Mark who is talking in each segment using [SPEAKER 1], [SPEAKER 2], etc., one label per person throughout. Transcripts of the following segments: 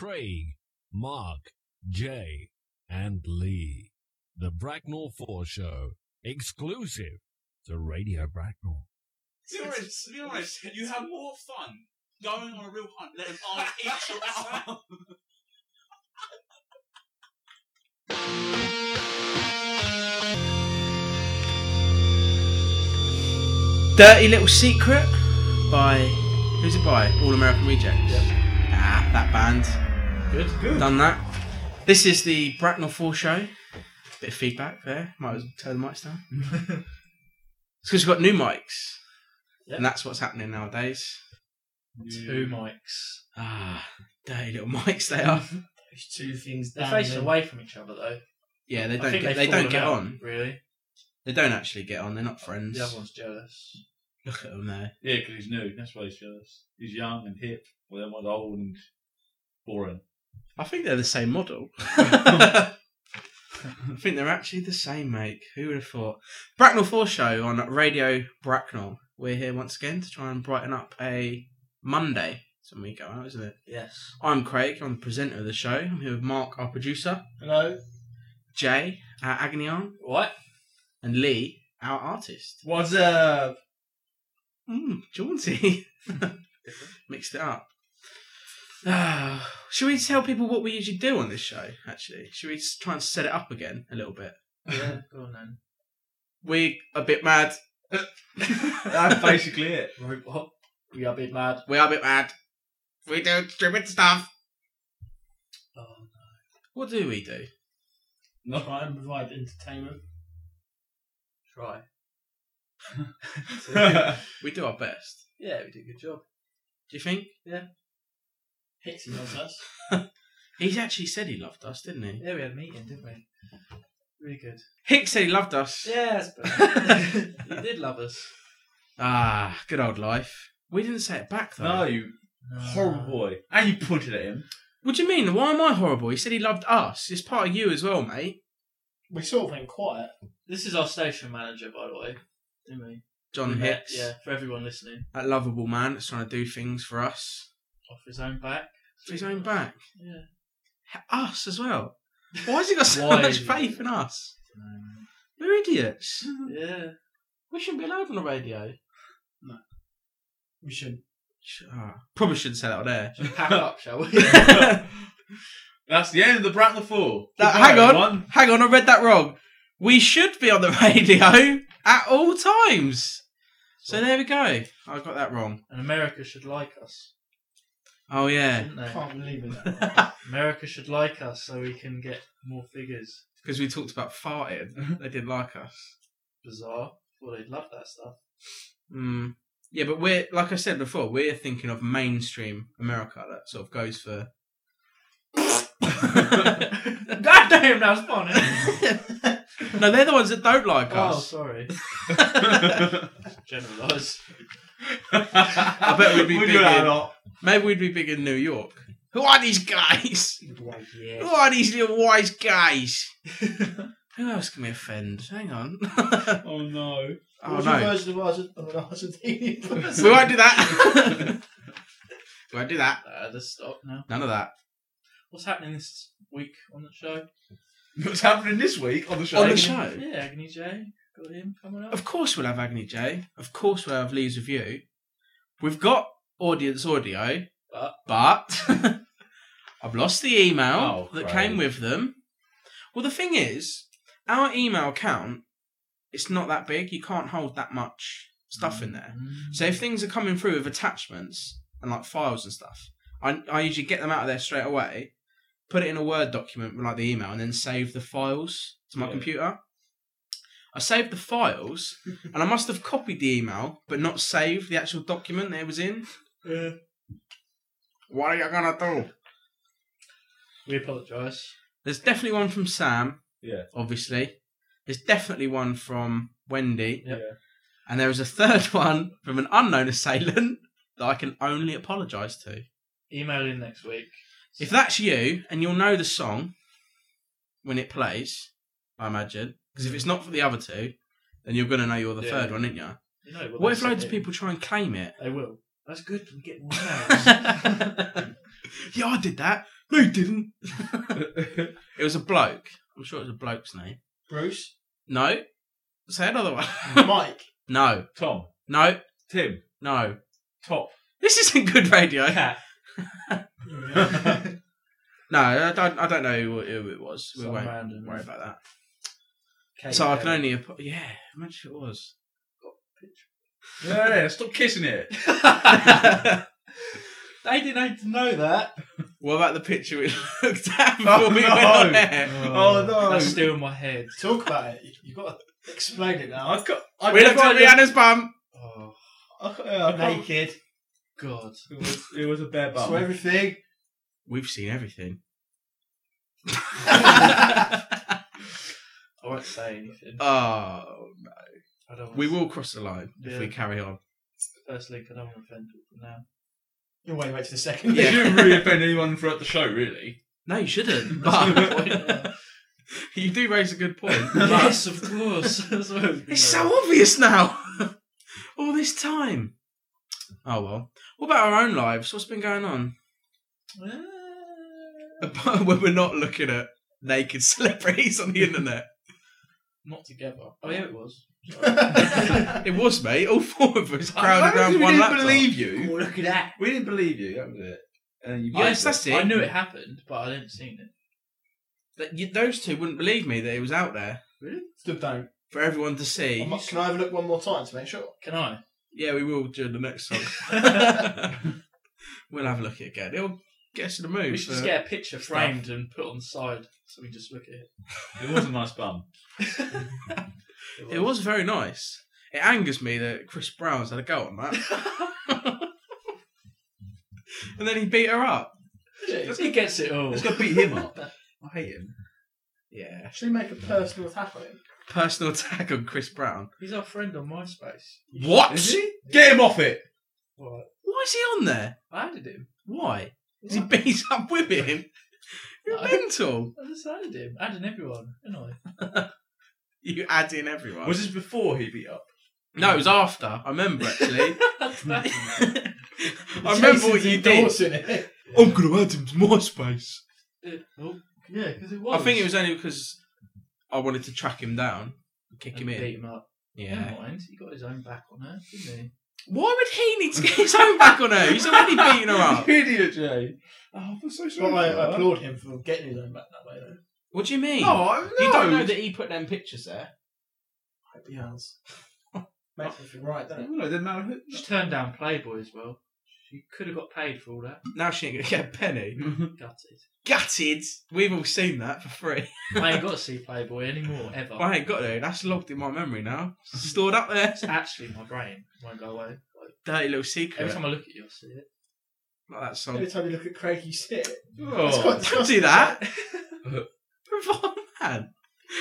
[SPEAKER 1] Craig, Mark, Jay, and Lee. The Bracknell 4 Show, exclusive to Radio Bracknell.
[SPEAKER 2] To be honest, to be honest, you have more fun going on a real hunt than on each other.
[SPEAKER 3] Dirty Little Secret by who's it by? All American Rejects. Ah, that band.
[SPEAKER 2] Good, good.
[SPEAKER 3] Done that. This is the Bracknell Four show. Bit of feedback there. Might as well turn the mics down. It's because we've got new mics,
[SPEAKER 4] Yep.
[SPEAKER 3] and that's what's happening nowadays.
[SPEAKER 4] Two
[SPEAKER 5] Mm.
[SPEAKER 4] mics.
[SPEAKER 3] Ah, dirty little mics they are.
[SPEAKER 4] Those two things
[SPEAKER 5] They're
[SPEAKER 4] down.
[SPEAKER 5] facing
[SPEAKER 4] there.
[SPEAKER 5] away from each other though.
[SPEAKER 3] Yeah, they
[SPEAKER 5] I
[SPEAKER 3] don't
[SPEAKER 5] think
[SPEAKER 3] get, they
[SPEAKER 5] they've
[SPEAKER 3] don't
[SPEAKER 5] fallen
[SPEAKER 3] get
[SPEAKER 5] out,
[SPEAKER 3] on.
[SPEAKER 5] Really?
[SPEAKER 3] They don't actually get on. They're not friends.
[SPEAKER 5] The other one's jealous.
[SPEAKER 3] Look at them there.
[SPEAKER 2] Yeah, because he's new. That's why he's jealous. He's young and hip. Well, that one's old and boring.
[SPEAKER 3] I think they're the same model. I think they're actually the same, mate. Who would have thought? Bracknell 4 show on Radio Bracknell. We're here once again to try and brighten up a Monday. It's when we go out, isn't it?
[SPEAKER 5] Yes.
[SPEAKER 3] I'm Craig. I'm the presenter of the show. I'm here with Mark, our producer,
[SPEAKER 4] Hello.
[SPEAKER 3] Jay, our agony aunt,
[SPEAKER 5] What?
[SPEAKER 3] and Lee, our artist.
[SPEAKER 4] What's up?
[SPEAKER 3] Mmm, jaunty. Mixed it up. Ah, should we tell people what we usually do on this show, actually? Should we s- try and set it up again a little bit?
[SPEAKER 5] Yeah, go on then.
[SPEAKER 3] We're a bit mad.
[SPEAKER 4] That's basically it.
[SPEAKER 5] Robot. We are a bit mad.
[SPEAKER 3] we are a bit mad. We do stupid stuff.
[SPEAKER 5] Oh,
[SPEAKER 3] What do we do?
[SPEAKER 2] No.
[SPEAKER 4] Try and provide entertainment.
[SPEAKER 5] try.
[SPEAKER 3] We do our best.
[SPEAKER 5] Yeah, we did a good job.
[SPEAKER 3] Do you think?
[SPEAKER 4] Hixie loves us.
[SPEAKER 3] He's actually said he loved us, didn't he?
[SPEAKER 5] Yeah, we had a meeting, didn't we? Really good.
[SPEAKER 3] Hicks said he loved us.
[SPEAKER 5] Yes, but you did love us.
[SPEAKER 3] Ah, good old life. We didn't say it back though.
[SPEAKER 4] no, you horrible
[SPEAKER 5] Uh,
[SPEAKER 4] boy. And you pointed at him.
[SPEAKER 3] What do you mean? Why am I horrible? He said he loved us. It's part of you as well, mate.
[SPEAKER 4] We sort of went quiet.
[SPEAKER 5] This is our station manager, by the way. Didn't we?
[SPEAKER 3] John
[SPEAKER 5] Yeah,
[SPEAKER 3] Hicks,
[SPEAKER 5] Yeah, for everyone listening.
[SPEAKER 3] that lovable man that's trying to do things for us
[SPEAKER 5] Off his own back.
[SPEAKER 3] for his own back.
[SPEAKER 5] Yeah.
[SPEAKER 3] H- Us as well. Why has he got so
[SPEAKER 5] Why
[SPEAKER 3] much
[SPEAKER 5] is he-
[SPEAKER 3] faith in us? We're idiots.
[SPEAKER 5] Yeah.
[SPEAKER 3] We shouldn't be allowed on the radio.
[SPEAKER 4] We should.
[SPEAKER 3] Sh- ah, probably shouldn't say that on air.
[SPEAKER 5] Should we pack up, shall we?
[SPEAKER 4] That's the end of the Bracknell Four.
[SPEAKER 3] That-
[SPEAKER 4] Goodbye,
[SPEAKER 3] hang on.
[SPEAKER 4] everyone.
[SPEAKER 3] Hang on, I read that wrong. We should be on the radio at all times. So there we go. I got that wrong.
[SPEAKER 5] and America should like us,
[SPEAKER 3] Oh yeah,
[SPEAKER 5] shouldn't they?
[SPEAKER 4] Can't believe it.
[SPEAKER 5] America should like us so we can get more figures.
[SPEAKER 3] because we talked about farting. they didn't like us.
[SPEAKER 5] Bizarre. Well, they'd love that stuff.
[SPEAKER 3] Mm. Yeah, but we're like I said before, we're thinking of mainstream America that sort of goes for.
[SPEAKER 5] God damn, that was funny.
[SPEAKER 3] no, they're the ones that don't like
[SPEAKER 5] oh,
[SPEAKER 3] us.
[SPEAKER 5] sorry. Generalised.
[SPEAKER 4] I
[SPEAKER 3] bet we'd be
[SPEAKER 4] we
[SPEAKER 3] big in-
[SPEAKER 4] that a lot.
[SPEAKER 3] Maybe we'd be big in New York. Who are these guys? Who
[SPEAKER 5] Yeah.
[SPEAKER 3] are these little wise guys? Who else can we offend? Hang on. oh
[SPEAKER 4] Oh no.
[SPEAKER 3] no,
[SPEAKER 4] version of Argentinian
[SPEAKER 3] we won't do that. we won't do that.
[SPEAKER 5] Uh, just stop now.
[SPEAKER 3] None of that.
[SPEAKER 5] What's happening this week on the show?
[SPEAKER 4] What's happening this week on the show?
[SPEAKER 3] On the show,
[SPEAKER 5] Yeah, Agony J. Got him coming up.
[SPEAKER 3] of course we'll have Agony J. Of course we'll have Lee's review. We've got audience audio,
[SPEAKER 5] But-
[SPEAKER 3] but I've lost the email
[SPEAKER 4] Oh,
[SPEAKER 3] that
[SPEAKER 4] Craig.
[SPEAKER 3] came with them. Well, the thing is, our email count it's not that big. You can't hold that much stuff in there. So if things are coming through with attachments and like files and stuff, I, I usually get them out of there straight away, put it in a Word document with like the email, and then save the files to my
[SPEAKER 4] Yeah.
[SPEAKER 3] computer. I saved the files, and I must have copied the email, but not saved the actual document that it was in.
[SPEAKER 5] Yeah.
[SPEAKER 3] What are you gonna do?
[SPEAKER 5] We apologise.
[SPEAKER 3] There's definitely one from Sam.
[SPEAKER 4] Yeah.
[SPEAKER 3] Obviously, there's definitely one from Wendy,
[SPEAKER 5] Yep.
[SPEAKER 3] and there is a third one from an unknown assailant that I can only apologise to.
[SPEAKER 5] Email in next week.
[SPEAKER 3] If that's you, and you'll know the song when it plays, I imagine. Because if it's not for the other two, then you're going to know you're the
[SPEAKER 5] Yeah.
[SPEAKER 3] third one, aren't you?
[SPEAKER 5] You know,
[SPEAKER 3] What if
[SPEAKER 5] they
[SPEAKER 3] loads
[SPEAKER 5] said
[SPEAKER 3] of people try and claim it?
[SPEAKER 5] They will. That's good. We get more
[SPEAKER 3] yeah, I did that. No, you didn't. it was a bloke. I'm sure it was a bloke's name.
[SPEAKER 6] Bruce,
[SPEAKER 3] No. Say another one.
[SPEAKER 6] Mike,
[SPEAKER 3] no.
[SPEAKER 4] Tom,
[SPEAKER 3] No.
[SPEAKER 4] Tim,
[SPEAKER 3] No.
[SPEAKER 4] Top.
[SPEAKER 3] This isn't good radio.
[SPEAKER 6] Cat.
[SPEAKER 3] No, I don't, I don't know who, who it was. We
[SPEAKER 6] Some
[SPEAKER 3] won't
[SPEAKER 6] random-
[SPEAKER 3] worry about that.
[SPEAKER 6] Kate
[SPEAKER 3] so I can
[SPEAKER 6] Perry.
[SPEAKER 3] only. apo- Yeah, imagine if it was.
[SPEAKER 4] Yeah, yeah, stop kissing it.
[SPEAKER 6] they didn't need to know that.
[SPEAKER 3] What about the picture we looked at before
[SPEAKER 4] Oh,
[SPEAKER 3] we
[SPEAKER 4] no.
[SPEAKER 3] went on air?
[SPEAKER 4] Oh, no.
[SPEAKER 6] That's still in my head.
[SPEAKER 7] Talk about it. You've got to explain it now.
[SPEAKER 4] I got. I
[SPEAKER 3] We
[SPEAKER 4] never
[SPEAKER 3] looked at
[SPEAKER 4] idea-
[SPEAKER 3] Rihanna's bum.
[SPEAKER 6] Oh,
[SPEAKER 4] I ca- yeah, I can't-
[SPEAKER 6] naked. God.
[SPEAKER 4] It was, it was a bare bum.
[SPEAKER 7] So everything.
[SPEAKER 3] We've seen everything.
[SPEAKER 6] I won't say anything.
[SPEAKER 3] Oh,
[SPEAKER 6] I don't want
[SPEAKER 3] we
[SPEAKER 6] to-
[SPEAKER 3] will cross the line if we
[SPEAKER 6] Yeah.
[SPEAKER 3] carry on.
[SPEAKER 6] First link, I don't want to offend people now.
[SPEAKER 7] You'll wait, wait to the second.
[SPEAKER 4] You
[SPEAKER 3] Yeah.
[SPEAKER 4] didn't really offend anyone throughout the show, really.
[SPEAKER 3] No, you shouldn't.
[SPEAKER 6] That's
[SPEAKER 3] But you do raise a good point. but-
[SPEAKER 6] yes, of course. That's what we've been
[SPEAKER 3] It's
[SPEAKER 6] doing.
[SPEAKER 3] so obvious now. All this time. Oh well. What about our own lives? What's been going on?
[SPEAKER 6] Uh,
[SPEAKER 3] Apart when we're not looking at naked celebrities on the internet.
[SPEAKER 6] Not together. Oh yeah, it was.
[SPEAKER 3] It was, mate. All four of us
[SPEAKER 4] I
[SPEAKER 3] crowded
[SPEAKER 4] don't think
[SPEAKER 3] around
[SPEAKER 4] we
[SPEAKER 3] one
[SPEAKER 4] didn't
[SPEAKER 3] laptop.
[SPEAKER 4] believe you.
[SPEAKER 7] look at that.
[SPEAKER 4] We didn't believe you. That was it. And then you
[SPEAKER 3] Yes, that's it.
[SPEAKER 6] I knew it happened, but I didn't seen it.
[SPEAKER 3] That you- those two wouldn't believe me that it was out there
[SPEAKER 7] Still don't.
[SPEAKER 3] for everyone to see.
[SPEAKER 7] I'm not- can I have a look one more time to make sure?
[SPEAKER 6] Can I?
[SPEAKER 3] Yeah, we will during the next song. we'll have a look at it again. It'll get us in the mood.
[SPEAKER 6] We should
[SPEAKER 3] Oh, for-
[SPEAKER 6] just get a picture framed and put on the side so we can just look at it.
[SPEAKER 4] It was a nice bum.
[SPEAKER 3] It was very nice. It angers me that Chris Brown's had a go on that. and then he beat her up.
[SPEAKER 6] He gets it oh, all.
[SPEAKER 4] Let's go beat him up. I hate him.
[SPEAKER 3] Yeah.
[SPEAKER 7] Actually, make a personal attack on him.
[SPEAKER 3] Personal attack on Chris Brown.
[SPEAKER 6] He's our friend on MySpace.
[SPEAKER 3] What?
[SPEAKER 4] Is he? Get him off it.
[SPEAKER 6] What?
[SPEAKER 3] Why is he on there?
[SPEAKER 6] I added him.
[SPEAKER 3] Why? Is he beat up women? You're
[SPEAKER 6] No.
[SPEAKER 3] mental.
[SPEAKER 6] I just added him. Adding everyone, didn't I?
[SPEAKER 3] You add in everyone.
[SPEAKER 4] Was this before he beat up?
[SPEAKER 3] no, it was after. I remember actually.
[SPEAKER 6] That's bad.
[SPEAKER 3] I remember what you did.
[SPEAKER 7] endorsing it.
[SPEAKER 3] I'm gonna add him to MySpace.
[SPEAKER 6] It- oh, yeah, because it
[SPEAKER 3] I
[SPEAKER 6] was.
[SPEAKER 3] think it was only because I wanted to track him down, kick
[SPEAKER 6] And
[SPEAKER 3] him in.
[SPEAKER 6] Beat him Oh. up.
[SPEAKER 3] Yeah.
[SPEAKER 6] Never mind. He got his own back on her, didn't he?
[SPEAKER 3] Why would he need to get his own back on her? He's already beating her up.
[SPEAKER 4] You idiot, Jay. Oh, I'm so sorry.
[SPEAKER 7] Well, I,
[SPEAKER 4] for
[SPEAKER 7] I
[SPEAKER 4] that.
[SPEAKER 7] applaud him for getting his own back that way, though.
[SPEAKER 3] What do you mean?
[SPEAKER 4] No, I, Oh, no.
[SPEAKER 3] You don't know that he put them pictures there.
[SPEAKER 7] Hope he has. Makes me feel right, doesn't it?
[SPEAKER 4] No, it didn't matter who-
[SPEAKER 6] She turned down Playboy as well. She could have got paid for all that.
[SPEAKER 3] Now she ain't gonna get a penny.
[SPEAKER 6] Gutted.
[SPEAKER 3] Gutted. We've all seen that for free.
[SPEAKER 6] I ain't got to see Playboy anymore, ever.
[SPEAKER 3] I ain't got it. That's logged in my memory now. Stored up there.
[SPEAKER 6] It's actually my brain. Won't go away. Like,
[SPEAKER 3] Dirty little secret.
[SPEAKER 6] every time I look at you, I see it.
[SPEAKER 3] Like that song.
[SPEAKER 7] Every time you look at Craig, you sit. It's quite
[SPEAKER 4] Oh.
[SPEAKER 3] Don't
[SPEAKER 7] disgusting.
[SPEAKER 3] do that. Revolve man.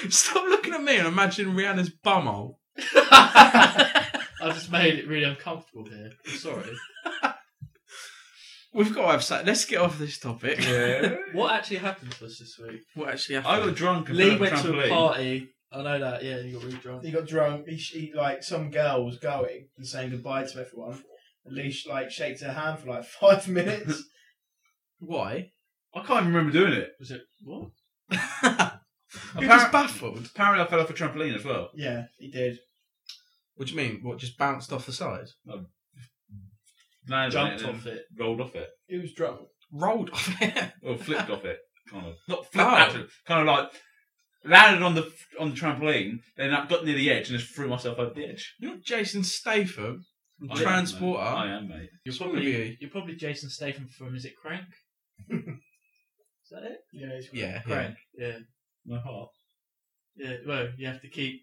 [SPEAKER 3] Stop looking at me and imagine Rihanna's bumhole.
[SPEAKER 6] I just made it really uncomfortable here. I'm sorry.
[SPEAKER 3] We've got a website. Let's get off this topic.
[SPEAKER 4] Yeah.
[SPEAKER 6] What actually happened to us this week?
[SPEAKER 3] What actually
[SPEAKER 4] I
[SPEAKER 3] happened?
[SPEAKER 4] got drunk and
[SPEAKER 6] Lee
[SPEAKER 4] fell
[SPEAKER 6] went
[SPEAKER 4] off
[SPEAKER 6] to a
[SPEAKER 4] trampoline.
[SPEAKER 6] party. I know that. Yeah, you got really drunk.
[SPEAKER 7] He got drunk. He, sh- he like some girl was going and saying goodbye to everyone. And Lee sh- like shakes her hand for like five minutes.
[SPEAKER 3] Why?
[SPEAKER 4] I can't even remember doing it.
[SPEAKER 6] Was it what?
[SPEAKER 3] You're just
[SPEAKER 4] Appar-
[SPEAKER 3] baffled.
[SPEAKER 4] Apparently, I fell off a trampoline as well.
[SPEAKER 7] yeah, he did.
[SPEAKER 3] What do you mean? What just bounced off the side?
[SPEAKER 4] Landed
[SPEAKER 6] Jumped
[SPEAKER 4] on it and
[SPEAKER 6] off it.
[SPEAKER 4] rolled off it.
[SPEAKER 7] He was drunk.
[SPEAKER 3] Rolled off it.
[SPEAKER 4] Well, flipped off it, kind of. Not flipped,
[SPEAKER 3] Oh.
[SPEAKER 4] actually. Kind of like landed on the on the trampoline, then I got near the edge and just threw myself over the edge.
[SPEAKER 3] You're Jason Statham, from
[SPEAKER 4] I am, mate.
[SPEAKER 3] transporter.
[SPEAKER 4] I am, mate.
[SPEAKER 6] You're
[SPEAKER 3] wrong with you?
[SPEAKER 6] probably you're probably Jason Statham from Is It Crank? Is that it?
[SPEAKER 7] Yeah, he's
[SPEAKER 3] Yeah, yeah.
[SPEAKER 6] Crank. Yeah.
[SPEAKER 4] My heart.
[SPEAKER 6] Yeah. Well, you have to keep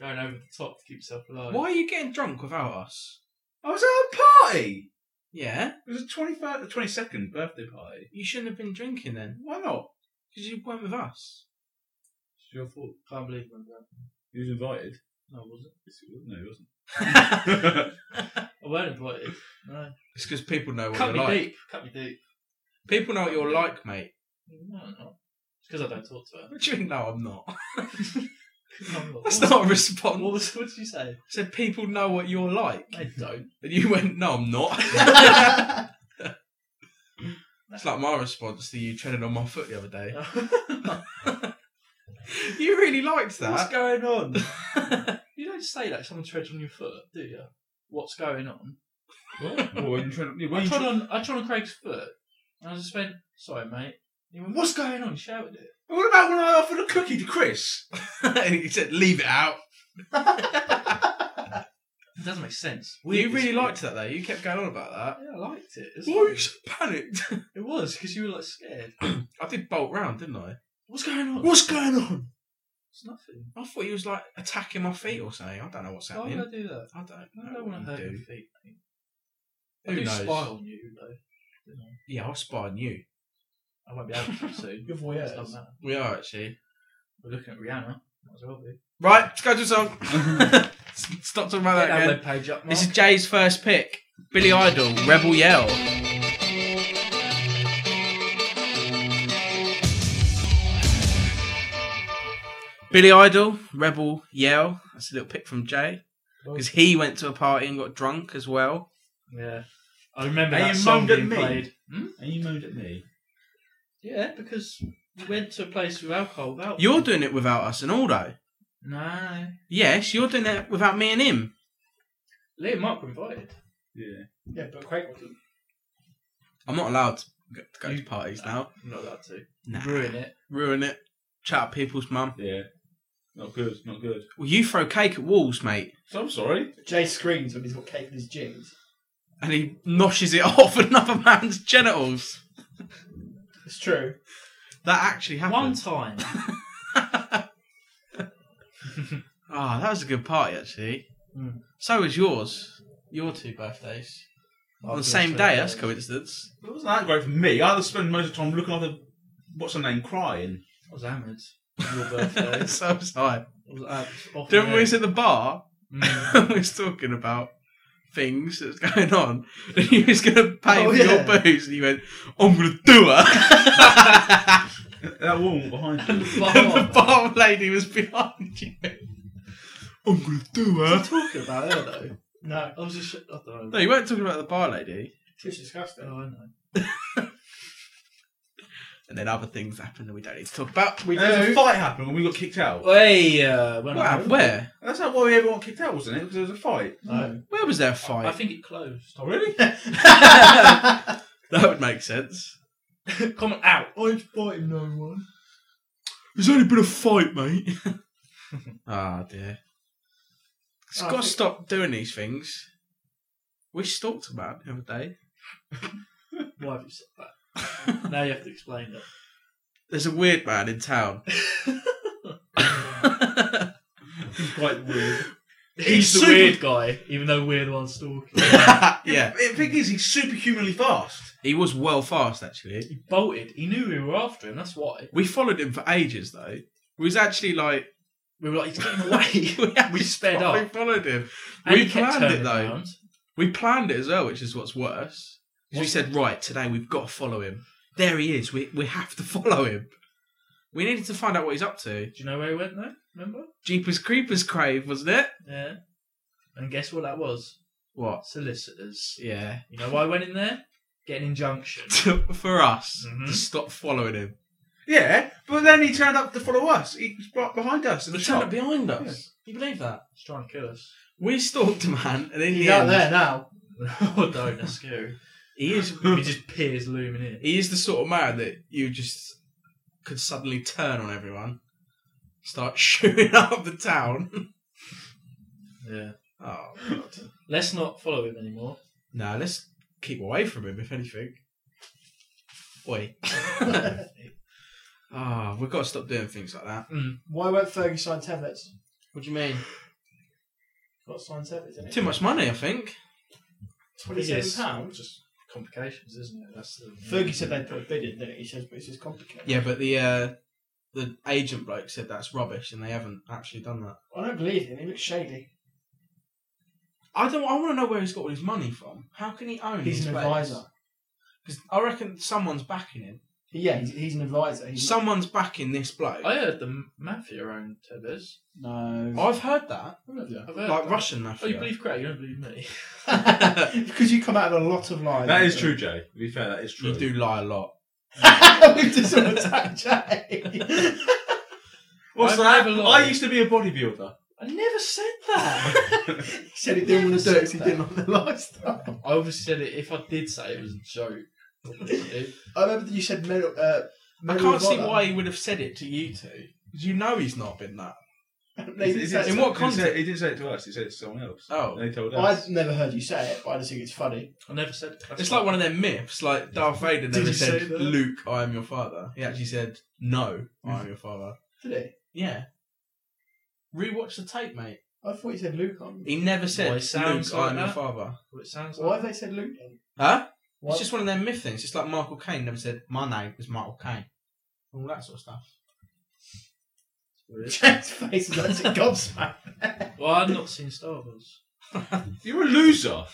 [SPEAKER 6] going over the top to keep yourself alive.
[SPEAKER 3] Why are you getting drunk without us?
[SPEAKER 4] I was at a party.
[SPEAKER 3] Yeah,
[SPEAKER 4] It was a twenty first, twenty second birthday party.
[SPEAKER 3] you shouldn't have been drinking then,
[SPEAKER 4] Why not?
[SPEAKER 3] because you weren't with us.
[SPEAKER 4] It's your fault.
[SPEAKER 6] Can't believe I'm drunk.
[SPEAKER 4] He was invited.
[SPEAKER 6] No, I wasn't.
[SPEAKER 4] No, he wasn't.
[SPEAKER 3] it's
[SPEAKER 6] I weren't invited. No.
[SPEAKER 3] because people know what
[SPEAKER 6] Cut me
[SPEAKER 3] you're like.
[SPEAKER 6] deep. Cut me deep.
[SPEAKER 3] People know what you're like, mate.
[SPEAKER 6] No, no. It's because I don't talk to her.
[SPEAKER 3] What do you mean? No, I'm not.
[SPEAKER 6] I'm
[SPEAKER 3] That's
[SPEAKER 6] what,
[SPEAKER 3] not a
[SPEAKER 6] What,
[SPEAKER 3] response.
[SPEAKER 6] was, what did you say?
[SPEAKER 3] I said people know what you're like,
[SPEAKER 6] I don't.
[SPEAKER 3] and you went, "No, I'm not."
[SPEAKER 7] drunk.
[SPEAKER 3] That's like my response to you treading on my foot the other day. you really liked
[SPEAKER 6] What's
[SPEAKER 3] that.
[SPEAKER 6] going on? you don't say that if someone treads on your foot, do you? What's going on?
[SPEAKER 4] Well, when you trying,
[SPEAKER 6] I trod on I trod on Craig's foot and I just went, sorry mate. He went, What's going on? He shouted it.
[SPEAKER 4] what about when I offered a cookie to Chris?
[SPEAKER 3] and he said, "Leave it out."
[SPEAKER 6] It doesn't make sense.
[SPEAKER 3] you
[SPEAKER 6] Weird,
[SPEAKER 3] really
[SPEAKER 6] isn't it?
[SPEAKER 3] liked that though. You kept going on about that.
[SPEAKER 6] Yeah, I liked it. It's
[SPEAKER 3] Why
[SPEAKER 6] like-
[SPEAKER 3] were you so panicked?
[SPEAKER 6] It was because you were like scared.
[SPEAKER 3] I did bolt round, didn't I?
[SPEAKER 6] What's going on?
[SPEAKER 3] What's going on?
[SPEAKER 6] It's nothing.
[SPEAKER 3] I thought he was like attacking my feet or something. I don't know what's
[SPEAKER 6] Why
[SPEAKER 3] happening.
[SPEAKER 6] would I do that?
[SPEAKER 3] I don't
[SPEAKER 6] I
[SPEAKER 3] know
[SPEAKER 6] don't
[SPEAKER 3] what
[SPEAKER 6] want to
[SPEAKER 3] you
[SPEAKER 6] hurt your
[SPEAKER 3] do.
[SPEAKER 6] feet. Mate.
[SPEAKER 3] Who
[SPEAKER 6] I do
[SPEAKER 3] knows?
[SPEAKER 6] spy on you though. You know,
[SPEAKER 3] Yeah, I'll spy on you.
[SPEAKER 6] I won't be able to soon. It
[SPEAKER 7] Good
[SPEAKER 6] doesn't
[SPEAKER 7] voyeurs.
[SPEAKER 6] matter.
[SPEAKER 3] We are actually.
[SPEAKER 6] We're looking at Rihanna. Might as well be.
[SPEAKER 3] Right, let's go to a song. Stop talking about that
[SPEAKER 6] Get that
[SPEAKER 3] again.
[SPEAKER 6] web page up.
[SPEAKER 3] This
[SPEAKER 6] Mark.
[SPEAKER 3] is Jay's first pick. Billy Idol, Rebel Yell. Billy Idol, Rebel Yell. That's a little pick from Jay. Because he went to a party and got drunk as well.
[SPEAKER 6] Yeah. I remember
[SPEAKER 4] And
[SPEAKER 6] that
[SPEAKER 4] you
[SPEAKER 6] song
[SPEAKER 4] moaned at
[SPEAKER 6] being
[SPEAKER 4] me.
[SPEAKER 6] played. Hmm?
[SPEAKER 4] And you moaned at me.
[SPEAKER 6] Yeah, because we went to a place with alcohol without
[SPEAKER 3] You're doing it without us and all though.
[SPEAKER 6] No.
[SPEAKER 3] Yes, you're doing it without me and him.
[SPEAKER 6] Lee and Mark were invited.
[SPEAKER 4] Yeah.
[SPEAKER 7] Yeah, but Craig wasn't.
[SPEAKER 3] I'm not allowed to go- to, go to
[SPEAKER 6] You-
[SPEAKER 3] parties now.
[SPEAKER 6] I'm not allowed to.
[SPEAKER 3] Nah.
[SPEAKER 6] Ruin it.
[SPEAKER 3] Ruin it. Chat up people's mum.
[SPEAKER 4] Yeah. Not good, not good.
[SPEAKER 3] Well, you throw cake at walls, mate.
[SPEAKER 4] So I'm sorry.
[SPEAKER 7] Jay screams when he's got cake in his jeans.
[SPEAKER 3] And he noshes it off another man's genitals.
[SPEAKER 7] It's true.
[SPEAKER 3] That actually
[SPEAKER 6] One
[SPEAKER 3] happened.
[SPEAKER 6] time.
[SPEAKER 3] Ah, that was a good party actually.
[SPEAKER 7] Hmm.
[SPEAKER 6] Mm.
[SPEAKER 3] So was yours. Your two birthdays. On the same day, that's coincidence.
[SPEAKER 4] It wasn't that great for me. I had to spend most of the time looking after what's her name crying.
[SPEAKER 6] I was hammered. on Your birthday.
[SPEAKER 3] so was I.
[SPEAKER 6] I was out off
[SPEAKER 3] Then
[SPEAKER 6] my
[SPEAKER 3] we was
[SPEAKER 6] head.
[SPEAKER 3] at the bar
[SPEAKER 6] Mm.
[SPEAKER 3] and we was talking about things that was going on. And you was gonna pay
[SPEAKER 7] Oh,
[SPEAKER 3] for
[SPEAKER 7] yeah.
[SPEAKER 3] your booze and you went, I'm gonna do it
[SPEAKER 4] That woman behind you.
[SPEAKER 3] And the
[SPEAKER 7] Oh.
[SPEAKER 6] Fuck off.
[SPEAKER 3] bar lady was behind you. I'm gonna do
[SPEAKER 6] What are
[SPEAKER 3] it.
[SPEAKER 6] you talking about her though?
[SPEAKER 7] No,
[SPEAKER 6] I was just. I don't know.
[SPEAKER 3] No, you weren't talking about the bar lady.
[SPEAKER 7] it's disgusting.
[SPEAKER 6] Oh, I know.
[SPEAKER 3] And then other things happened that we don't need to talk about.
[SPEAKER 7] We
[SPEAKER 4] And there was a
[SPEAKER 7] do.
[SPEAKER 4] fight happened when we got kicked out.
[SPEAKER 6] Hey, uh, when I-
[SPEAKER 3] What, where?
[SPEAKER 4] That's not why we ever got kicked out, wasn't it? Because there was a fight.
[SPEAKER 7] No.
[SPEAKER 3] Where was there a
[SPEAKER 6] I
[SPEAKER 3] fight?
[SPEAKER 6] think it closed.
[SPEAKER 4] Oh, really?
[SPEAKER 3] That would make sense.
[SPEAKER 6] Comment out.
[SPEAKER 7] I'm fighting no one.
[SPEAKER 3] There's only been a fight, mate. Ah, dear. It's
[SPEAKER 7] I
[SPEAKER 3] got to
[SPEAKER 7] think-
[SPEAKER 3] stop doing these things. We stalked a man the other day.
[SPEAKER 6] Why have you said that? now you have to explain it.
[SPEAKER 3] There's a weird man in town.
[SPEAKER 4] It's quite weird.
[SPEAKER 6] He's the
[SPEAKER 4] super-
[SPEAKER 6] weird guy, even though we're the ones stalking.
[SPEAKER 3] yeah,
[SPEAKER 4] The thing is, he's superhumanly fast.
[SPEAKER 3] he was well fast, actually.
[SPEAKER 6] he bolted. He knew we were after him. That's why
[SPEAKER 3] We followed him for ages, though. We was actually like.
[SPEAKER 6] we were like, he's getting away.
[SPEAKER 3] actually
[SPEAKER 6] sped
[SPEAKER 3] fo- We
[SPEAKER 6] up.
[SPEAKER 3] followed him.
[SPEAKER 6] And
[SPEAKER 3] we
[SPEAKER 6] he kept
[SPEAKER 3] planned it,
[SPEAKER 6] turning
[SPEAKER 3] though.
[SPEAKER 6] around.
[SPEAKER 3] We planned it as well, which is what's worse. 'Cause We
[SPEAKER 6] What?
[SPEAKER 3] said, right, today we've got to follow him. There he is. We we have to follow him. We needed to find out what he's up to.
[SPEAKER 6] Do you know where he went though? Remember?
[SPEAKER 3] Jeepers Creepers crave, wasn't it?
[SPEAKER 6] Yeah. And guess what that was?
[SPEAKER 3] What?
[SPEAKER 6] Solicitors.
[SPEAKER 3] Yeah.
[SPEAKER 6] You know why I went in there? Get an injunction.
[SPEAKER 3] For us
[SPEAKER 6] Mhm.
[SPEAKER 3] to stop following him.
[SPEAKER 4] Yeah, but then he turned up to follow us. He was right behind us in the
[SPEAKER 3] He turned
[SPEAKER 4] shop.
[SPEAKER 3] up behind us. You believe that?
[SPEAKER 6] He's trying to kill us.
[SPEAKER 3] We stalked a man, and in
[SPEAKER 7] He's
[SPEAKER 3] the
[SPEAKER 7] out
[SPEAKER 3] end,
[SPEAKER 7] there now.
[SPEAKER 6] oh, don't. That's scary.
[SPEAKER 3] he is
[SPEAKER 6] he just peers looming in.
[SPEAKER 3] he is the sort of man that you just could suddenly turn on everyone, start shooting up the town.
[SPEAKER 6] Yeah.
[SPEAKER 3] Oh.
[SPEAKER 6] Let's not follow him anymore.
[SPEAKER 3] No, let's keep away from him, if anything. Oi. Ah, we've got to stop doing things like that.
[SPEAKER 7] Why won't Fergie sign tablets?
[SPEAKER 3] What do you mean?
[SPEAKER 7] Got signed tablets, didn't
[SPEAKER 3] Too much money, I think.
[SPEAKER 7] Twenty-seven
[SPEAKER 6] Yes.
[SPEAKER 7] pounds.
[SPEAKER 6] Just complications, isn't it? That's the
[SPEAKER 7] Fergie said they put a bid in there. He says, but it's just complicated.
[SPEAKER 3] Yeah, but the uh, the agent bloke said that's rubbish, and they haven't actually done that.
[SPEAKER 7] I don't believe him. He looks shady.
[SPEAKER 3] I don't. I want to know where he's got all his money from. How can he own?
[SPEAKER 7] He's
[SPEAKER 3] these
[SPEAKER 7] an
[SPEAKER 3] players?
[SPEAKER 7] advisor.
[SPEAKER 3] 'Cause I reckon someone's backing him.
[SPEAKER 8] Yeah, he's, he's an advisor. He's
[SPEAKER 3] Someone's backing this bloke.
[SPEAKER 6] I heard the mafia owned Tevez.
[SPEAKER 8] no.
[SPEAKER 3] I've heard that.
[SPEAKER 6] I've heard
[SPEAKER 3] Like
[SPEAKER 6] that.
[SPEAKER 3] Russian
[SPEAKER 6] Oh, you
[SPEAKER 3] mafia.
[SPEAKER 6] believe Craig? You don't believe me.
[SPEAKER 7] because you come out of a lot of lies.
[SPEAKER 4] That is true, Jay. To be fair, that is true.
[SPEAKER 3] You do lie a lot.
[SPEAKER 7] We've just all attacked Jay.
[SPEAKER 4] What's
[SPEAKER 6] I've
[SPEAKER 4] that?
[SPEAKER 6] never lied.
[SPEAKER 4] I used to be a bodybuilder.
[SPEAKER 6] I never said that.
[SPEAKER 7] he said he didn't want to do it because he didn't like the lifestyle.
[SPEAKER 6] I obviously said it. If I did say it, it was a joke. It-
[SPEAKER 7] I remember that you said medal.
[SPEAKER 3] I
[SPEAKER 7] Uh, medal
[SPEAKER 3] can't
[SPEAKER 7] of
[SPEAKER 3] see
[SPEAKER 7] honor.
[SPEAKER 3] why he would have said it to you two. 'Cause You know he's not been that.
[SPEAKER 7] No, he didn't say
[SPEAKER 3] in
[SPEAKER 7] it.
[SPEAKER 3] what
[SPEAKER 4] He
[SPEAKER 3] context?
[SPEAKER 4] said- He didn't say it to us. He said it to someone else.
[SPEAKER 3] Oh.
[SPEAKER 4] And they told us.
[SPEAKER 7] I've never heard you say it, but I just think it's funny.
[SPEAKER 6] I never said it.
[SPEAKER 3] It's like one of them myths, like Darth Vader
[SPEAKER 7] Did
[SPEAKER 3] never
[SPEAKER 7] you say
[SPEAKER 3] said,
[SPEAKER 7] that?
[SPEAKER 3] Luke, I am your father. He actually said, No, I
[SPEAKER 7] Mm.
[SPEAKER 3] am your father.
[SPEAKER 7] Did it?
[SPEAKER 3] Yeah. Rewatch the tape, mate.
[SPEAKER 7] I thought you said Luke. On.
[SPEAKER 3] He never
[SPEAKER 6] Well,
[SPEAKER 3] said,
[SPEAKER 6] it sounds
[SPEAKER 3] Luke, I am your
[SPEAKER 6] like that.
[SPEAKER 3] father.
[SPEAKER 6] What it sounds
[SPEAKER 7] Why
[SPEAKER 6] like.
[SPEAKER 7] have they said Luke? Then?
[SPEAKER 3] Huh?
[SPEAKER 7] Why-
[SPEAKER 3] It's just one of them myth things. It's like Michael Caine never said, My name is Michael Caine. All that sort of stuff.
[SPEAKER 7] Jack's face is like a gobsmacked.
[SPEAKER 6] Well, I've not seen Star Wars.
[SPEAKER 4] You're a loser.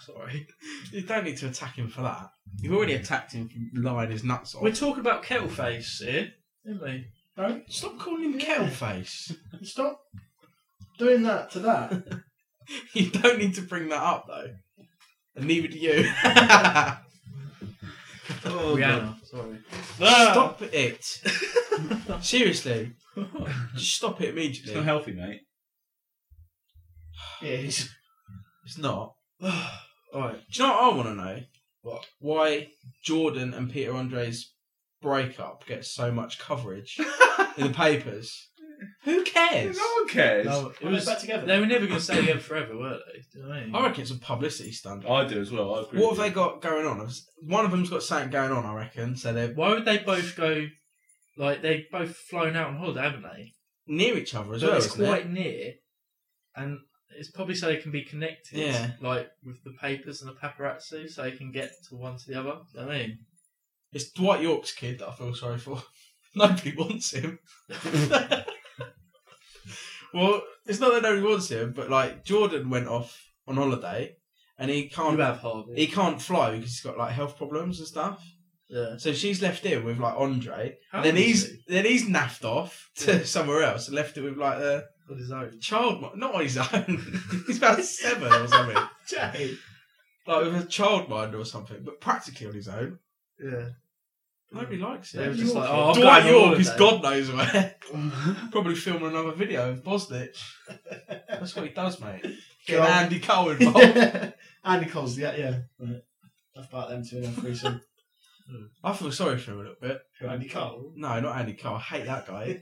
[SPEAKER 6] Sorry.
[SPEAKER 3] You don't need to attack him for that. You've already attacked him for lying his nuts off.
[SPEAKER 6] We're talking about Kettleface here, aren't we?
[SPEAKER 7] No,
[SPEAKER 3] Stop calling him Kettleface.
[SPEAKER 7] stop doing that to that.
[SPEAKER 3] you don't need to bring that up, though. And neither do you.
[SPEAKER 4] Oh, God.
[SPEAKER 6] Rihanna. Sorry. Ah!
[SPEAKER 3] Stop it. Seriously. Just stop it
[SPEAKER 4] It's not
[SPEAKER 3] immediately.
[SPEAKER 4] healthy, mate.
[SPEAKER 7] Yeah, he's
[SPEAKER 3] It's not.
[SPEAKER 6] Alright.
[SPEAKER 3] Do you know what I want to know? What? Why Jordan and Peter Andre's breakup gets so much coverage in the papers? Who cares?
[SPEAKER 4] No one cares.
[SPEAKER 7] no,
[SPEAKER 6] It was-
[SPEAKER 7] back together.
[SPEAKER 6] They were never going to stay together forever, were they? Do you know what I mean?
[SPEAKER 3] I reckon it's a publicity stunt.
[SPEAKER 4] I do as well. I agree.
[SPEAKER 3] What have
[SPEAKER 4] with
[SPEAKER 3] they
[SPEAKER 4] you.
[SPEAKER 3] got going on? One of them's got something going on, I reckon. So they're
[SPEAKER 6] Why would they both go? Like they've both flown out on holiday, haven't they?
[SPEAKER 3] near each other as
[SPEAKER 6] So
[SPEAKER 3] well.
[SPEAKER 6] it's
[SPEAKER 3] isn't it?
[SPEAKER 6] quite near, and it's probably so they can be connected.
[SPEAKER 3] Yeah.
[SPEAKER 6] Like with the papers and the paparazzi, so they can get to one to the other. Do you know what I mean,
[SPEAKER 3] It's Dwight York's kid that I feel sorry for. Nobody wants him. well, it's not that nobody wants him, but like Jordan went off on holiday and he can't
[SPEAKER 6] you have Harvey.
[SPEAKER 3] he can't fly because he's got like health problems and stuff.
[SPEAKER 6] yeah.
[SPEAKER 3] So she's left here with like Andre.
[SPEAKER 6] How
[SPEAKER 3] then
[SPEAKER 6] old is
[SPEAKER 3] he's
[SPEAKER 6] he?
[SPEAKER 3] then he's naffed off to
[SPEAKER 6] Yeah.
[SPEAKER 3] somewhere else and left it with like a
[SPEAKER 6] on his own.
[SPEAKER 3] child, mi- not on his own. he's about seven or something,
[SPEAKER 7] Jay.
[SPEAKER 3] like with a child mind or something, but practically on his own.
[SPEAKER 6] Yeah.
[SPEAKER 3] Nobody likes
[SPEAKER 6] They were
[SPEAKER 3] him.
[SPEAKER 6] just like, oh, I'm
[SPEAKER 3] Dwight
[SPEAKER 6] going on
[SPEAKER 3] York is
[SPEAKER 6] holiday.
[SPEAKER 3] God knows where. Probably filming another video of Bosnich. That's what he does, mate. Get
[SPEAKER 7] God.
[SPEAKER 3] Andy Cole involved.
[SPEAKER 7] Andy Cole's yeah, yeah. Right. I've about them two in a threesome.
[SPEAKER 3] I feel sorry for him a little bit.
[SPEAKER 7] Andy Cole.
[SPEAKER 3] No, not Andy Cole. I hate that guy.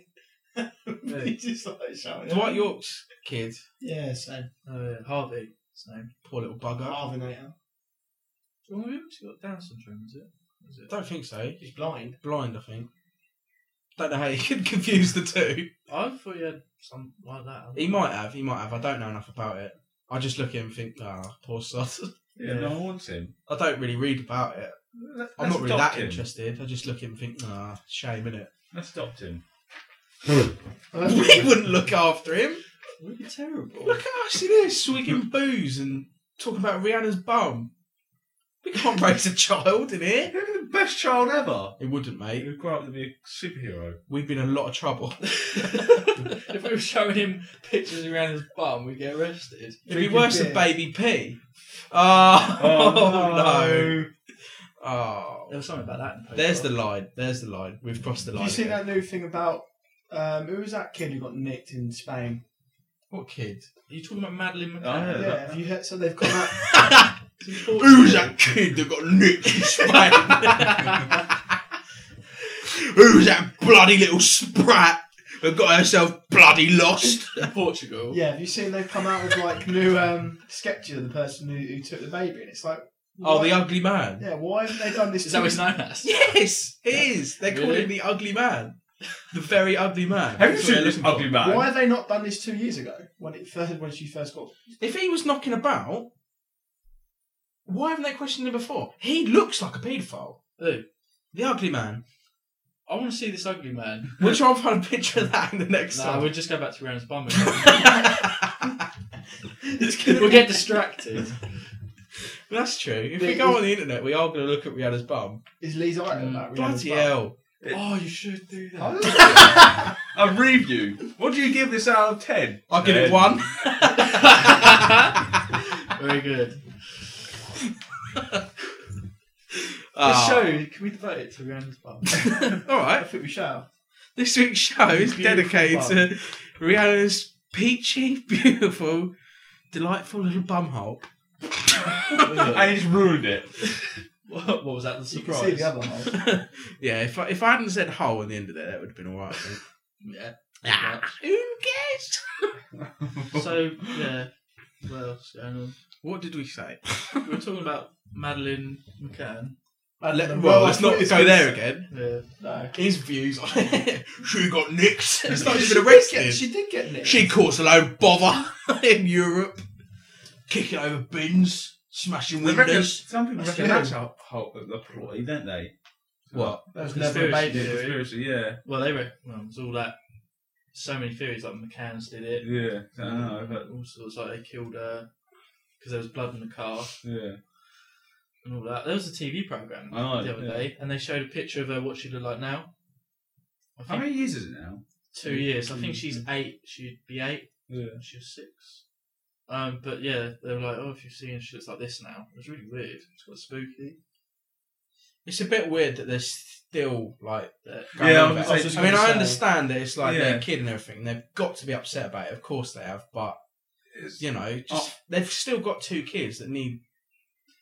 [SPEAKER 7] he's just like shouting.
[SPEAKER 3] Dwight York's kid,
[SPEAKER 7] Yeah, same.
[SPEAKER 6] Oh, yeah. Harvey. His name.
[SPEAKER 3] poor little
[SPEAKER 7] Oh.
[SPEAKER 3] bugger.
[SPEAKER 7] Arvinator.
[SPEAKER 6] Well, maybe he's got Down syndrome, is it? Is
[SPEAKER 3] I
[SPEAKER 6] it?
[SPEAKER 3] don't think so.
[SPEAKER 7] He's blind.
[SPEAKER 3] Blind, I think. Don't know how he could confuse the two.
[SPEAKER 6] I thought he had something like that.
[SPEAKER 3] He might have. He might have. I don't know enough about it. I just look at him and think, ah, poor sod.
[SPEAKER 4] Yeah, no one wants him.
[SPEAKER 3] I don't really read about it. I'm
[SPEAKER 4] Let's
[SPEAKER 3] not really
[SPEAKER 4] adopt
[SPEAKER 3] that
[SPEAKER 4] him.
[SPEAKER 3] interested. I just look at him and think, ah, shame, innit?
[SPEAKER 4] Let's adopt him.
[SPEAKER 3] we wouldn't look after him.
[SPEAKER 6] Would be terrible.
[SPEAKER 3] Look at us in here swigging booze and talking about Rihanna's bum. We can't raise a child in here.
[SPEAKER 4] You're the best child ever.
[SPEAKER 3] It wouldn't,
[SPEAKER 4] He
[SPEAKER 3] mate.
[SPEAKER 4] would grow up to be a superhero.
[SPEAKER 3] We'd be in a lot of trouble.
[SPEAKER 6] if we were showing him pictures around his bum, we'd get arrested.
[SPEAKER 3] It'd be
[SPEAKER 7] Drinking
[SPEAKER 3] worse than
[SPEAKER 7] beer.
[SPEAKER 3] Baby P. Oh, no.
[SPEAKER 4] Oh,
[SPEAKER 6] There
[SPEAKER 3] Oh.
[SPEAKER 6] was something about that. In the
[SPEAKER 3] There's the
[SPEAKER 6] paper.
[SPEAKER 3] line. There's the line. We've crossed the
[SPEAKER 7] Did
[SPEAKER 3] line.
[SPEAKER 7] you see
[SPEAKER 3] here.
[SPEAKER 7] that new thing about um, who was that kid who got nicked in Spain?
[SPEAKER 3] What kid?
[SPEAKER 6] Are you talking about Madeline
[SPEAKER 4] I
[SPEAKER 3] Oh,
[SPEAKER 6] McCann?
[SPEAKER 4] heard
[SPEAKER 7] Yeah,
[SPEAKER 4] that.
[SPEAKER 7] have you heard? So they've come out.
[SPEAKER 3] Who's that kid that got nicked in Spain? Who's that bloody little sprat that got herself bloody lost?
[SPEAKER 6] Portugal.
[SPEAKER 7] Yeah, have you seen they've come out with like new um, sketches of the person who, who took the baby, and it's like,
[SPEAKER 3] Oh,
[SPEAKER 7] why-
[SPEAKER 3] the ugly man.
[SPEAKER 7] yeah, why haven't they done this?
[SPEAKER 6] Is that what it's
[SPEAKER 7] to-
[SPEAKER 6] known as?
[SPEAKER 3] Yes, it is. They call
[SPEAKER 6] Really?
[SPEAKER 3] him the ugly man. The very ugly man.
[SPEAKER 4] Have you
[SPEAKER 3] That's what
[SPEAKER 4] seen
[SPEAKER 3] they're
[SPEAKER 4] this
[SPEAKER 3] looking for.
[SPEAKER 4] ugly man?
[SPEAKER 7] Why have they not done this two years ago when it first when she first got?
[SPEAKER 3] If he was knocking about, why haven't they questioned him before? He looks like a paedophile.
[SPEAKER 6] Who?
[SPEAKER 3] The ugly man.
[SPEAKER 6] I want to see this ugly man.
[SPEAKER 3] We'll try and find a picture of that in the next
[SPEAKER 6] Nah,
[SPEAKER 3] one.
[SPEAKER 6] we'll just go back to Ryan's bum.
[SPEAKER 3] It's gonna
[SPEAKER 6] we'll
[SPEAKER 3] be-
[SPEAKER 6] get distracted.
[SPEAKER 3] That's true. If we go on the internet, we are going to look at Rihanna's bum.
[SPEAKER 7] Is Lee's alright about
[SPEAKER 3] Mm, Bloody hell.
[SPEAKER 5] Oh, you should do that.
[SPEAKER 4] A review. What do you give this out of ten?
[SPEAKER 3] I'll give it
[SPEAKER 4] Um,
[SPEAKER 3] one.
[SPEAKER 6] Very good.
[SPEAKER 3] Ah.
[SPEAKER 6] This show, can we devote it to Rihanna's bum?
[SPEAKER 3] All
[SPEAKER 7] I
[SPEAKER 3] right.
[SPEAKER 7] think we shall.
[SPEAKER 3] This week's show is
[SPEAKER 6] Beautiful
[SPEAKER 3] dedicated
[SPEAKER 6] bum.
[SPEAKER 3] to Rihanna's peachy, beautiful, delightful little bumhole.
[SPEAKER 4] And it's ruined it.
[SPEAKER 6] what, what was that? The
[SPEAKER 7] You can see
[SPEAKER 6] surprise?
[SPEAKER 7] the other half.
[SPEAKER 3] yeah, if I, if I hadn't said hole in the end of there, that would have been all right. I think.
[SPEAKER 6] Yeah.
[SPEAKER 3] Ah, who cares?
[SPEAKER 6] So yeah, what else going on?
[SPEAKER 3] What did we say?
[SPEAKER 6] We were talking about Madeline McCann.
[SPEAKER 3] Uh, let- well,
[SPEAKER 7] Well,
[SPEAKER 3] let's
[SPEAKER 7] I
[SPEAKER 3] not
[SPEAKER 7] thought it
[SPEAKER 3] go
[SPEAKER 7] was-
[SPEAKER 3] there again.
[SPEAKER 6] Yeah.
[SPEAKER 7] No.
[SPEAKER 3] His views on it. she got nicked. It's not
[SPEAKER 7] She
[SPEAKER 3] even
[SPEAKER 7] did
[SPEAKER 3] arrested.
[SPEAKER 7] get-
[SPEAKER 3] She,
[SPEAKER 7] She did get nicked.
[SPEAKER 3] caused a load of bother in Europe, kicking over bins, smashing
[SPEAKER 4] They reckon-
[SPEAKER 3] windows.
[SPEAKER 4] Some people
[SPEAKER 7] That's
[SPEAKER 4] reckon
[SPEAKER 7] true.
[SPEAKER 4] that's a, whole- a ploy, don't they?
[SPEAKER 3] What?
[SPEAKER 7] That's never
[SPEAKER 6] Conspiracy
[SPEAKER 7] made
[SPEAKER 6] theory.
[SPEAKER 7] it.
[SPEAKER 4] Conspiracy, yeah.
[SPEAKER 6] Well, they were. Well, it was all that. So many theories, like McCann's did it. Uh,
[SPEAKER 4] Yeah. I don't know, but
[SPEAKER 6] all sorts. Like they killed her because there was blood in the car
[SPEAKER 4] yeah.
[SPEAKER 6] and all that. There was a TV program
[SPEAKER 4] I know,
[SPEAKER 6] the other
[SPEAKER 4] Oh, yeah.
[SPEAKER 6] day, and they showed a picture of her what she looked like now. I
[SPEAKER 4] How
[SPEAKER 6] think
[SPEAKER 4] many years is it now?
[SPEAKER 6] two years. I think
[SPEAKER 4] mm-hmm.
[SPEAKER 6] she's eight. She'd be eight.
[SPEAKER 4] Yeah.
[SPEAKER 6] and She was six. Um, but yeah, they were like, "Oh, if you've seen, her, she looks like this now." It was really weird. It's quite spooky.
[SPEAKER 3] It's a bit weird that there's still like.
[SPEAKER 6] But-
[SPEAKER 3] going
[SPEAKER 4] Yeah, I
[SPEAKER 3] on
[SPEAKER 4] was
[SPEAKER 3] about
[SPEAKER 4] gonna
[SPEAKER 3] it.
[SPEAKER 4] say-
[SPEAKER 3] I mean, I understand that it's like
[SPEAKER 4] Yeah.
[SPEAKER 3] they're a kid and everything. and They've got to be upset about it. Of course they have, but
[SPEAKER 4] It's-
[SPEAKER 3] you know, just they've still got two kids that need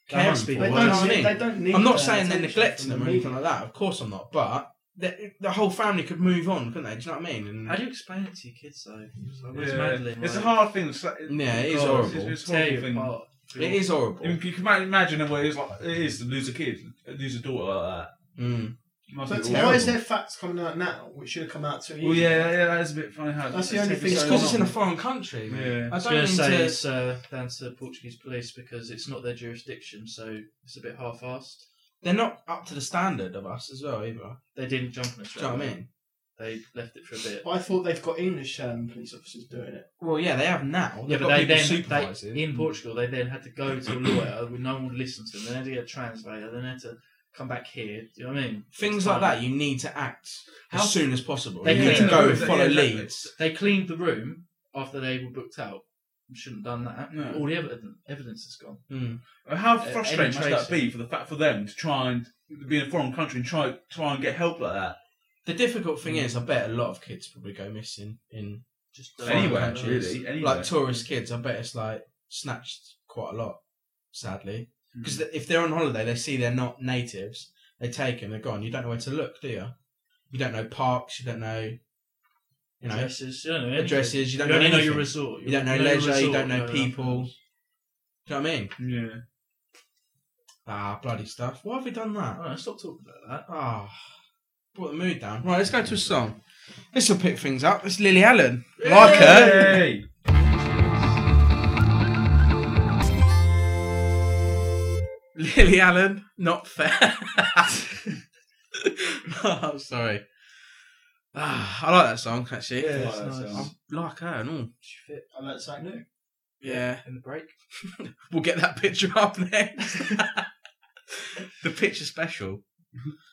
[SPEAKER 6] They
[SPEAKER 3] caring
[SPEAKER 6] must
[SPEAKER 3] for.
[SPEAKER 6] be-
[SPEAKER 3] You
[SPEAKER 7] They
[SPEAKER 3] know
[SPEAKER 7] don't,
[SPEAKER 3] what I
[SPEAKER 7] need-
[SPEAKER 3] mean?
[SPEAKER 7] they don't need
[SPEAKER 3] I'm not
[SPEAKER 7] the
[SPEAKER 3] saying they're
[SPEAKER 7] attention
[SPEAKER 3] neglecting
[SPEAKER 7] from
[SPEAKER 3] them or
[SPEAKER 7] the
[SPEAKER 3] anything
[SPEAKER 7] media.
[SPEAKER 3] like that. Of course, I'm not. But the, the whole family could move on, couldn't they? Do you know what I mean? And
[SPEAKER 6] How do you explain it to your kids though? It was like, Where's
[SPEAKER 4] Mm. Yeah.
[SPEAKER 6] Madeline?
[SPEAKER 4] It's a
[SPEAKER 6] Like,
[SPEAKER 4] hard thing. to say.
[SPEAKER 3] Yeah, it is
[SPEAKER 4] God,
[SPEAKER 3] horrible.
[SPEAKER 4] It's, it's a
[SPEAKER 6] tear
[SPEAKER 4] horrible
[SPEAKER 6] you
[SPEAKER 4] thing.
[SPEAKER 6] apart.
[SPEAKER 3] it is horrible.
[SPEAKER 4] You you can ma- imagine what it is like. It is to lose a kid, lose a daughter like that.
[SPEAKER 3] Mm.
[SPEAKER 4] It must
[SPEAKER 7] But
[SPEAKER 4] be
[SPEAKER 7] why is
[SPEAKER 4] awful.
[SPEAKER 7] there facts coming out now which should have come out two years
[SPEAKER 4] Well, yeah,
[SPEAKER 7] ago?
[SPEAKER 4] yeah, that is a bit funny how.
[SPEAKER 7] That's the
[SPEAKER 4] it's
[SPEAKER 7] only
[SPEAKER 4] taken
[SPEAKER 7] thing
[SPEAKER 3] It's
[SPEAKER 4] so
[SPEAKER 3] because it's
[SPEAKER 4] long.
[SPEAKER 3] in a foreign country. mate.
[SPEAKER 4] Yeah.
[SPEAKER 3] I
[SPEAKER 6] I was
[SPEAKER 3] don't
[SPEAKER 6] going to
[SPEAKER 3] mean
[SPEAKER 6] say
[SPEAKER 3] to.
[SPEAKER 6] it's uh, down to the Portuguese police because it's not their jurisdiction, so it's a bit half-assed.
[SPEAKER 3] They're not up to the standard of us as well either. Do
[SPEAKER 6] They didn't jump on us.
[SPEAKER 3] you know what I
[SPEAKER 6] right?
[SPEAKER 3] mean?
[SPEAKER 6] They left it for a bit.
[SPEAKER 7] I thought they've got English um, police officers doing it.
[SPEAKER 3] Well, yeah, they have now.
[SPEAKER 6] Yeah,
[SPEAKER 3] They've
[SPEAKER 6] but
[SPEAKER 3] got
[SPEAKER 6] they
[SPEAKER 3] people
[SPEAKER 6] then
[SPEAKER 3] supervising.
[SPEAKER 6] they, in Portugal they then had to go to a lawyer. with no one would listen to them. Then they had to get a translator. Then they had to come back here. Do you know what I mean?
[SPEAKER 3] Things
[SPEAKER 6] It's
[SPEAKER 3] like
[SPEAKER 6] time.
[SPEAKER 3] that, you need to act
[SPEAKER 6] How-
[SPEAKER 3] as soon as possible.
[SPEAKER 6] They
[SPEAKER 3] you need
[SPEAKER 6] can-
[SPEAKER 3] to go and
[SPEAKER 4] Yeah,
[SPEAKER 3] follow
[SPEAKER 4] yeah,
[SPEAKER 3] leads.
[SPEAKER 6] They cleaned the room after they were booked out. You shouldn't have done that.
[SPEAKER 4] No.
[SPEAKER 6] All the evidence, evidence is gone.
[SPEAKER 3] Mm.
[SPEAKER 4] How
[SPEAKER 6] Uh,
[SPEAKER 4] frustrating
[SPEAKER 6] any
[SPEAKER 4] must that be for the fact for them to try and be in a foreign country and try try and get help like that?
[SPEAKER 3] The difficult thing is, I bet a lot of kids probably go missing in
[SPEAKER 6] Just uh,
[SPEAKER 3] Foreign
[SPEAKER 4] Anywhere,
[SPEAKER 3] countries.
[SPEAKER 4] really. Anywhere.
[SPEAKER 3] like tourist kids. I bet it's like snatched quite a lot, sadly.
[SPEAKER 6] Hmm.
[SPEAKER 3] Because if they're on holiday, they see they're not natives. They take them. They're gone. You don't know where to look, do you? You don't know parks. You don't know, you know,
[SPEAKER 6] addresses. You don't know anything.
[SPEAKER 3] addresses. You
[SPEAKER 6] You
[SPEAKER 3] don't
[SPEAKER 6] only
[SPEAKER 3] know
[SPEAKER 6] know
[SPEAKER 3] anything.
[SPEAKER 6] your resort.
[SPEAKER 3] you don't know
[SPEAKER 6] your
[SPEAKER 3] leisure. You don't
[SPEAKER 6] resort,
[SPEAKER 3] know
[SPEAKER 6] no,
[SPEAKER 3] people. Do you know what I mean?
[SPEAKER 4] yeah.
[SPEAKER 3] Ah, bloody stuff. Why have we done that?
[SPEAKER 6] All right, stop talking about that.
[SPEAKER 3] Ah, brought the mood down. Right, let's go to a song. This will pick things up. It's Lily Allen. Like her.
[SPEAKER 4] Hey.
[SPEAKER 3] Lily Allen, not fair. oh, I'm sorry. Ah, I like that song actually.
[SPEAKER 7] Yeah,
[SPEAKER 4] it's nice.
[SPEAKER 3] I like her and all.
[SPEAKER 7] I learned something new.
[SPEAKER 3] Yeah,
[SPEAKER 6] In the break.
[SPEAKER 3] we'll get that picture up next. the picture special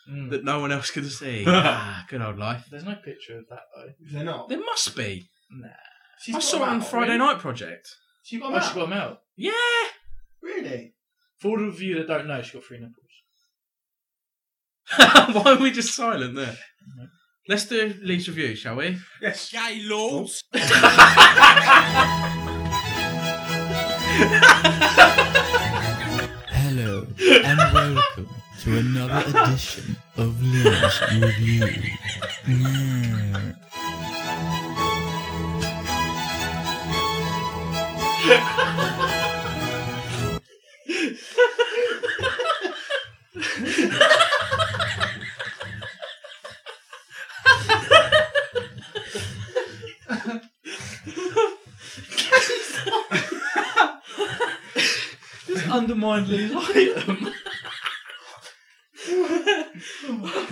[SPEAKER 6] Mm.
[SPEAKER 3] that no one else could see. ah, good old life.
[SPEAKER 6] There's no picture of that though.
[SPEAKER 7] If They're not.
[SPEAKER 3] There must be.
[SPEAKER 7] She's
[SPEAKER 3] I
[SPEAKER 7] got
[SPEAKER 3] saw
[SPEAKER 7] them
[SPEAKER 3] it on
[SPEAKER 7] out,
[SPEAKER 3] Friday
[SPEAKER 7] really?
[SPEAKER 3] Night Project.
[SPEAKER 7] She got
[SPEAKER 6] Oh,
[SPEAKER 7] them
[SPEAKER 6] she
[SPEAKER 7] out?
[SPEAKER 6] got them out.
[SPEAKER 3] Yeah.
[SPEAKER 7] Really?
[SPEAKER 6] For all of you that don't know, she's got three nipples.
[SPEAKER 3] Why are we just silent there? Let's do Lee's review, shall we?
[SPEAKER 4] Yes.
[SPEAKER 9] Hello and welcome to another edition of Lee's Review. Mm.
[SPEAKER 6] Just undermine Lee's item.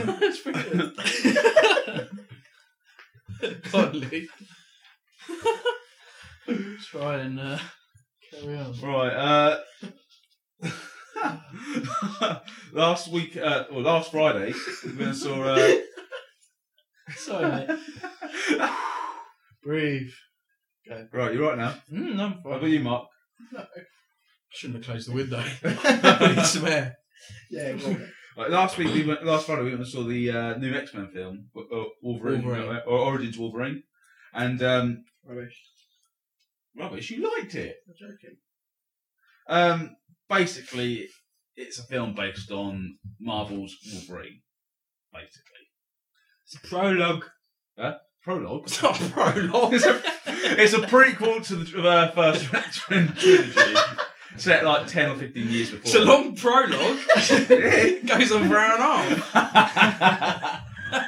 [SPEAKER 6] That's pretty good. Try and uh, carry on.
[SPEAKER 4] Right. Uh, last week, uh, or last Friday, when I saw. Uh,
[SPEAKER 5] Sorry, mate. Breathe.
[SPEAKER 4] right, you're right now.
[SPEAKER 5] Mm, I'm
[SPEAKER 4] I've
[SPEAKER 5] fine.
[SPEAKER 4] got you, Mark.
[SPEAKER 6] Shouldn't have closed the window.
[SPEAKER 3] Need some air.
[SPEAKER 7] Yeah, go on.
[SPEAKER 4] Like, last week, we went, last Friday, we went and saw the uh, new X Men film, Wa- uh, Wolverine,
[SPEAKER 3] Wolverine.
[SPEAKER 4] or Origins Wolverine, and um,
[SPEAKER 7] Rubbish.
[SPEAKER 4] rubbish. You liked it.
[SPEAKER 7] I'm joking.
[SPEAKER 4] Um, basically, it's a film based on Marvel's Wolverine. Basically, it's a prologue. Huh? Prologue. It's not a prologue. it's, a, prequel to the uh, first X-Men trilogy, set like ten or fifteen years before.
[SPEAKER 3] It's a long prologue. it goes on for an hour.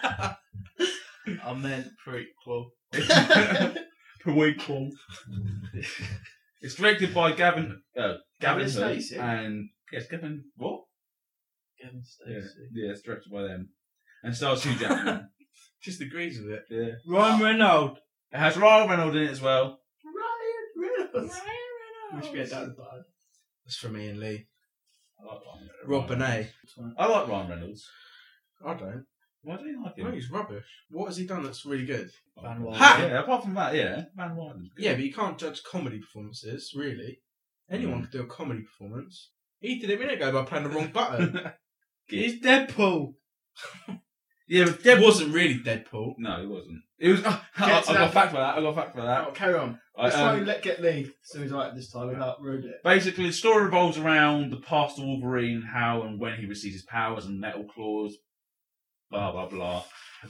[SPEAKER 6] I meant prequel.
[SPEAKER 4] prequel. it's directed by Gavin. Uh, Gavin,
[SPEAKER 6] Gavin
[SPEAKER 4] Hood
[SPEAKER 6] Stacey.
[SPEAKER 4] and yes, Gavin. What?
[SPEAKER 6] Gavin
[SPEAKER 4] Yeah,
[SPEAKER 6] Stacey.
[SPEAKER 4] yeah, it's directed by them, and stars Hugh Jackman.
[SPEAKER 6] Just agrees with it.
[SPEAKER 4] yeah.
[SPEAKER 6] Ryan Reynolds.
[SPEAKER 4] It has Ryan Reynolds in it as well.
[SPEAKER 6] Ryan Reynolds.
[SPEAKER 7] We should get that bad.
[SPEAKER 3] That's from me and Lee.
[SPEAKER 4] I like Ryan Reynolds.
[SPEAKER 3] Rob Benet.
[SPEAKER 4] I like Ryan Reynolds.
[SPEAKER 3] I don't.
[SPEAKER 4] Why do you like
[SPEAKER 3] I think
[SPEAKER 4] him?
[SPEAKER 3] he's rubbish. What has he done that's really good?
[SPEAKER 6] Van Wilder.
[SPEAKER 3] Ha!
[SPEAKER 4] Yeah, apart from that, yeah. Van Wilder's good.
[SPEAKER 3] Yeah, but you can't judge comedy performances, really. Anyone could do a comedy performance. He did it a minute ago by playing the wrong button.
[SPEAKER 4] He's
[SPEAKER 3] Deadpool.
[SPEAKER 4] Yeah, but
[SPEAKER 3] It
[SPEAKER 4] Deb was.
[SPEAKER 3] wasn't really Deadpool.
[SPEAKER 4] No, it wasn't. It was. I, I,
[SPEAKER 7] Get
[SPEAKER 4] I
[SPEAKER 7] to
[SPEAKER 4] got a
[SPEAKER 7] that.
[SPEAKER 4] fact for that. I got a fact for that.
[SPEAKER 7] Oh, carry on.
[SPEAKER 4] I,
[SPEAKER 7] Let's
[SPEAKER 4] um,
[SPEAKER 7] try and let get Lee so he's right this time without ruining it.
[SPEAKER 4] basically, the story revolves around the past of Wolverine, how and when he receives his powers and metal claws, blah blah blah.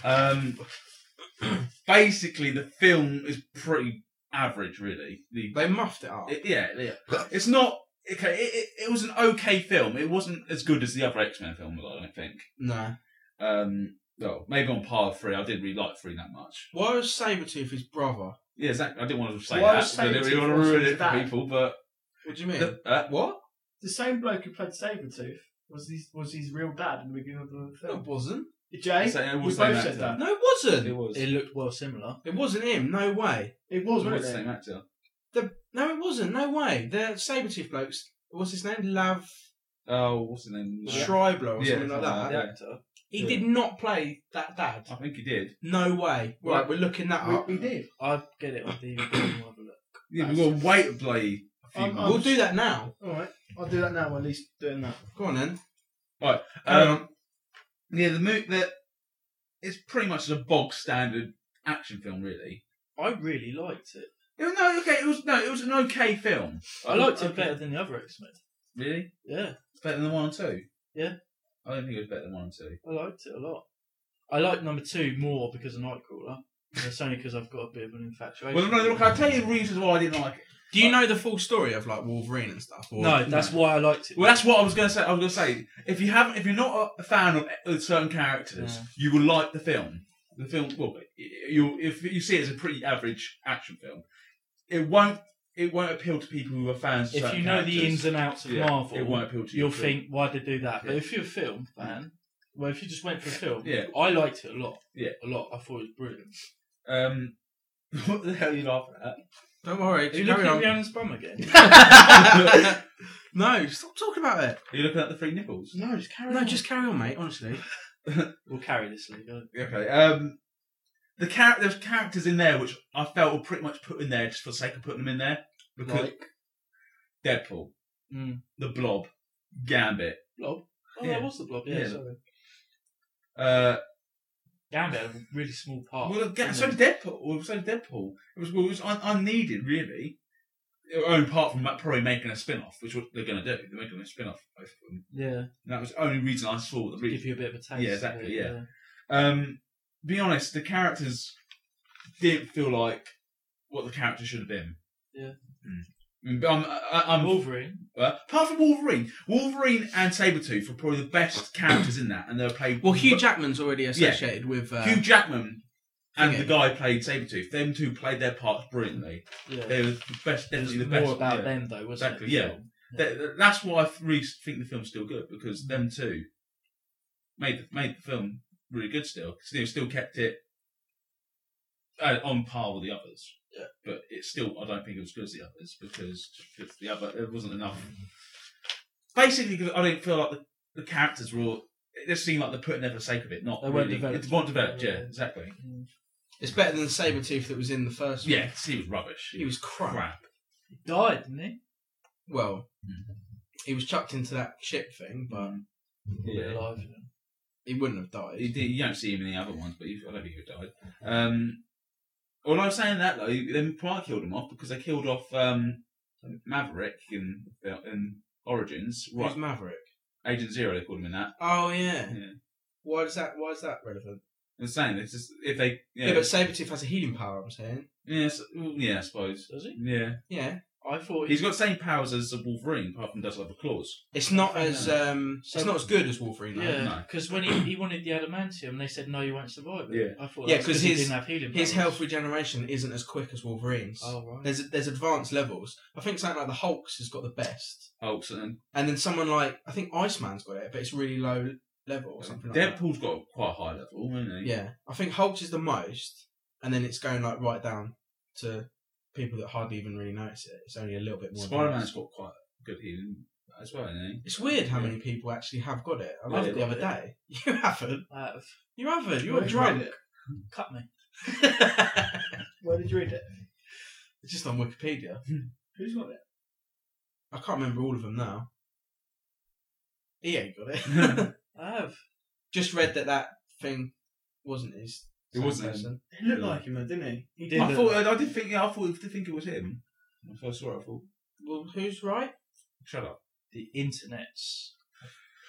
[SPEAKER 4] Um, basically, the film is pretty average, really. The
[SPEAKER 3] They muffed it up.
[SPEAKER 4] It- yeah, yeah. It's not okay. It, it, it was an okay film. It wasn't as good as the other X Men film, I don't think.
[SPEAKER 3] no.
[SPEAKER 4] Um, well, maybe on par with three. I didn't really like three that much.
[SPEAKER 3] Why was Sabretooth his brother?
[SPEAKER 4] Yeah, exactly. I didn't want to say
[SPEAKER 7] Why
[SPEAKER 4] that.
[SPEAKER 7] was
[SPEAKER 4] because I didn't
[SPEAKER 7] Sabretooth
[SPEAKER 4] want to ruin
[SPEAKER 7] also
[SPEAKER 4] it for
[SPEAKER 7] bad?
[SPEAKER 4] people, but
[SPEAKER 3] What do you mean?
[SPEAKER 4] uh,
[SPEAKER 3] what?
[SPEAKER 7] The same bloke who played Sabretooth was his was his real dad in the beginning of the
[SPEAKER 3] No, it
[SPEAKER 7] film.
[SPEAKER 3] wasn't.
[SPEAKER 7] Jay,
[SPEAKER 4] so it
[SPEAKER 7] we
[SPEAKER 4] was
[SPEAKER 7] both
[SPEAKER 4] the same
[SPEAKER 7] said
[SPEAKER 4] actor.
[SPEAKER 7] that.
[SPEAKER 3] No, it wasn't.
[SPEAKER 4] It was.
[SPEAKER 6] It looked well similar.
[SPEAKER 3] It wasn't him. No way.
[SPEAKER 7] It
[SPEAKER 4] It
[SPEAKER 7] was,
[SPEAKER 4] was
[SPEAKER 7] wasn't
[SPEAKER 4] the
[SPEAKER 7] it?
[SPEAKER 4] same actor.
[SPEAKER 3] No, it wasn't. No way. The Sabretooth blokes. What's his name? Lav
[SPEAKER 4] Oh, what's the name?
[SPEAKER 3] Schreiber or
[SPEAKER 4] Yeah,
[SPEAKER 3] something like
[SPEAKER 4] something like that.
[SPEAKER 3] that.
[SPEAKER 6] The
[SPEAKER 4] Yeah.
[SPEAKER 6] actor.
[SPEAKER 3] He
[SPEAKER 4] Yeah. Uh,
[SPEAKER 3] did not play that dad.
[SPEAKER 4] I think he did.
[SPEAKER 3] No way.
[SPEAKER 7] Well,
[SPEAKER 3] Right, we're looking
[SPEAKER 6] Ah.
[SPEAKER 3] that
[SPEAKER 7] We-
[SPEAKER 4] uh,
[SPEAKER 3] up.
[SPEAKER 7] We, did.
[SPEAKER 6] I get it on DVD. and we'll have a look.
[SPEAKER 4] Yeah, we've got to wait a bloody few
[SPEAKER 7] Um,
[SPEAKER 4] months.
[SPEAKER 3] We'll do that now.
[SPEAKER 7] All right, I'll do that now. At least doing that.
[SPEAKER 3] Go on then.
[SPEAKER 4] Um, yeah, the mo that it's pretty much a bog standard action film, really.
[SPEAKER 6] I really liked it.
[SPEAKER 4] It was, no, okay, it was no, it was an okay film.
[SPEAKER 6] I liked it
[SPEAKER 4] Okay.
[SPEAKER 6] better than the other X Men.
[SPEAKER 4] Really?
[SPEAKER 6] Yeah,
[SPEAKER 4] It's better than one and two.
[SPEAKER 6] Yeah.
[SPEAKER 4] I don't think it was better than one and two.
[SPEAKER 6] I liked it a lot. I liked number two more because of Nightcrawler. And it's only because I've got a bit of an infatuation.
[SPEAKER 4] Well, no, look,
[SPEAKER 6] with
[SPEAKER 4] I'll
[SPEAKER 6] it.
[SPEAKER 4] tell you the reasons why I didn't like it.
[SPEAKER 3] Do
[SPEAKER 4] uh,
[SPEAKER 3] you know the full story of like Wolverine and stuff? Or...
[SPEAKER 6] No, that's why I liked it.
[SPEAKER 4] Well, that's what I was going to say. I was going to say if you haven't, if you're not a fan of of certain characters,
[SPEAKER 6] Yeah.
[SPEAKER 4] you will like the film. The film, well, you if you see it as a pretty average action film, it won't it won't appeal to people who are fans. Of
[SPEAKER 6] if
[SPEAKER 4] certain
[SPEAKER 6] you know the
[SPEAKER 4] characters.
[SPEAKER 6] ins and outs of
[SPEAKER 4] Yeah,
[SPEAKER 6] Marvel,
[SPEAKER 4] it won't appeal to you.
[SPEAKER 6] you'll
[SPEAKER 4] at all.
[SPEAKER 6] think why'd they do that. But
[SPEAKER 4] Yeah.
[SPEAKER 6] if you're a film fan, well, if you just went for a film,
[SPEAKER 4] Yeah.
[SPEAKER 6] I liked it a lot.
[SPEAKER 4] Yeah.
[SPEAKER 6] a lot. I thought it was brilliant.
[SPEAKER 4] Um, what the hell are you laughing
[SPEAKER 3] Don't worry.
[SPEAKER 6] Are you
[SPEAKER 3] Carry
[SPEAKER 6] looking at
[SPEAKER 3] on.
[SPEAKER 6] Rhiannon's bum again?
[SPEAKER 4] at?
[SPEAKER 3] no, stop talking about it.
[SPEAKER 4] Are you looking at the three nipples?
[SPEAKER 7] No, just carry
[SPEAKER 3] No, just carry on, mate. Honestly.
[SPEAKER 6] we'll carry this league. won't
[SPEAKER 4] Okay. Um, the char- there's characters in there which I felt were pretty much put in there just for the sake of putting them in there. Because Deadpool,
[SPEAKER 6] Mm.
[SPEAKER 4] the Blob, Gambit,
[SPEAKER 6] we? Blob. Oh,
[SPEAKER 4] Yeah.
[SPEAKER 6] that was the blob. Yeah,
[SPEAKER 4] Yeah.
[SPEAKER 6] sorry.
[SPEAKER 4] uh,
[SPEAKER 6] Gambit had a really small part.
[SPEAKER 4] well, Ga-
[SPEAKER 6] didn't
[SPEAKER 4] so
[SPEAKER 6] he?
[SPEAKER 4] did Deadpool. Well, so did Deadpool. It was well, it was un- unneeded really. Only apart from that, probably making a spin-off, which what they're going to do. They're making a spin-off, both of them.
[SPEAKER 6] yeah,
[SPEAKER 4] And that was the only reason I saw the reason.
[SPEAKER 6] give you a bit of a taste.
[SPEAKER 4] Yeah,
[SPEAKER 6] of
[SPEAKER 4] exactly,
[SPEAKER 6] it,
[SPEAKER 4] yeah. Um, be honest, the characters didn't feel like what the character should have been.
[SPEAKER 6] Yeah.
[SPEAKER 4] Mm. I mean, but I'm, I, I'm
[SPEAKER 6] Wolverine.
[SPEAKER 4] uh, apart from Wolverine, Wolverine and Sabretooth were probably the best characters in that, and they were played
[SPEAKER 3] Well, Hugh Jackman's already associated with. Uh,
[SPEAKER 4] Hugh Jackman and
[SPEAKER 3] Okay.
[SPEAKER 4] the guy who played Sabretooth. Them two played their parts brilliantly.
[SPEAKER 6] Yeah,
[SPEAKER 4] They were the best,
[SPEAKER 6] it was
[SPEAKER 4] definitely the best.
[SPEAKER 6] more about
[SPEAKER 4] yeah.
[SPEAKER 6] them though, wasn't
[SPEAKER 4] Exactly,
[SPEAKER 6] it?
[SPEAKER 4] yeah. Th- th- that's why I really think the film's still good because them two made the, made the film really good still. 'cause They still kept it uh, on par with the others.
[SPEAKER 6] Yeah.
[SPEAKER 4] But it's still, I don't think it was good as the others because just the other there wasn't enough. Basically, 'cause I didn't feel like the, the characters were all. It just seemed like they're putting it for the sake of it, not
[SPEAKER 6] They weren't
[SPEAKER 4] really.
[SPEAKER 6] developed.
[SPEAKER 4] It weren't developed, yeah, exactly.
[SPEAKER 3] It's better than the Sabretooth that was in the first one.
[SPEAKER 4] Yeah, 'cause he was rubbish.
[SPEAKER 3] He was crap.
[SPEAKER 4] crap.
[SPEAKER 6] He died, didn't he?
[SPEAKER 3] Well, he was chucked into that ship thing, but
[SPEAKER 4] Yeah.
[SPEAKER 6] Alive.
[SPEAKER 3] he wouldn't have died.
[SPEAKER 4] He did- you don't see him in the other ones, but he, I don't think he died. Um, well, I was saying that though, then Pryor killed him off because they killed off um, Maverick in, uh, in Origins.
[SPEAKER 3] Who's
[SPEAKER 4] Right,
[SPEAKER 3] Maverick?
[SPEAKER 4] Agent Zero, they called him in that.
[SPEAKER 3] Oh yeah.
[SPEAKER 4] Yeah.
[SPEAKER 3] Why does that? Why is that relevant?
[SPEAKER 4] I'm saying it's just if they,
[SPEAKER 3] Yeah,
[SPEAKER 4] yeah,
[SPEAKER 3] but Sabretooth has a healing power. I'm saying.
[SPEAKER 4] yeah, s- well, yeah, I suppose,
[SPEAKER 6] Does he?
[SPEAKER 4] yeah.
[SPEAKER 3] Yeah,
[SPEAKER 6] I thought he
[SPEAKER 4] He's got the same powers as the Wolverine, apart from does have a claws.
[SPEAKER 3] it's not as um,
[SPEAKER 6] So-
[SPEAKER 3] it's not as good as Wolverine. Though.
[SPEAKER 6] Yeah,
[SPEAKER 4] No.
[SPEAKER 6] because when he, he wanted the adamantium, they said no, you won't survive. It. I thought
[SPEAKER 3] Yeah,
[SPEAKER 6] that's
[SPEAKER 3] 'cause
[SPEAKER 6] he
[SPEAKER 3] his-
[SPEAKER 6] didn't have healing.
[SPEAKER 3] His
[SPEAKER 6] powers.
[SPEAKER 3] health regeneration isn't as quick as Wolverine's.
[SPEAKER 6] Oh right.
[SPEAKER 3] There's there's advanced levels. I think something like the Hulk's has got the best,
[SPEAKER 4] Hulk's and
[SPEAKER 3] and then someone like I think Iceman's got it, but it's really low level or something like that.
[SPEAKER 4] Deadpool's got quite a high level, hasn't he?
[SPEAKER 3] Yeah, I think Hulk's is the most, and then it's going like right down to people that hardly even really notice it. It's only a little bit more.
[SPEAKER 4] Spider
[SPEAKER 3] advanced.
[SPEAKER 4] Man's got quite good healing as well, isn't
[SPEAKER 3] It's weird how
[SPEAKER 4] Yeah.
[SPEAKER 3] many people actually have got it. I
[SPEAKER 4] Yeah,
[SPEAKER 3] read it the
[SPEAKER 4] got
[SPEAKER 3] other
[SPEAKER 4] it.
[SPEAKER 3] day. You haven't.
[SPEAKER 6] Out of
[SPEAKER 3] You haven't. You're
[SPEAKER 7] Where did you read
[SPEAKER 3] drunk.
[SPEAKER 7] it?
[SPEAKER 6] Uh, cut me.
[SPEAKER 7] Where did you read it?
[SPEAKER 3] It's just on Wikipedia.
[SPEAKER 4] Hmm.
[SPEAKER 7] Who's got it?
[SPEAKER 3] I can't remember all of them now. He ain't got it.
[SPEAKER 6] I have.
[SPEAKER 3] just read that that thing wasn't his.
[SPEAKER 4] It wasn't
[SPEAKER 3] Person.
[SPEAKER 7] He looked like him, though, didn't he? He
[SPEAKER 4] he?
[SPEAKER 6] Yeah.
[SPEAKER 4] I thought I, I did think yeah, I thought I did think it was him. When I first saw it, I thought,
[SPEAKER 3] Well, who's right?
[SPEAKER 4] shut up.
[SPEAKER 6] The internet's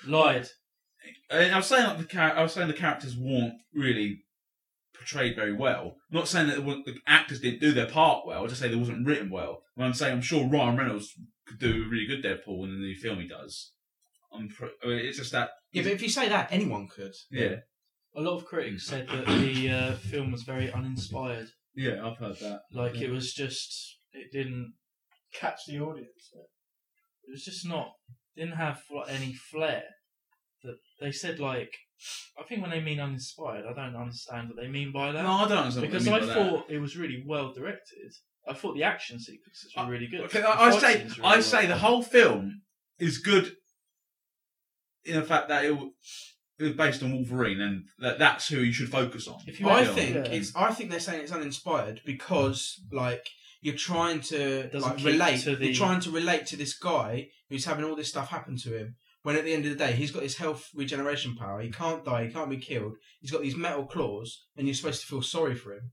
[SPEAKER 6] lied.
[SPEAKER 4] And I was saying like, the char- I was saying the characters weren't really portrayed very well. I'm not saying that the, the actors didn't do their part well. I just say they wasn't written well. When I'm saying I'm sure Ryan Reynolds could do a really good Deadpool in the new film he does. I'm pr- I mean, it's just that
[SPEAKER 3] Yeah, but if you say that, anyone could.
[SPEAKER 4] yeah
[SPEAKER 6] A lot of critics said that the uh, film was very uninspired.
[SPEAKER 4] yeah I've heard that.
[SPEAKER 6] Like it was just it didn't
[SPEAKER 7] catch the audience.
[SPEAKER 6] it was just not didn't have like, any flair. That they said like I think when they mean uninspired, I don't understand what they mean by that.
[SPEAKER 4] No, I don't understand.
[SPEAKER 6] because
[SPEAKER 4] what
[SPEAKER 6] I
[SPEAKER 4] you mean by that.
[SPEAKER 6] thought it was really well directed. I thought the action sequences were really good.
[SPEAKER 4] Okay,
[SPEAKER 6] The
[SPEAKER 4] I, I
[SPEAKER 6] fight
[SPEAKER 4] say,
[SPEAKER 6] scenes were
[SPEAKER 4] I
[SPEAKER 6] really
[SPEAKER 4] say
[SPEAKER 6] well
[SPEAKER 4] the
[SPEAKER 6] done.
[SPEAKER 4] whole film is good in the fact that it, w- it was based on Wolverine, and that that's who you should focus on.
[SPEAKER 6] If you
[SPEAKER 3] I
[SPEAKER 6] Yeah.
[SPEAKER 3] think
[SPEAKER 6] Yeah.
[SPEAKER 3] it's. I think they're saying it's uninspired because like you're trying to
[SPEAKER 6] doesn't
[SPEAKER 3] like,
[SPEAKER 6] keep
[SPEAKER 3] relate.
[SPEAKER 6] to the-
[SPEAKER 3] You're trying to relate to this guy who's having all this stuff happen to him. When at the end of the day, he's got his health regeneration power. He can't die. He can't be killed. He's got these metal claws, and you're supposed to feel sorry for him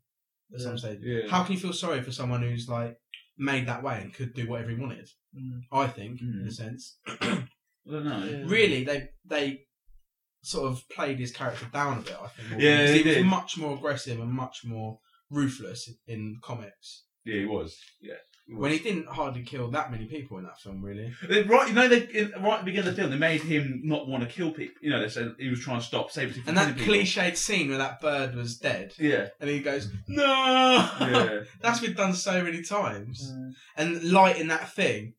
[SPEAKER 3] at some stage.
[SPEAKER 4] Yeah.
[SPEAKER 3] How can you feel sorry for someone who's like made that way and could do whatever he wanted?
[SPEAKER 6] Mm.
[SPEAKER 3] I think, in
[SPEAKER 4] Mm.
[SPEAKER 3] a sense,
[SPEAKER 4] I don't know.
[SPEAKER 6] Yeah.
[SPEAKER 3] really they they sort of played his character down a bit. I think. more
[SPEAKER 4] Yeah,
[SPEAKER 3] because
[SPEAKER 4] they
[SPEAKER 3] he was
[SPEAKER 4] did.
[SPEAKER 3] much more aggressive and much more ruthless in comics.
[SPEAKER 4] Yeah, he was. Yeah.
[SPEAKER 3] When he didn't hardly kill that many people in that film, really.
[SPEAKER 4] They- Right, you know, they, in- right at the beginning of the film, they made him not want to kill people. You know, they said he was trying to stop Sabretooth from
[SPEAKER 3] And that
[SPEAKER 4] killing people.
[SPEAKER 3] cliched scene where that bird was dead,
[SPEAKER 4] Yeah,
[SPEAKER 3] and he goes, "No."
[SPEAKER 4] yeah.
[SPEAKER 3] That's been done so many times. And lighting that thing,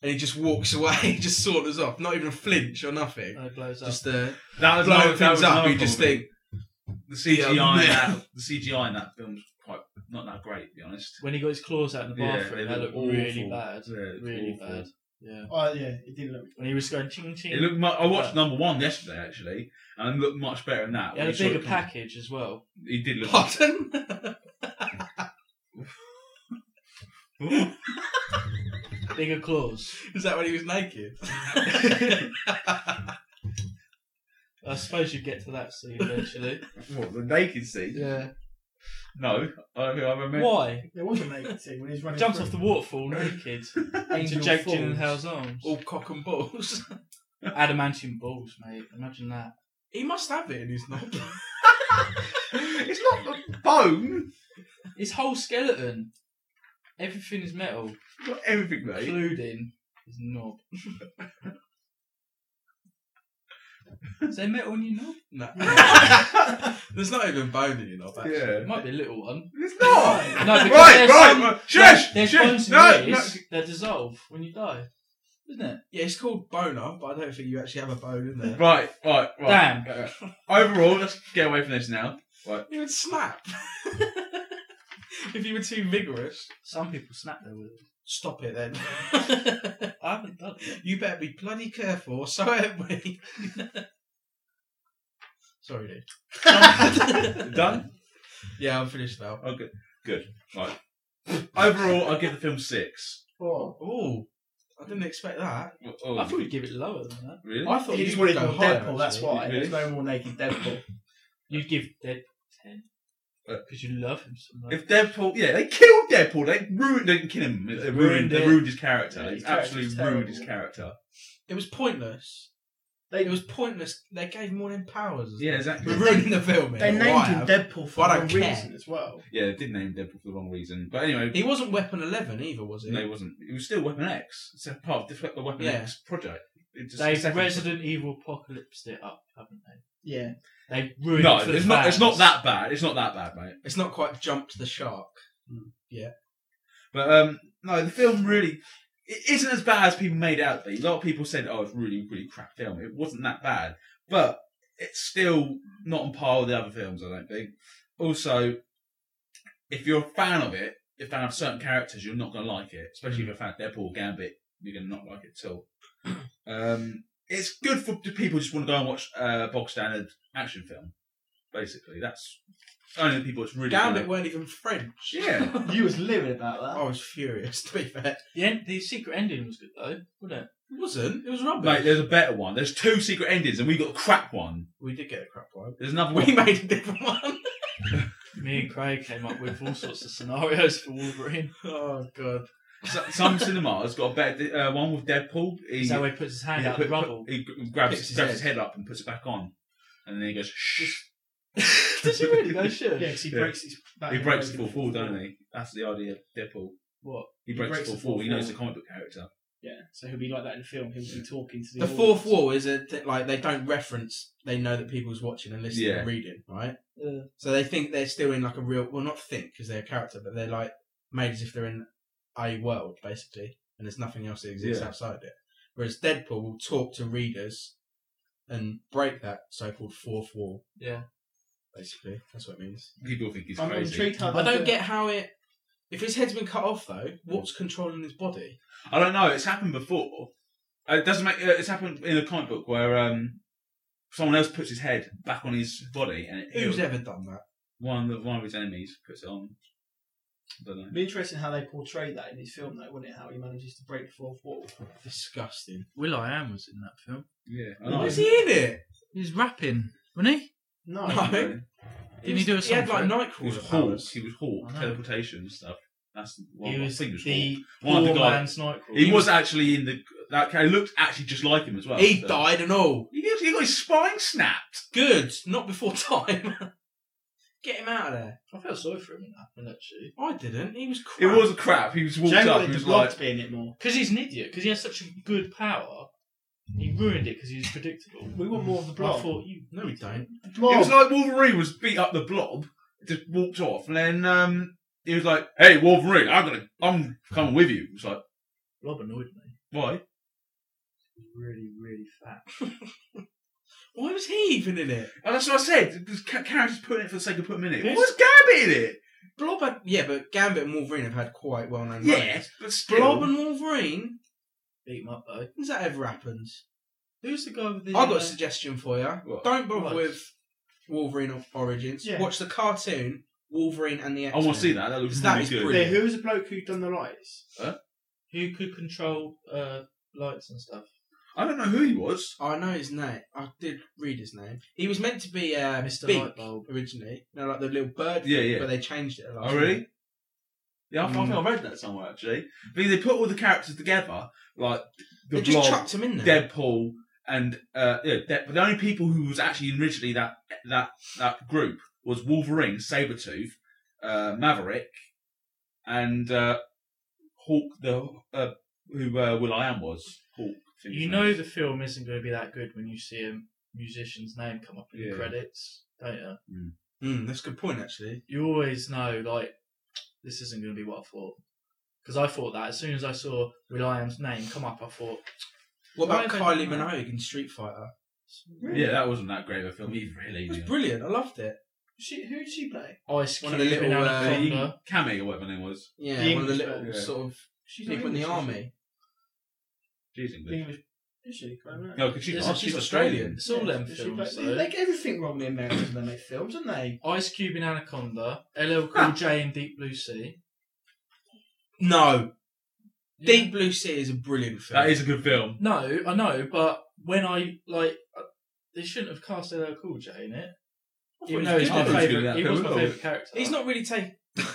[SPEAKER 3] and he just walks away, he just saunters off, not even a flinch or nothing.
[SPEAKER 6] No, it Mm, blows up.
[SPEAKER 3] Just uh,
[SPEAKER 4] that was another-
[SPEAKER 3] blowing
[SPEAKER 4] that
[SPEAKER 3] things
[SPEAKER 4] was
[SPEAKER 3] up.
[SPEAKER 4] another
[SPEAKER 3] You just
[SPEAKER 4] problem.
[SPEAKER 3] think,
[SPEAKER 4] the CGI, in
[SPEAKER 3] Yeah.
[SPEAKER 4] that, the CGI in that film's quite not that great, to be honest.
[SPEAKER 6] when he got his claws out in the
[SPEAKER 4] Yeah,
[SPEAKER 6] bathroom,
[SPEAKER 4] they
[SPEAKER 6] that
[SPEAKER 4] look
[SPEAKER 6] looked really
[SPEAKER 4] awful.
[SPEAKER 6] bad.
[SPEAKER 4] Yeah, it looked
[SPEAKER 6] really
[SPEAKER 4] awful.
[SPEAKER 6] bad. Yeah.
[SPEAKER 7] Oh yeah, it did look.
[SPEAKER 6] When he was going ching ching.
[SPEAKER 4] It looked. Mu- I watched number one yesterday actually, and it looked much better than that.
[SPEAKER 6] He
[SPEAKER 4] When
[SPEAKER 6] had a
[SPEAKER 4] you saw
[SPEAKER 6] bigger
[SPEAKER 4] it-
[SPEAKER 6] package as well.
[SPEAKER 4] He did look.
[SPEAKER 3] "Pardon."
[SPEAKER 6] Bigger claws.
[SPEAKER 3] Is that when he was naked?
[SPEAKER 6] I suppose you get to that scene eventually.
[SPEAKER 4] what the naked scene?
[SPEAKER 6] yeah.
[SPEAKER 4] No, I don't think I remember.
[SPEAKER 6] Why?
[SPEAKER 7] There was a naked scene when he was running.
[SPEAKER 6] Jumps
[SPEAKER 7] through.
[SPEAKER 6] off the waterfall naked into Jake
[SPEAKER 7] falls.
[SPEAKER 6] Gyllenhaal's arms.
[SPEAKER 3] All cock and balls.
[SPEAKER 6] Oh, Adamantium balls, mate. Imagine that.
[SPEAKER 3] He must have it in his knob.
[SPEAKER 4] it's not the bone.
[SPEAKER 6] His whole skeleton, everything is metal,
[SPEAKER 4] It's not everything, mate.
[SPEAKER 6] including his knob. is there metal in your knob?
[SPEAKER 3] no. There's not even bone in your knob, actually.
[SPEAKER 6] It
[SPEAKER 4] Yeah.
[SPEAKER 6] might be a little one.
[SPEAKER 4] It's not.
[SPEAKER 6] No, because
[SPEAKER 4] right,
[SPEAKER 6] there's
[SPEAKER 4] right.
[SPEAKER 6] some-
[SPEAKER 4] right. Shush.
[SPEAKER 6] There's
[SPEAKER 4] shush.
[SPEAKER 6] bones in
[SPEAKER 4] no, no.
[SPEAKER 6] yours that dissolve when you die, isn't it?
[SPEAKER 3] Yeah, it's called boner, but I don't think you actually have a bone in there.
[SPEAKER 4] Right, right, right.
[SPEAKER 6] Damn.
[SPEAKER 4] Okay, right. Overall, let's get away from this now.
[SPEAKER 3] You would snap. if you were too vigorous.
[SPEAKER 6] Some people snap their wheels.
[SPEAKER 3] Stop it then.
[SPEAKER 5] I haven't done it.
[SPEAKER 3] you better be bloody careful, or so have we. Sorry, dude.
[SPEAKER 4] Done?
[SPEAKER 3] yeah, I'm finished now.
[SPEAKER 4] Okay. Good. Right. Overall, I give the film six.
[SPEAKER 7] Oh,
[SPEAKER 3] Oh, I didn't expect that.
[SPEAKER 4] Oh,
[SPEAKER 5] I thought you'd give it lower than that.
[SPEAKER 4] really?
[SPEAKER 3] I thought
[SPEAKER 7] he just
[SPEAKER 3] you'd
[SPEAKER 7] wanted
[SPEAKER 3] go
[SPEAKER 7] more
[SPEAKER 3] higher,
[SPEAKER 7] Deadpool. That's
[SPEAKER 3] actually.
[SPEAKER 7] why. There's no more naked Deadpool.
[SPEAKER 5] You'd give Dead ten
[SPEAKER 4] Uh,
[SPEAKER 5] because you love him so much.
[SPEAKER 4] If Deadpool, yeah, they killed Deadpool. They ruined, they didn't kill him. They ruined,
[SPEAKER 7] Ruined
[SPEAKER 4] they
[SPEAKER 7] it.
[SPEAKER 4] ruined his character.
[SPEAKER 7] Yeah, his
[SPEAKER 4] They absolutely
[SPEAKER 7] character's
[SPEAKER 4] ruined his
[SPEAKER 7] terrible.
[SPEAKER 4] character.
[SPEAKER 3] It was pointless.
[SPEAKER 7] They-
[SPEAKER 3] it was pointless. They gave more than powers.
[SPEAKER 4] Yeah, exactly.
[SPEAKER 3] We're ruining the film. here.
[SPEAKER 7] They named
[SPEAKER 3] Why?
[SPEAKER 7] him Deadpool for
[SPEAKER 3] I
[SPEAKER 7] one
[SPEAKER 3] don't care.
[SPEAKER 7] reason as well.
[SPEAKER 4] Yeah, they did name Deadpool for the wrong reason. But anyway,
[SPEAKER 3] He wasn't Weapon Eleven either, was he?
[SPEAKER 4] no, it wasn't. It was still Weapon X. It's a part of the, the Weapon
[SPEAKER 3] Yeah.
[SPEAKER 4] X project. It just-
[SPEAKER 5] They've
[SPEAKER 4] second-
[SPEAKER 5] Resident Evil apocalypsed it up, haven't
[SPEAKER 7] Yeah.
[SPEAKER 5] they? They've ruined
[SPEAKER 4] No,
[SPEAKER 5] it for the
[SPEAKER 4] it's not. It's not
[SPEAKER 5] fans.
[SPEAKER 4] that bad. It's not that bad, mate.
[SPEAKER 3] It's not quite jumped the shark.
[SPEAKER 4] But um, no, the film really it isn't as bad as people made it out to be. A lot of people said, "Oh, it's really, really crap film." It wasn't that bad, but it's still not on par with the other films. I don't think. Also, if you're a fan of it, if fan of certain characters, you're not going to like it. Especially if you're a fan of Deadpool, or Gambit, you're going to not like it at all. um, it's good for the people who just want to go and watch uh, bog standard action film. Basically, that's only the people that's really.
[SPEAKER 3] Damn
[SPEAKER 4] gonna-
[SPEAKER 3] it, weren't even French.
[SPEAKER 4] Yeah.
[SPEAKER 7] You was living about that.
[SPEAKER 3] I
[SPEAKER 4] Oh,
[SPEAKER 3] was furious. To be fair,
[SPEAKER 5] The, end, the secret ending was good though, wasn't it?
[SPEAKER 3] it wasn't. It was rubbish.
[SPEAKER 4] Mate, there's a better one. There's two secret endings, and we got a crap one.
[SPEAKER 3] we did get a crap one.
[SPEAKER 4] There's another
[SPEAKER 3] We
[SPEAKER 4] one.
[SPEAKER 3] made a different one.
[SPEAKER 5] Me and Craig came up with all sorts of scenarios for Wolverine.
[SPEAKER 3] oh god.
[SPEAKER 4] S- Some cinemas got a better uh, one with Deadpool. He,
[SPEAKER 5] Is that where he puts his hand
[SPEAKER 4] he
[SPEAKER 5] out
[SPEAKER 4] put-
[SPEAKER 5] of the rubble?
[SPEAKER 4] put- he g- grabs,
[SPEAKER 3] Picks his
[SPEAKER 4] grabs his head up and puts it back on, and then he goes shh.
[SPEAKER 5] Does he really? No shit.
[SPEAKER 7] Yeah, because he
[SPEAKER 4] Yeah.
[SPEAKER 7] breaks his back.
[SPEAKER 4] He
[SPEAKER 7] in
[SPEAKER 4] breaks the
[SPEAKER 7] Logan
[SPEAKER 4] fourth wall, doesn't he? That's the idea of Deadpool.
[SPEAKER 5] What?
[SPEAKER 4] He breaks, the fourth wall. He knows the comic book character.
[SPEAKER 7] Yeah, so he'll be like that in the film. He'll be talking to the,
[SPEAKER 3] The fourth wall is a th- like they don't reference. They know that people's watching and listening
[SPEAKER 4] Yeah.
[SPEAKER 3] and reading, right?
[SPEAKER 5] Yeah.
[SPEAKER 3] So they think they're still in like a real. Well, not think because they're a character, but they're like made as if they're in a world basically, and there's nothing else that exists
[SPEAKER 4] Yeah.
[SPEAKER 3] outside it. Whereas Deadpool will talk to readers and break that so-called fourth wall.
[SPEAKER 5] Yeah.
[SPEAKER 3] Basically, that's what it means.
[SPEAKER 4] People think he's
[SPEAKER 7] I'm
[SPEAKER 4] crazy.
[SPEAKER 7] intrigued how
[SPEAKER 3] I
[SPEAKER 7] they do
[SPEAKER 3] don't
[SPEAKER 7] it.
[SPEAKER 3] get how it. If his head's been cut off though, what's controlling his body?
[SPEAKER 4] I don't know. It's happened before. Uh, It doesn't make. Uh, it's happened in a comic book where um, someone else puts his head back on his body, and it
[SPEAKER 3] Who's
[SPEAKER 4] heals.
[SPEAKER 3] ever done that?
[SPEAKER 4] one of the, one of his enemies puts it on. I don't know.
[SPEAKER 7] It'd be interesting how they portray that in his film, though, wouldn't it? How he manages to break the fourth wall.
[SPEAKER 3] Disgusting.
[SPEAKER 6] Will I Am was in that film.
[SPEAKER 4] Yeah, I know.
[SPEAKER 3] Was he in it?
[SPEAKER 6] He's rapping, wasn't he?
[SPEAKER 7] No,
[SPEAKER 3] No.
[SPEAKER 6] Didn't he do a
[SPEAKER 3] He had like
[SPEAKER 6] song
[SPEAKER 4] He was
[SPEAKER 3] Nightcrawler
[SPEAKER 4] Hawk.
[SPEAKER 3] powers.
[SPEAKER 4] He was Hawk.
[SPEAKER 6] I know.
[SPEAKER 4] Teleportation and stuff. That's the one.
[SPEAKER 5] He was
[SPEAKER 4] I think
[SPEAKER 5] the
[SPEAKER 4] Hawk. One of the
[SPEAKER 5] poor
[SPEAKER 4] guy-
[SPEAKER 5] man's Nightcrawler.
[SPEAKER 4] He was actually in the. That guy looked actually just like him as well.
[SPEAKER 3] He
[SPEAKER 4] so-
[SPEAKER 3] died and all.
[SPEAKER 4] He got, he got his spine snapped.
[SPEAKER 3] Good. Not before time. Get him out of there.
[SPEAKER 5] I felt sorry for him in that one actually.
[SPEAKER 3] I didn't. He was crap.
[SPEAKER 4] It was crap. He was walked
[SPEAKER 7] Jane
[SPEAKER 4] up.
[SPEAKER 7] wanted
[SPEAKER 4] He
[SPEAKER 7] the
[SPEAKER 4] was
[SPEAKER 7] blob
[SPEAKER 4] like,
[SPEAKER 7] to be in it more.
[SPEAKER 5] Because he's an idiot. Because he has such a good power, he ruined it because he was predictable.
[SPEAKER 7] We want more of the
[SPEAKER 5] I
[SPEAKER 7] blob.
[SPEAKER 5] thought you.
[SPEAKER 3] No, we don't.
[SPEAKER 7] The
[SPEAKER 4] it
[SPEAKER 7] blob.
[SPEAKER 4] was like Wolverine was beat up the blob, just walked off, and then um, he was like, "Hey, Wolverine, I'm gonna, I'm coming with you." He was like,
[SPEAKER 5] Rob annoyed me.
[SPEAKER 4] "Why?"
[SPEAKER 5] Really, really fat.
[SPEAKER 3] Why was he even in it?
[SPEAKER 4] And that's what I said. The ca- characters put in it for the sake of putting in it.
[SPEAKER 5] Yes.
[SPEAKER 4] What's Gambit in it?
[SPEAKER 3] Blob had, yeah, but Gambit and Wolverine have had quite well known
[SPEAKER 4] Yeah,
[SPEAKER 3] roles.
[SPEAKER 4] but still.
[SPEAKER 3] Blob and Wolverine?
[SPEAKER 5] Beat him up though.
[SPEAKER 3] Has that ever happened?
[SPEAKER 5] Who's the guy with the?
[SPEAKER 3] i I got
[SPEAKER 5] uh,
[SPEAKER 3] a suggestion for you.
[SPEAKER 4] What?
[SPEAKER 3] Don't bother
[SPEAKER 5] What?
[SPEAKER 3] with Wolverine of Origins.
[SPEAKER 7] Yeah.
[SPEAKER 3] Watch the cartoon Wolverine and the
[SPEAKER 4] I
[SPEAKER 3] X.
[SPEAKER 4] want to see that. That looks
[SPEAKER 3] That
[SPEAKER 4] really
[SPEAKER 3] is
[SPEAKER 4] good.
[SPEAKER 7] Yeah, who was the bloke who done the lights?
[SPEAKER 5] who could control uh, lights and stuff.
[SPEAKER 4] I don't know who he was.
[SPEAKER 3] I know his name. I did read his name. He was meant to be uh,
[SPEAKER 5] Mr.
[SPEAKER 3] Bink
[SPEAKER 5] Lightbulb.
[SPEAKER 3] originally. No, like the little bird.
[SPEAKER 4] Yeah,
[SPEAKER 3] thing,
[SPEAKER 4] yeah.
[SPEAKER 3] But they changed it. a lot.
[SPEAKER 4] Oh, really? Yeah, I, I think I read that somewhere actually. Because they put all the characters together, like the
[SPEAKER 3] they just
[SPEAKER 4] Blob,
[SPEAKER 3] chucked him in there.
[SPEAKER 4] Deadpool, and uh, yeah, De- but the only people who was actually originally that that that group was Wolverine, Sabretooth, uh, Maverick, and uh, Hawk. The uh, who uh, Will I Am was Hawk. I think
[SPEAKER 5] You
[SPEAKER 4] his
[SPEAKER 5] know
[SPEAKER 4] name
[SPEAKER 5] the film isn't going to be that good when you see a musician's name come up in
[SPEAKER 4] Yeah.
[SPEAKER 5] the credits, don't you?
[SPEAKER 3] Mm, that's a good point, actually.
[SPEAKER 5] You always know, like, this isn't going to be what I thought. Because I thought that as soon as I saw Reliant's name come up, I thought,
[SPEAKER 3] What
[SPEAKER 5] Why have
[SPEAKER 3] about
[SPEAKER 5] they
[SPEAKER 3] Kylie
[SPEAKER 5] done that?
[SPEAKER 3] Minogue in Street Fighter?
[SPEAKER 4] was. Yeah, that wasn't that great of a film. either, really,
[SPEAKER 3] It was
[SPEAKER 4] yeah.
[SPEAKER 3] brilliant. I loved it.
[SPEAKER 7] She, who did she play?
[SPEAKER 5] Ice
[SPEAKER 3] One
[SPEAKER 5] Cube
[SPEAKER 3] of the
[SPEAKER 5] in
[SPEAKER 3] little, uh,
[SPEAKER 5] Anaconda.
[SPEAKER 4] Cammy or whatever her name was.
[SPEAKER 3] Yeah,
[SPEAKER 7] The
[SPEAKER 3] one of the
[SPEAKER 7] English
[SPEAKER 3] little
[SPEAKER 4] version.
[SPEAKER 3] sort of
[SPEAKER 7] She's not
[SPEAKER 3] people in the
[SPEAKER 7] English, is
[SPEAKER 3] army.
[SPEAKER 4] She's
[SPEAKER 7] she?
[SPEAKER 4] English.
[SPEAKER 7] English. Is she? I don't know.
[SPEAKER 4] No, because she's,
[SPEAKER 6] It's-
[SPEAKER 4] not.
[SPEAKER 6] it's
[SPEAKER 4] she's Australian.
[SPEAKER 6] Australian. It's all them
[SPEAKER 7] Is she
[SPEAKER 6] films.
[SPEAKER 7] black?
[SPEAKER 6] though.
[SPEAKER 7] They make everything wrong in America when they make films, don't they?
[SPEAKER 6] Ice Cube in Anaconda, LL Cool J in Deep Blue Sea.
[SPEAKER 3] No. Deep Blue Sea is a brilliant film.
[SPEAKER 4] That is a good film.
[SPEAKER 6] No, I know, but when I like, uh, they shouldn't have cast LL Cool J in it. Even though he's my
[SPEAKER 4] good. I thought he was good in
[SPEAKER 6] favorite,
[SPEAKER 4] that
[SPEAKER 6] he was
[SPEAKER 4] film,
[SPEAKER 6] my
[SPEAKER 4] wasn't he?
[SPEAKER 6] favorite character.
[SPEAKER 3] He's not really taking.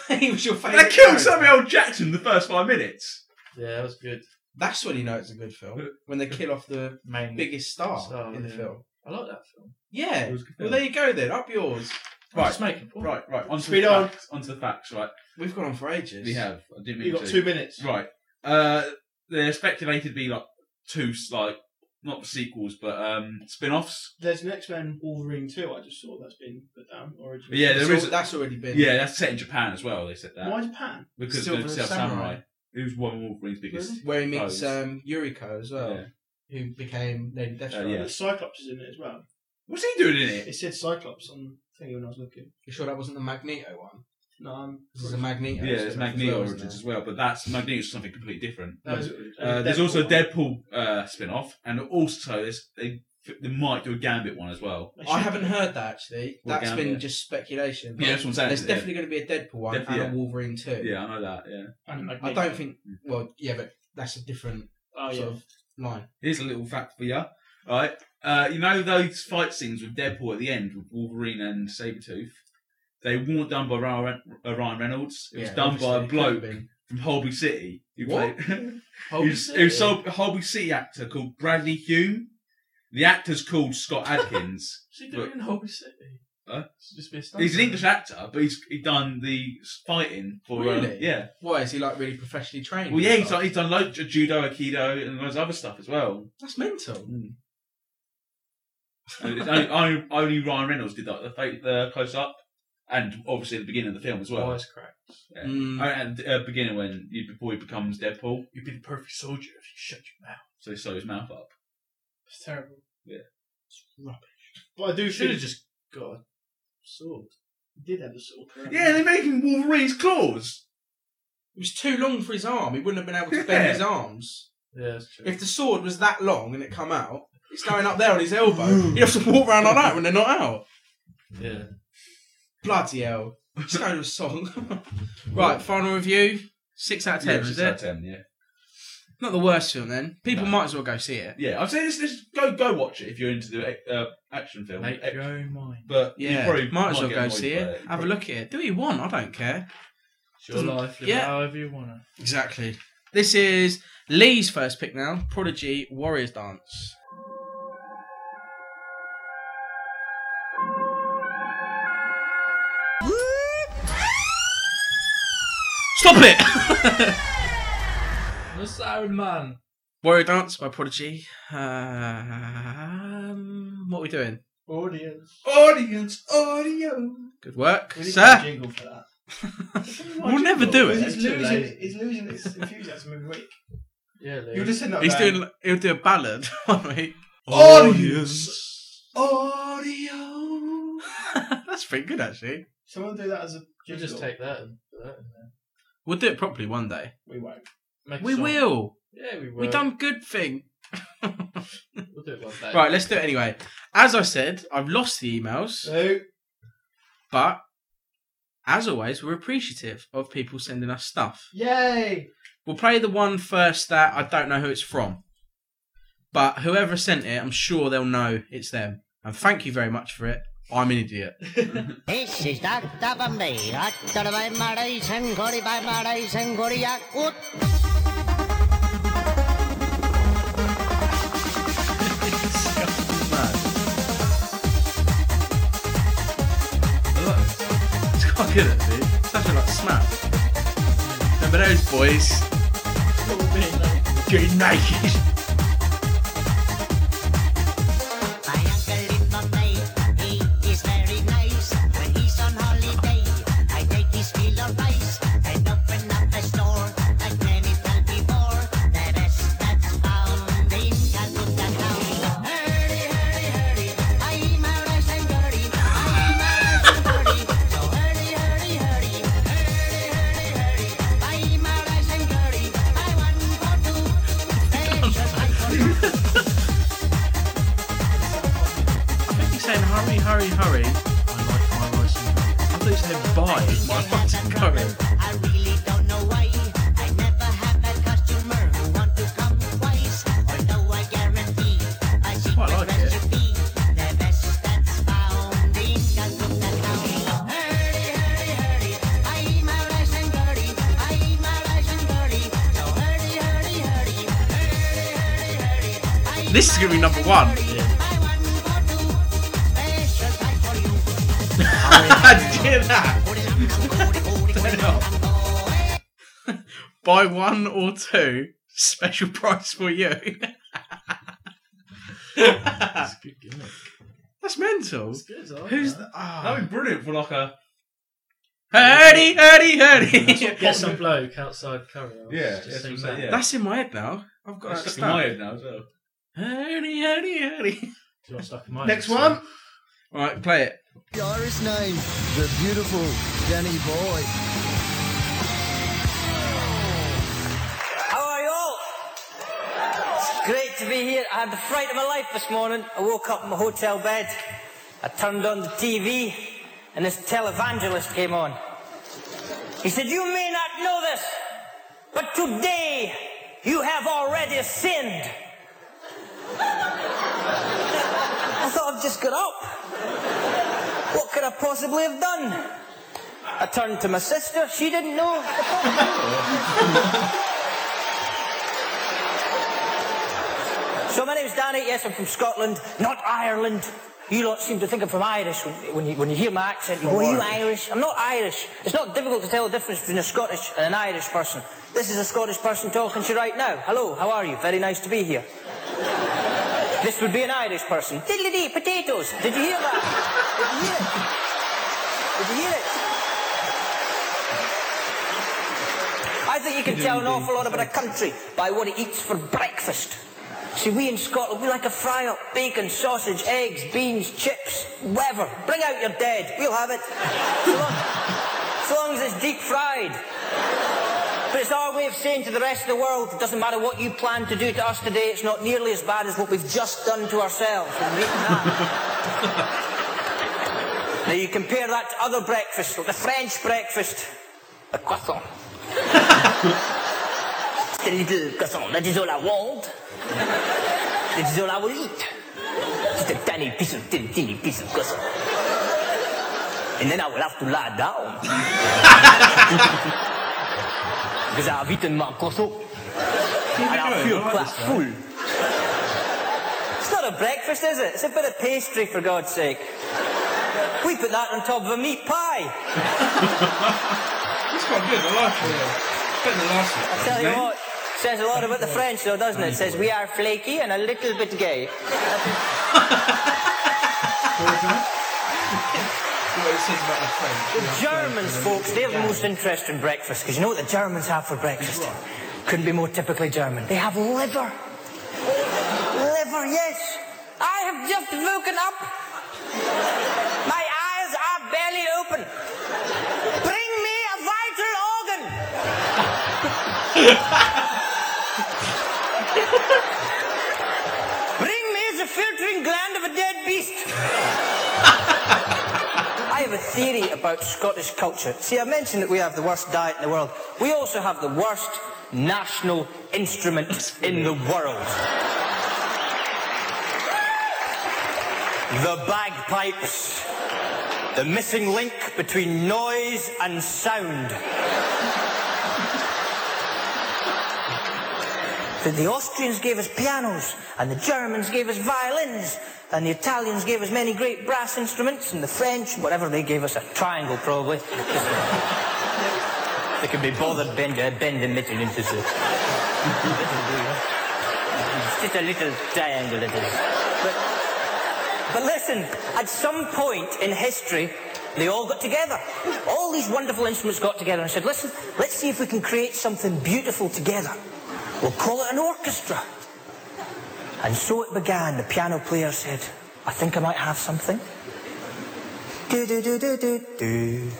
[SPEAKER 3] he was your favourite.
[SPEAKER 4] They killed
[SPEAKER 3] character.
[SPEAKER 4] Samuel L. Jackson the first five minutes.
[SPEAKER 6] Yeah, that was good.
[SPEAKER 3] That's when you know it's a good film. When they kill off the
[SPEAKER 6] Main.
[SPEAKER 3] biggest star
[SPEAKER 6] Star,
[SPEAKER 3] in the
[SPEAKER 6] yeah.
[SPEAKER 3] film.
[SPEAKER 6] I like that film.
[SPEAKER 3] Yeah.
[SPEAKER 4] It was a good
[SPEAKER 3] Well,
[SPEAKER 4] film.
[SPEAKER 3] there you go then. Up yours.
[SPEAKER 6] I'm
[SPEAKER 4] Right.
[SPEAKER 6] Just making a point.
[SPEAKER 4] Right, right. Onto
[SPEAKER 7] Speed
[SPEAKER 4] the
[SPEAKER 7] on.
[SPEAKER 4] facts. Onto the facts. Right.
[SPEAKER 3] We've gone on for ages.
[SPEAKER 4] We have. I didn't mean
[SPEAKER 7] You got
[SPEAKER 4] to.
[SPEAKER 7] two minutes.
[SPEAKER 4] Right. Uh, they're speculated to be like two, like not sequels, but um, spin-offs.
[SPEAKER 7] There's an X Men Wolverine 2 I just saw that's been put down. Origin.
[SPEAKER 4] But yeah,
[SPEAKER 3] That's
[SPEAKER 4] there
[SPEAKER 3] al-
[SPEAKER 4] is.
[SPEAKER 3] that's already been.
[SPEAKER 4] Yeah, that's set in Japan as well. They said that
[SPEAKER 7] Why Japan?
[SPEAKER 4] because
[SPEAKER 3] Silver
[SPEAKER 4] of Silver
[SPEAKER 3] Samurai.
[SPEAKER 4] Samurai. who's one of Wolverine's biggest.
[SPEAKER 3] Where he meets
[SPEAKER 4] Oh, it's-
[SPEAKER 3] um, Yuriko as well, who became Lady Deathstroke.
[SPEAKER 4] Uh, yeah.
[SPEAKER 7] Cyclops is in it as well.
[SPEAKER 4] What's he doing in it?
[SPEAKER 7] It said Cyclops on the thing when I was looking.
[SPEAKER 3] You sure that wasn't the Magneto one?
[SPEAKER 7] No, I'm.
[SPEAKER 3] This is a
[SPEAKER 4] Yeah,
[SPEAKER 3] Magneto. spin-off
[SPEAKER 4] there's
[SPEAKER 3] as
[SPEAKER 4] Magneto
[SPEAKER 3] well, isn't
[SPEAKER 4] Origins
[SPEAKER 3] there?
[SPEAKER 4] as well, but that's Magneto's something completely different.
[SPEAKER 7] That was-
[SPEAKER 4] Uh, there's
[SPEAKER 7] Deadpool
[SPEAKER 4] also a
[SPEAKER 7] one.
[SPEAKER 4] Deadpool uh, spin-off, and also there's they, they might do a Gambit one as well.
[SPEAKER 7] They
[SPEAKER 3] I
[SPEAKER 7] should-
[SPEAKER 3] haven't heard that actually.
[SPEAKER 4] Well,
[SPEAKER 3] That's
[SPEAKER 4] Gambit.
[SPEAKER 3] been just speculation.
[SPEAKER 4] Yeah, that's what I'm saying.
[SPEAKER 3] There's
[SPEAKER 4] yeah.
[SPEAKER 3] definitely going to be a Deadpool one
[SPEAKER 4] Definitely,
[SPEAKER 3] and a Wolverine too.
[SPEAKER 4] Yeah, I know that. Yeah,
[SPEAKER 7] and Magneto.
[SPEAKER 3] I don't think. Well, yeah, but that's a different
[SPEAKER 7] Oh,
[SPEAKER 3] sort
[SPEAKER 7] yeah.
[SPEAKER 3] of line.
[SPEAKER 4] here's a little fact for you. Right, uh, you know those fight scenes with Deadpool at the end with Wolverine and Sabretooth? They weren't done by Ryan uh, Ryan Reynolds. It was
[SPEAKER 3] Yeah,
[SPEAKER 4] done by a
[SPEAKER 3] obviously, it could've
[SPEAKER 4] bloke
[SPEAKER 3] been.
[SPEAKER 4] from Holby City. Who
[SPEAKER 3] What?
[SPEAKER 4] Played,
[SPEAKER 6] Hold
[SPEAKER 4] It was, it was some- a Holby City actor called Bradley Hume. The actor's called Scott Adkins.
[SPEAKER 6] What's he doing in Holby City?
[SPEAKER 4] Huh?
[SPEAKER 6] Should just be a stunt
[SPEAKER 4] he's an
[SPEAKER 6] man.
[SPEAKER 4] English actor, but he's he done the fighting for uh,
[SPEAKER 3] Really?
[SPEAKER 4] yeah.
[SPEAKER 3] Why is he like really professionally trained?
[SPEAKER 4] Well,
[SPEAKER 3] and
[SPEAKER 4] yeah, he's
[SPEAKER 3] stuff?
[SPEAKER 4] done, he's done loads of judo, aikido, and loads of other stuff as well.
[SPEAKER 3] That's mental.
[SPEAKER 4] Hmm. And it's only, only, only Ryan Reynolds did that, the, fake- the close up, and obviously at the beginning of the film as well.
[SPEAKER 6] Wisecrack.
[SPEAKER 4] Yeah.
[SPEAKER 3] Mm.
[SPEAKER 4] Oh, and at the beginning when you, before he becomes Deadpool,
[SPEAKER 6] You'd be the perfect soldier if you shut your mouth.
[SPEAKER 4] so he sew his mouth up.
[SPEAKER 7] It's terrible.
[SPEAKER 4] Yeah.
[SPEAKER 7] It's rubbish. But I do
[SPEAKER 6] You should have
[SPEAKER 7] think
[SPEAKER 6] just got a sword.
[SPEAKER 7] he did have a sort of.
[SPEAKER 4] Yeah, they're making Wolverine's claws.
[SPEAKER 3] It was too long for his arm. He wouldn't have been able to
[SPEAKER 4] Yeah.
[SPEAKER 3] bend his arms.
[SPEAKER 6] Yeah, that's true.
[SPEAKER 3] If the sword was that long and it come out, it's going up there on his elbow. He'd have to walk around like that when they're not out.
[SPEAKER 6] yeah.
[SPEAKER 3] Bloody hell. It's no song. right, final review. Six out of ten,
[SPEAKER 4] yeah,
[SPEAKER 3] is
[SPEAKER 4] six
[SPEAKER 3] it?
[SPEAKER 4] out of ten, yeah.
[SPEAKER 3] Not the worst film then. People
[SPEAKER 4] No.
[SPEAKER 3] might as well go see it.
[SPEAKER 4] Yeah, I'd say this, this go go watch it if you're into the uh, action film.
[SPEAKER 6] Make
[SPEAKER 4] Ex-
[SPEAKER 6] your own mind.
[SPEAKER 4] But you
[SPEAKER 3] Yeah,
[SPEAKER 4] probably
[SPEAKER 3] might as well
[SPEAKER 4] get
[SPEAKER 3] go
[SPEAKER 4] annoyed
[SPEAKER 3] see
[SPEAKER 4] by
[SPEAKER 3] it.
[SPEAKER 4] You
[SPEAKER 3] Have a
[SPEAKER 4] probably-
[SPEAKER 3] look at it. Do what you want. I don't care.
[SPEAKER 6] It's your
[SPEAKER 3] Doesn't-
[SPEAKER 6] life, live
[SPEAKER 3] yeah.
[SPEAKER 6] it however you want to.
[SPEAKER 3] Exactly. This is Lee's first pick now. Prodigy Warriors Dance. Stop it!
[SPEAKER 6] The Siren Man.
[SPEAKER 3] Warrior Dance by Prodigy. Um, what are we doing?
[SPEAKER 7] Audience.
[SPEAKER 4] Oh, Audience audio.
[SPEAKER 3] Good work,
[SPEAKER 7] We need to get a
[SPEAKER 3] sir.
[SPEAKER 7] jingle for that.
[SPEAKER 3] We'll never do
[SPEAKER 7] He's
[SPEAKER 3] it.
[SPEAKER 6] Too lazy.
[SPEAKER 7] losing, he's losing his enthusiasm every week.
[SPEAKER 6] Yeah, Lee.
[SPEAKER 7] You're just sitting up
[SPEAKER 3] He's
[SPEAKER 7] going,
[SPEAKER 3] doing. He'll do a ballad one week.
[SPEAKER 4] Audience. Audio.
[SPEAKER 3] That's pretty good, actually.
[SPEAKER 7] Someone do that as a
[SPEAKER 6] You
[SPEAKER 7] jingle.
[SPEAKER 6] just take that and put that in there.
[SPEAKER 3] We'll do it properly one day.
[SPEAKER 7] We won't.
[SPEAKER 6] Make a
[SPEAKER 3] We
[SPEAKER 6] song.
[SPEAKER 3] will.
[SPEAKER 6] Yeah, we will.
[SPEAKER 3] We done good thing.
[SPEAKER 6] We'll do it one day.
[SPEAKER 3] Right, let's do it anyway. As I said, I've lost the emails,
[SPEAKER 7] So
[SPEAKER 3] but as always, we're appreciative of people sending us stuff.
[SPEAKER 7] yay!
[SPEAKER 3] We'll play the one first that I don't know who it's from, but whoever sent it, I'm sure they'll know it's them. And thank you very much for it. I'm an idiot.
[SPEAKER 10] This is Dr. Bombay, Dr. by Marai Sangori by Marai Sangori Yakut.
[SPEAKER 3] It's quite good, actually. Sounds like Smash. Remember those boys? Getting naked.
[SPEAKER 10] My uncle in Bombay, he is very nice. When he's on holiday, I take his kilo rice and open up a store like many fell before. The best that's found in Calcutta town. Hurry, hurry, hurry, I'm a rice and curry. I'm a rice and curry. So hurry, hurry, hurry, hurry, hurry, hurry, I'm a rice and curry.
[SPEAKER 3] positive vibe my life is going.
[SPEAKER 11] I really don't know why. I never have a customer who want to come twice. Although I guarantee a secret
[SPEAKER 3] like it.
[SPEAKER 11] recipe, the best that's found in Calcutta town. Hurry, hurry, hurry! I eat my rice and curry. I eat my rice and curry. So hurry, hurry, hurry! Hurry, hurry, hurry! I eat
[SPEAKER 3] This is gonna be number one.
[SPEAKER 11] my one for two. Special price for
[SPEAKER 3] I did
[SPEAKER 11] you.
[SPEAKER 3] that. Buy one or two, special price for you. That's
[SPEAKER 6] It's a good gimmick.
[SPEAKER 3] mental.
[SPEAKER 6] It's good. I like
[SPEAKER 3] Who's
[SPEAKER 6] that?
[SPEAKER 3] the. Oh.
[SPEAKER 4] That'd be brilliant for like a
[SPEAKER 3] Hurdy, hurdy, hurdy.
[SPEAKER 6] Get some bloke outside Curry. House,
[SPEAKER 4] yeah.
[SPEAKER 6] Just
[SPEAKER 4] Yes,
[SPEAKER 6] sing
[SPEAKER 4] I'm
[SPEAKER 6] that.
[SPEAKER 4] saying, yeah.
[SPEAKER 3] That's in my head now. I've got
[SPEAKER 4] That's
[SPEAKER 3] that
[SPEAKER 4] stuck in my
[SPEAKER 3] stuck.
[SPEAKER 4] head now as well.
[SPEAKER 3] Hurdy, hurdy, hurdy.
[SPEAKER 6] Do you want stuck in my
[SPEAKER 7] Next
[SPEAKER 6] head, so-
[SPEAKER 7] one.
[SPEAKER 3] Right, play it.
[SPEAKER 12] The Irish name, the beautiful Danny Boy.
[SPEAKER 11] How are you all? It's great to be here. I had the fright of my life this morning. I woke up in my hotel bed. I turned on the TV and this televangelist came on. He said, You may not know this, but today you have already sinned. I thought I've just got up. What could I possibly have done? I turned to my sister. She didn't know. So my name's Danny. Yes, I'm from Scotland, not Ireland. You lot seem to think I'm from Irish when, when, you, when you hear my accent. You go, are you Irish? I'm not Irish. It's not difficult to tell the difference between a Scottish and an Irish person. This is a Scottish person talking to you right now. Hello, how are you? Very nice to be here. this would be an Irish person. Diddly dee, potatoes. Did you hear that? Did you hear it? Did you hear it? I think you can tell an awful lot about a country by what it eats for breakfast. See, we in Scotland, we like a fry up, bacon, sausage, eggs, beans, chips, whatever. Bring out your dead, we'll have it. So long, so long as it's deep fried. But it's our way of saying to the rest of the world, it doesn't matter what you plan to do to us today, it's not nearly as bad as what we've just done to ourselves. And we've not. Now you compare that to other breakfasts, like the French breakfast, the croissant. the little croissant, that is all I want. that is all I will eat. Just a tiny piece of, tiny, tiny piece of croissant. And then I will have to lie down. because I have eaten my croissant. and I feel quite full. It's not a breakfast, is it? It's a bit of pastry, for God's sake. We put that on top of a meat pie.
[SPEAKER 4] It's quite good. I like it. Better than the last one.
[SPEAKER 11] I tell you what, says a lot about the French, though, doesn't it? Says we are flaky and a little bit gay.
[SPEAKER 7] What it says about the French.
[SPEAKER 11] The Germans, folks, they have the most interesting breakfast because you know what the Germans have for breakfast? Couldn't be more typically German. They have liver. liver, yes. I have just woken up. My eyes are barely open. Bring me a vital organ. Bring me the filtering gland of a dead beast. I have a theory about Scottish culture. See, I mentioned that we have the worst diet in the world. We also have the worst national instrument in the world. The bagpipes. The missing link between noise and sound. But the Austrians gave us pianos, and the Germans gave us violins, and the Italians gave us many great brass instruments, and the French, whatever they gave us, a triangle probably. they could be bothered bend, uh, bending it into the... It's just a little triangle it is. But, but listen, at some point in history, they all got together. All these wonderful instruments got together and said, listen, let's see if we can create something beautiful together. We'll call it an orchestra. And so it began. The piano player said, I think I might have something. Do do do do do do.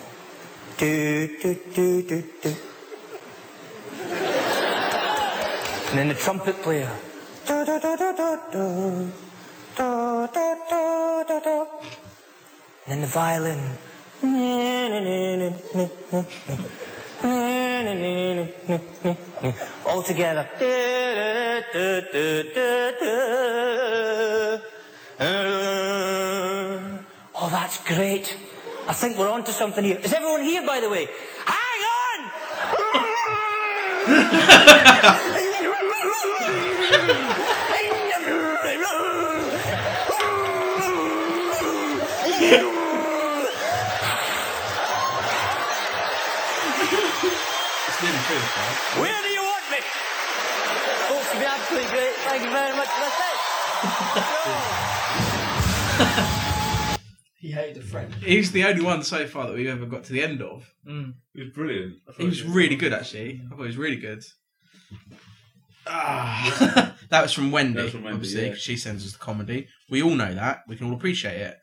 [SPEAKER 11] Do do do do do. And then the trumpet player. Do do do do do do. Do do do do do. And then the violin. All together. Oh, that's great. I think we're onto something here. Is everyone here, by the way? Where do you want me? Folks, it'd be absolutely great. Thank you very much. That's it.
[SPEAKER 13] He hated the French.
[SPEAKER 3] He's the only one so far that we've ever got to the end of.
[SPEAKER 14] Mm.
[SPEAKER 4] It was brilliant.
[SPEAKER 3] He was really good, actually. I thought he was really good. Ah, that was from Wendy,
[SPEAKER 4] That was from Wendy,
[SPEAKER 3] obviously,
[SPEAKER 4] yeah.
[SPEAKER 3] 'cause she sends us the comedy. We all know that. We can all appreciate it.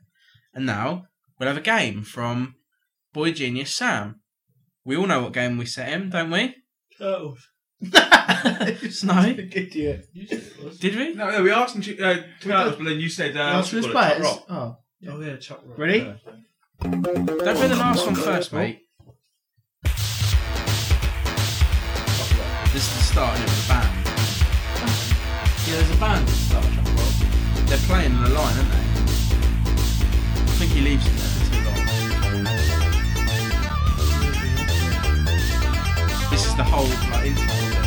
[SPEAKER 3] And now we'll have a game from Boy Genius Sam. We all know what game we set him, don't we?
[SPEAKER 6] Turtles.
[SPEAKER 3] Snow.
[SPEAKER 13] Idiot.
[SPEAKER 6] Oh, You said it was.
[SPEAKER 3] Did we?
[SPEAKER 4] No, no, we asked him to uh, two hours, but then you said uh,
[SPEAKER 13] Last
[SPEAKER 4] what
[SPEAKER 13] was
[SPEAKER 4] do you call it,
[SPEAKER 13] players.
[SPEAKER 4] Top Rock.
[SPEAKER 13] Oh.
[SPEAKER 6] Oh yeah, Chuck Rock.
[SPEAKER 13] Ready?
[SPEAKER 6] Yeah.
[SPEAKER 3] Don't play the last one first, mate. This is the start of the band.
[SPEAKER 6] Yeah, there's a band at the start of Chuck Rock.
[SPEAKER 3] They're playing on the line, aren't they? I think he leaves it there for too long. This is the whole like intro.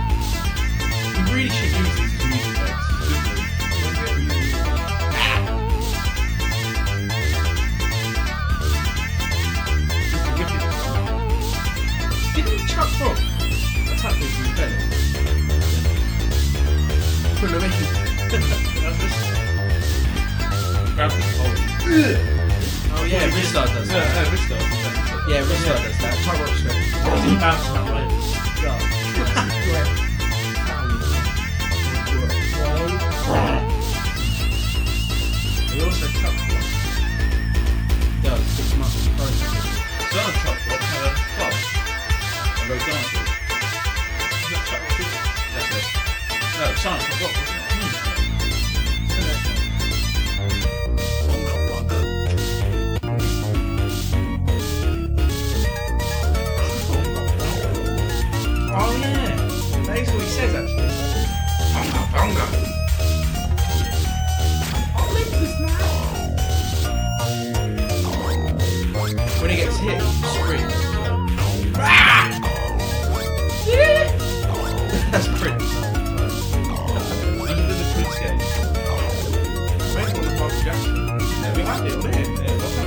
[SPEAKER 3] We really should use these as music notes. Didn't Chuck Rock attack this with Venom? Put him in.
[SPEAKER 4] Grab the pole.
[SPEAKER 3] Oh yeah, Rizdar does
[SPEAKER 4] No,
[SPEAKER 3] that.
[SPEAKER 4] no, Risto. That's
[SPEAKER 3] Yeah, Rizdar does that. Chuck Rock's good. He also Chuck Rock. Does six months of process.
[SPEAKER 4] It's not a Top Rock, it's a club. A road dance club. Is that Top Rock, is it? That's it. Hmm. No, it's not Top Rock, isn't it?
[SPEAKER 3] Oh yeah, that is what he says actually. Bonga bonga. When he gets hit, he screams. That's pretty.
[SPEAKER 4] Under the Prince game. No, we had it on here. Yeah, that's not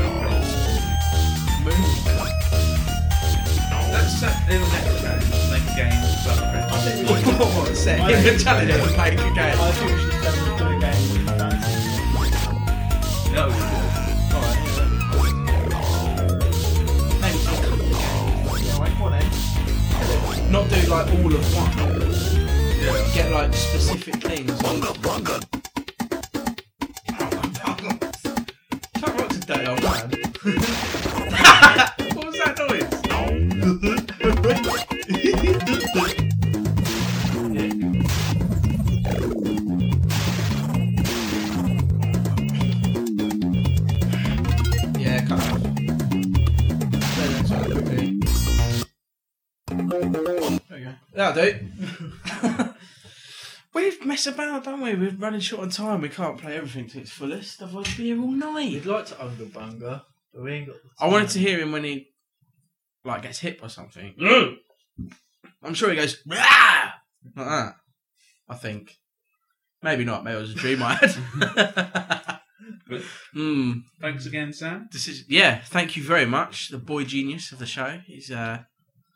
[SPEAKER 4] Top Rock. That's set in the next round. Make a game about the Prince.
[SPEAKER 13] I think we should.
[SPEAKER 3] What was that? He could tell it was like a game.
[SPEAKER 13] I think we should um, do a game with fans.
[SPEAKER 4] That was good.
[SPEAKER 3] Maybe not-
[SPEAKER 13] Yeah, wait, come on then.
[SPEAKER 3] Not do like all of one.
[SPEAKER 4] Yeah.
[SPEAKER 3] Get like specific things. Bonga Chuck Rock's a dirty old man. what was that noise? Yeah, cut off. Play the next one quickly. There you go. That'll do. We've messed about, don't we? We're running short on time. We can't play everything to its fullest. Otherwise, we'll be here all night.
[SPEAKER 6] We'd like to own the banger, but we ain't got. The
[SPEAKER 3] I wanted to hear him when he, like, gets hit by something.
[SPEAKER 6] to.
[SPEAKER 3] I'm sure he goes "Rah!" like that. I think. Maybe not. Maybe it was a dream I had.
[SPEAKER 4] But-
[SPEAKER 3] Hmm.
[SPEAKER 4] Thanks again, Sam.
[SPEAKER 3] This is yeah. Thank you very much. The boy genius of the show. He's uh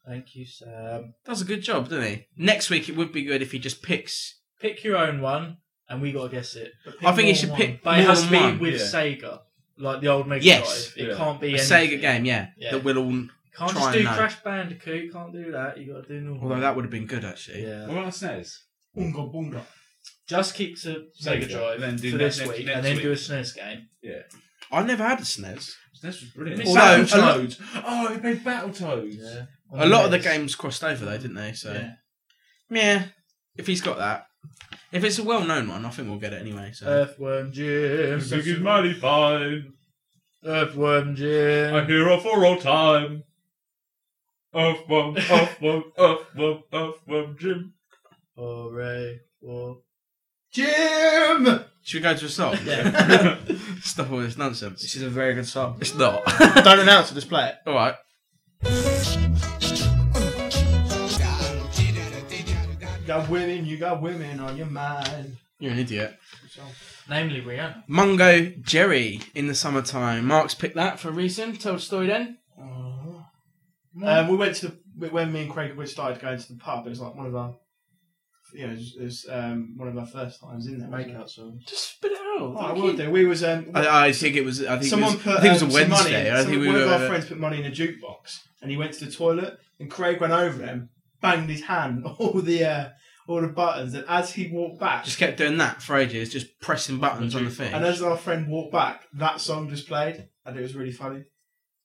[SPEAKER 6] Thank you, Sam.
[SPEAKER 3] does a good job, doesn't he? Next week it would be good if he just picks.
[SPEAKER 6] Pick your own one, and we gotta guess it. But pick
[SPEAKER 3] I think you
[SPEAKER 6] more than
[SPEAKER 3] should
[SPEAKER 6] one.
[SPEAKER 3] pick
[SPEAKER 6] But it
[SPEAKER 3] more
[SPEAKER 6] has to
[SPEAKER 3] than
[SPEAKER 6] be
[SPEAKER 3] one.
[SPEAKER 6] with
[SPEAKER 4] Yeah.
[SPEAKER 6] Sega, like the old Mega
[SPEAKER 3] Yes.
[SPEAKER 6] Drive. It
[SPEAKER 4] Yeah.
[SPEAKER 6] can't be
[SPEAKER 3] A
[SPEAKER 6] anything.
[SPEAKER 3] Sega game, yeah,
[SPEAKER 6] Yeah.
[SPEAKER 3] that we'll all.
[SPEAKER 6] Can't
[SPEAKER 3] Try
[SPEAKER 6] just do
[SPEAKER 3] and know.
[SPEAKER 6] Crash Bandicoot. Can't do that. You gotta do normal.
[SPEAKER 3] Although that would have been good actually.
[SPEAKER 6] Yeah.
[SPEAKER 4] What else says?
[SPEAKER 13] Boonga boonga.
[SPEAKER 6] Just keep to Mega
[SPEAKER 4] Sega,
[SPEAKER 6] Drive
[SPEAKER 4] then do
[SPEAKER 6] for
[SPEAKER 4] next-
[SPEAKER 6] this
[SPEAKER 4] next-
[SPEAKER 6] week,
[SPEAKER 4] next
[SPEAKER 6] and then
[SPEAKER 4] week.
[SPEAKER 6] do a SNES game.
[SPEAKER 3] I never had a E SNES.
[SPEAKER 4] This was brilliant.
[SPEAKER 6] Although,
[SPEAKER 4] Battletoads. Oh, we played Battletoads.
[SPEAKER 6] On
[SPEAKER 3] A lot of the
[SPEAKER 6] NES.
[SPEAKER 3] games crossed over though, didn't they? So yeah.
[SPEAKER 6] Yeah.
[SPEAKER 3] If he's got that, If it's a well-known one, I think we'll get it anyway.
[SPEAKER 7] uh,
[SPEAKER 3] So.
[SPEAKER 6] Earthworm Jim, big is mighty fine. Earthworm Jim,
[SPEAKER 4] A hero for all time. Earthworm, earthworm, earthworm, earthworm, Jim.
[SPEAKER 6] Hooray for
[SPEAKER 3] Jim! Should we go to a song? Yeah. Stop all this nonsense. This is a very good song. It's not. Don't announce it, just play it. Alright.
[SPEAKER 7] You got women, you got women on your mind.
[SPEAKER 3] You're an idiot.
[SPEAKER 5] Namely Rihanna.
[SPEAKER 3] Mungo Jerry in the summertime. Mark's picked that for a reason. Tell the story then.
[SPEAKER 7] Um, we went to the, when me and Craig we started going to the pub. It was like one of our, you know, it was, it was, um, one of our first times in there. Makeout songs.
[SPEAKER 3] Just spit it out.
[SPEAKER 7] Oh, I will do. We was um,
[SPEAKER 3] I, I think it was. I think
[SPEAKER 7] someone
[SPEAKER 3] it was,
[SPEAKER 7] put
[SPEAKER 3] I think it
[SPEAKER 7] um,
[SPEAKER 3] was a
[SPEAKER 7] some money-
[SPEAKER 3] Wednesday. I
[SPEAKER 7] some-
[SPEAKER 3] think we
[SPEAKER 7] one
[SPEAKER 3] were. uh,
[SPEAKER 7] of our friends put money in a jukebox, and he went to the toilet, and Craig went over him, banged his hand on all the uh, all the buttons, and as he walked back,
[SPEAKER 3] Just kept doing that for ages, just pressing buttons on the thing.
[SPEAKER 7] and as our friend walked back, that song just played, and it was really funny.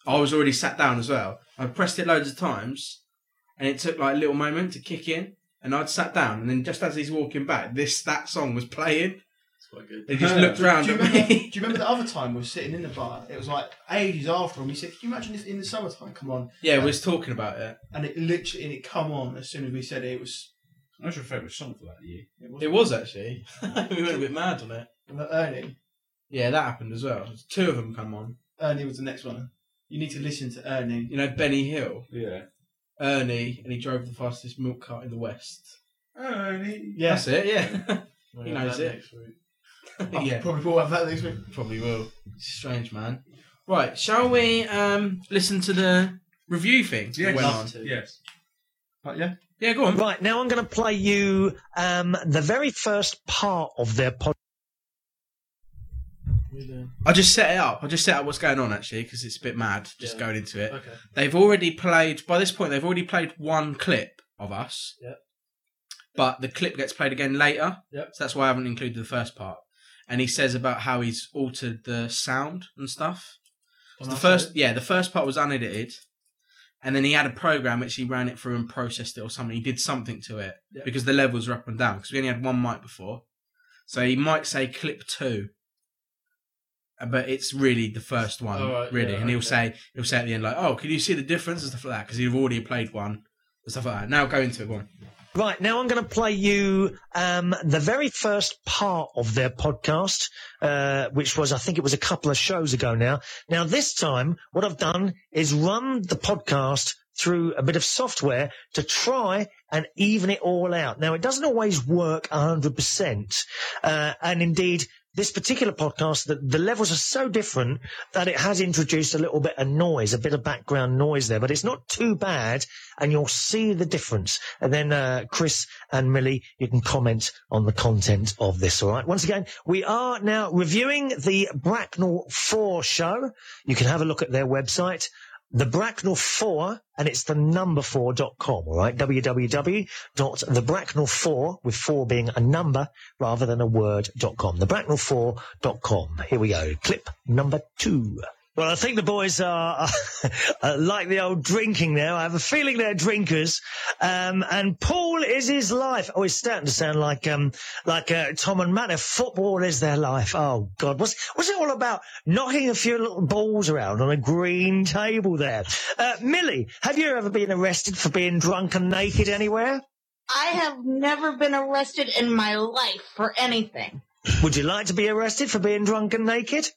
[SPEAKER 3] I was already sat down as well. I pressed it loads of times, and it took like a little moment to kick in. And I'd sat down, and then just as he's walking back, this that song was playing.
[SPEAKER 6] quite good.
[SPEAKER 3] They just looked round
[SPEAKER 7] Do you,
[SPEAKER 3] at
[SPEAKER 7] remember, do
[SPEAKER 3] me.
[SPEAKER 7] you remember the other time we were sitting in the bar? It was like ages after, and we said, "Can you imagine if in the summertime? Come on!"
[SPEAKER 3] yeah, we was talking about it.
[SPEAKER 7] And it literally, and it come on as soon as we said it, it was.
[SPEAKER 4] That's your favourite song for that year.
[SPEAKER 7] It was,
[SPEAKER 3] It was actually. we went a bit mad on it.
[SPEAKER 7] Ernie.
[SPEAKER 3] Yeah, that happened as well. Two of them come on.
[SPEAKER 7] Ernie was the next one. You need to listen to Ernie.
[SPEAKER 3] You know, Benny Hill,
[SPEAKER 4] Yeah.
[SPEAKER 3] Ernie, and he drove the fastest milk cart in the West.
[SPEAKER 4] Ernie.
[SPEAKER 7] Yeah,
[SPEAKER 3] That's it. Yeah,
[SPEAKER 6] We'll
[SPEAKER 3] He
[SPEAKER 6] have
[SPEAKER 3] knows
[SPEAKER 6] that
[SPEAKER 3] it.
[SPEAKER 6] next week.
[SPEAKER 7] I
[SPEAKER 3] yeah.
[SPEAKER 7] probably will have that next week.
[SPEAKER 3] Probably will. Strange man. Right, shall we um listen to the review thing that went on?
[SPEAKER 4] Yes. yes.
[SPEAKER 7] But yeah,
[SPEAKER 3] Yeah, go on.
[SPEAKER 15] Right, now I'm going to play you um, the very first part of their podcast.
[SPEAKER 3] I just set it up. I just set up what's going on actually because it's a bit mad just
[SPEAKER 6] Yeah.
[SPEAKER 3] going into it.
[SPEAKER 6] Okay.
[SPEAKER 3] They've already played by this point. They've already played one clip of us.
[SPEAKER 6] Yep.
[SPEAKER 3] But the clip gets played again later.
[SPEAKER 6] Yep.
[SPEAKER 3] So that's why I haven't included the first part. And he says about how he's altered the sound and stuff. So the first, yeah, the first part was unedited, and then he had a program which he ran it through and processed it or something. He did something to it
[SPEAKER 6] Yep.
[SPEAKER 3] because the levels were up and down because we only had one mic before. So he might say clip two, uh, but it's really the first one,
[SPEAKER 6] All right,
[SPEAKER 3] really.
[SPEAKER 6] yeah,
[SPEAKER 3] and he'll
[SPEAKER 6] okay.
[SPEAKER 3] say he'll say at the end like, "Oh, can you see the difference and stuff like that?" Because he've already played one and stuff like that. Now go into it one.
[SPEAKER 15] Right, now I'm going to play you um, the very first part of their podcast, uh, which was, I think it was a couple of shows ago now. Now, this time, what I've done is run the podcast through a bit of software to try and even it all out. Now, it doesn't always work 100%. Uh, and indeed, this particular podcast, the, the levels are so different that it has introduced a little bit of noise, a bit of background noise there, but it's not too bad. And you'll see the difference. And then, uh, Chris and Millie, you can comment on the content of this. All right. Once again, we are now reviewing the Bracknell 4 show. You can have a look at their website. The Bracknell 4, and it's the number 4.com, all right? www.thebracknell4, with 4 being a number rather than a word.com. Thebracknell4.com. Here we go. Clip number 2. Well, I think the boys are uh, like the old drinking now. I have a feeling they're drinkers. Um, and Paul is his life. Oh, it's starting to sound like um, like uh, Tom and Matt. If Football is their life. Oh God, what's what's it all about? Knocking a few little balls around on a green table there. Uh, Millie, have you ever been arrested for being drunk and naked anywhere?
[SPEAKER 10] I have never been arrested in my life for anything.
[SPEAKER 15] Would you like to be arrested for being drunk and naked?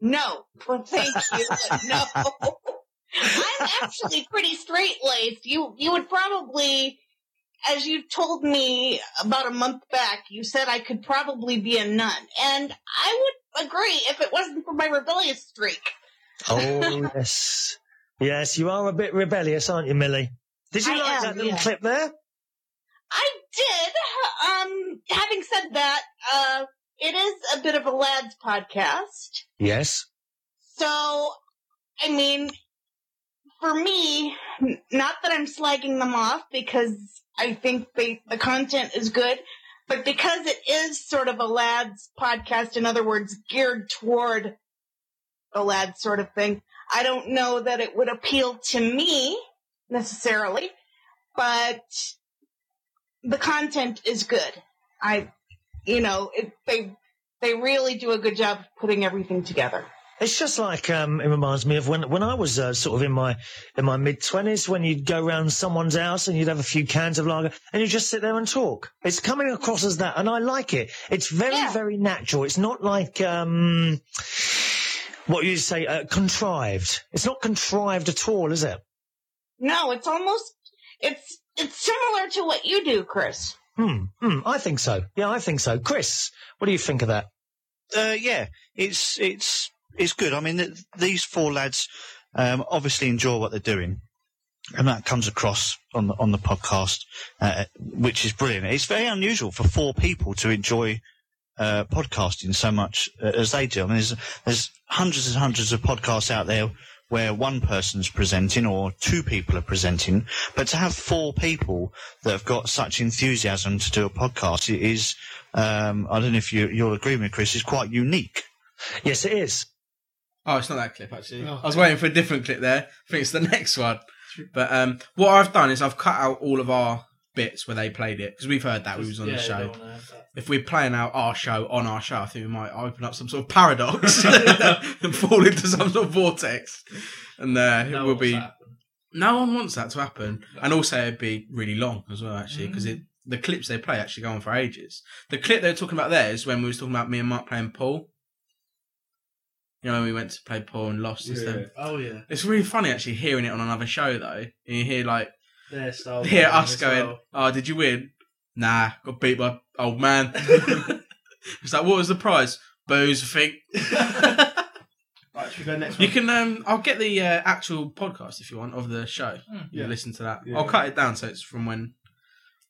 [SPEAKER 10] No, but thank you. but no, I'm actually pretty straight laced. You you would probably, as you told me about a month back, you said I could probably be a nun, and I would agree if it wasn't for my rebellious streak.
[SPEAKER 15] Oh yes, yes, you are a bit rebellious, aren't you, Millie? Did you
[SPEAKER 10] I
[SPEAKER 15] like
[SPEAKER 10] am,
[SPEAKER 15] that little
[SPEAKER 10] yeah.
[SPEAKER 15] clip there?
[SPEAKER 10] I did. Um, having said that, uh, it is a bit of a lads podcast.
[SPEAKER 15] Yes.
[SPEAKER 10] So, I mean, for me, n- not that I'm slagging them off because I think they, the content is good, but because it is sort of a lads podcast, in other words, geared toward the lads sort of thing, I don't know that it would appeal to me necessarily, but the content is good. I, you know, it, they they really do a good job of putting everything together.
[SPEAKER 15] It's just like um, it reminds me of when when I was uh, sort of in my in my mid twenties when you'd go round someone's house and you'd have a few cans of lager and you just sit there and talk. It's coming across as that, and I like it. It's very very natural. It's not like um, what you say uh, contrived. It's not contrived at all, is it?
[SPEAKER 10] No, it's almost it's it's similar to what you do, Chris.
[SPEAKER 15] Hmm. hmm I think so. Yeah, I think so. Chris, what do you think of that?
[SPEAKER 16] uh, yeah, it's it's it's good. I mean, th- these four lads um, obviously enjoy what they're doing, and that comes across on the on the podcast, uh, which is brilliant. It's very unusual for four people to enjoy uh, podcasting so much uh, as they do. I mean, there's there's hundreds and hundreds of podcasts out there where one person's presenting or two people are presenting, but to have four people that have got such enthusiasm to do a podcast i- is, um, I don't know if you, you'll agree with me, Chris, is quite unique.
[SPEAKER 15] Yes, it is.
[SPEAKER 3] Oh, it's not that clip actually. I was waiting for a different clip there. I think it's the next one. But um, what I've done is I've cut out all of our bits where they played it because we've heard
[SPEAKER 6] Oh,
[SPEAKER 3] that we was on
[SPEAKER 5] Yeah,
[SPEAKER 3] the
[SPEAKER 5] you
[SPEAKER 3] show.
[SPEAKER 5] don't wanna have that.
[SPEAKER 3] If we're playing out our show on our show, I think we might open up some sort of paradox and fall into some sort of vortex, and uh, it will be. No one wants that to happen, and also it'd be really long as well, actually, because it the clips they play actually go on for ages. The clip they were talking about there is when we was talking about me and Mark playing Paul. You know, when we went to play Paul and lost and
[SPEAKER 5] Yeah.
[SPEAKER 3] stuff.
[SPEAKER 5] Oh, yeah.
[SPEAKER 3] It's really funny actually hearing it on another show though. And you hear like
[SPEAKER 5] Their style.
[SPEAKER 3] hear
[SPEAKER 5] of
[SPEAKER 3] us
[SPEAKER 5] as
[SPEAKER 3] going,
[SPEAKER 5] well.
[SPEAKER 3] Oh, did you win? Nah, got beat by old man. it's like what was the prize? Booze, I think.
[SPEAKER 7] Right, should we go next
[SPEAKER 3] You can um I'll get the uh, actual podcast if you want of the show.
[SPEAKER 5] Hmm.
[SPEAKER 3] You
[SPEAKER 7] Yeah.
[SPEAKER 3] listen to that.
[SPEAKER 7] Yeah.
[SPEAKER 3] I'll cut it down so it's from when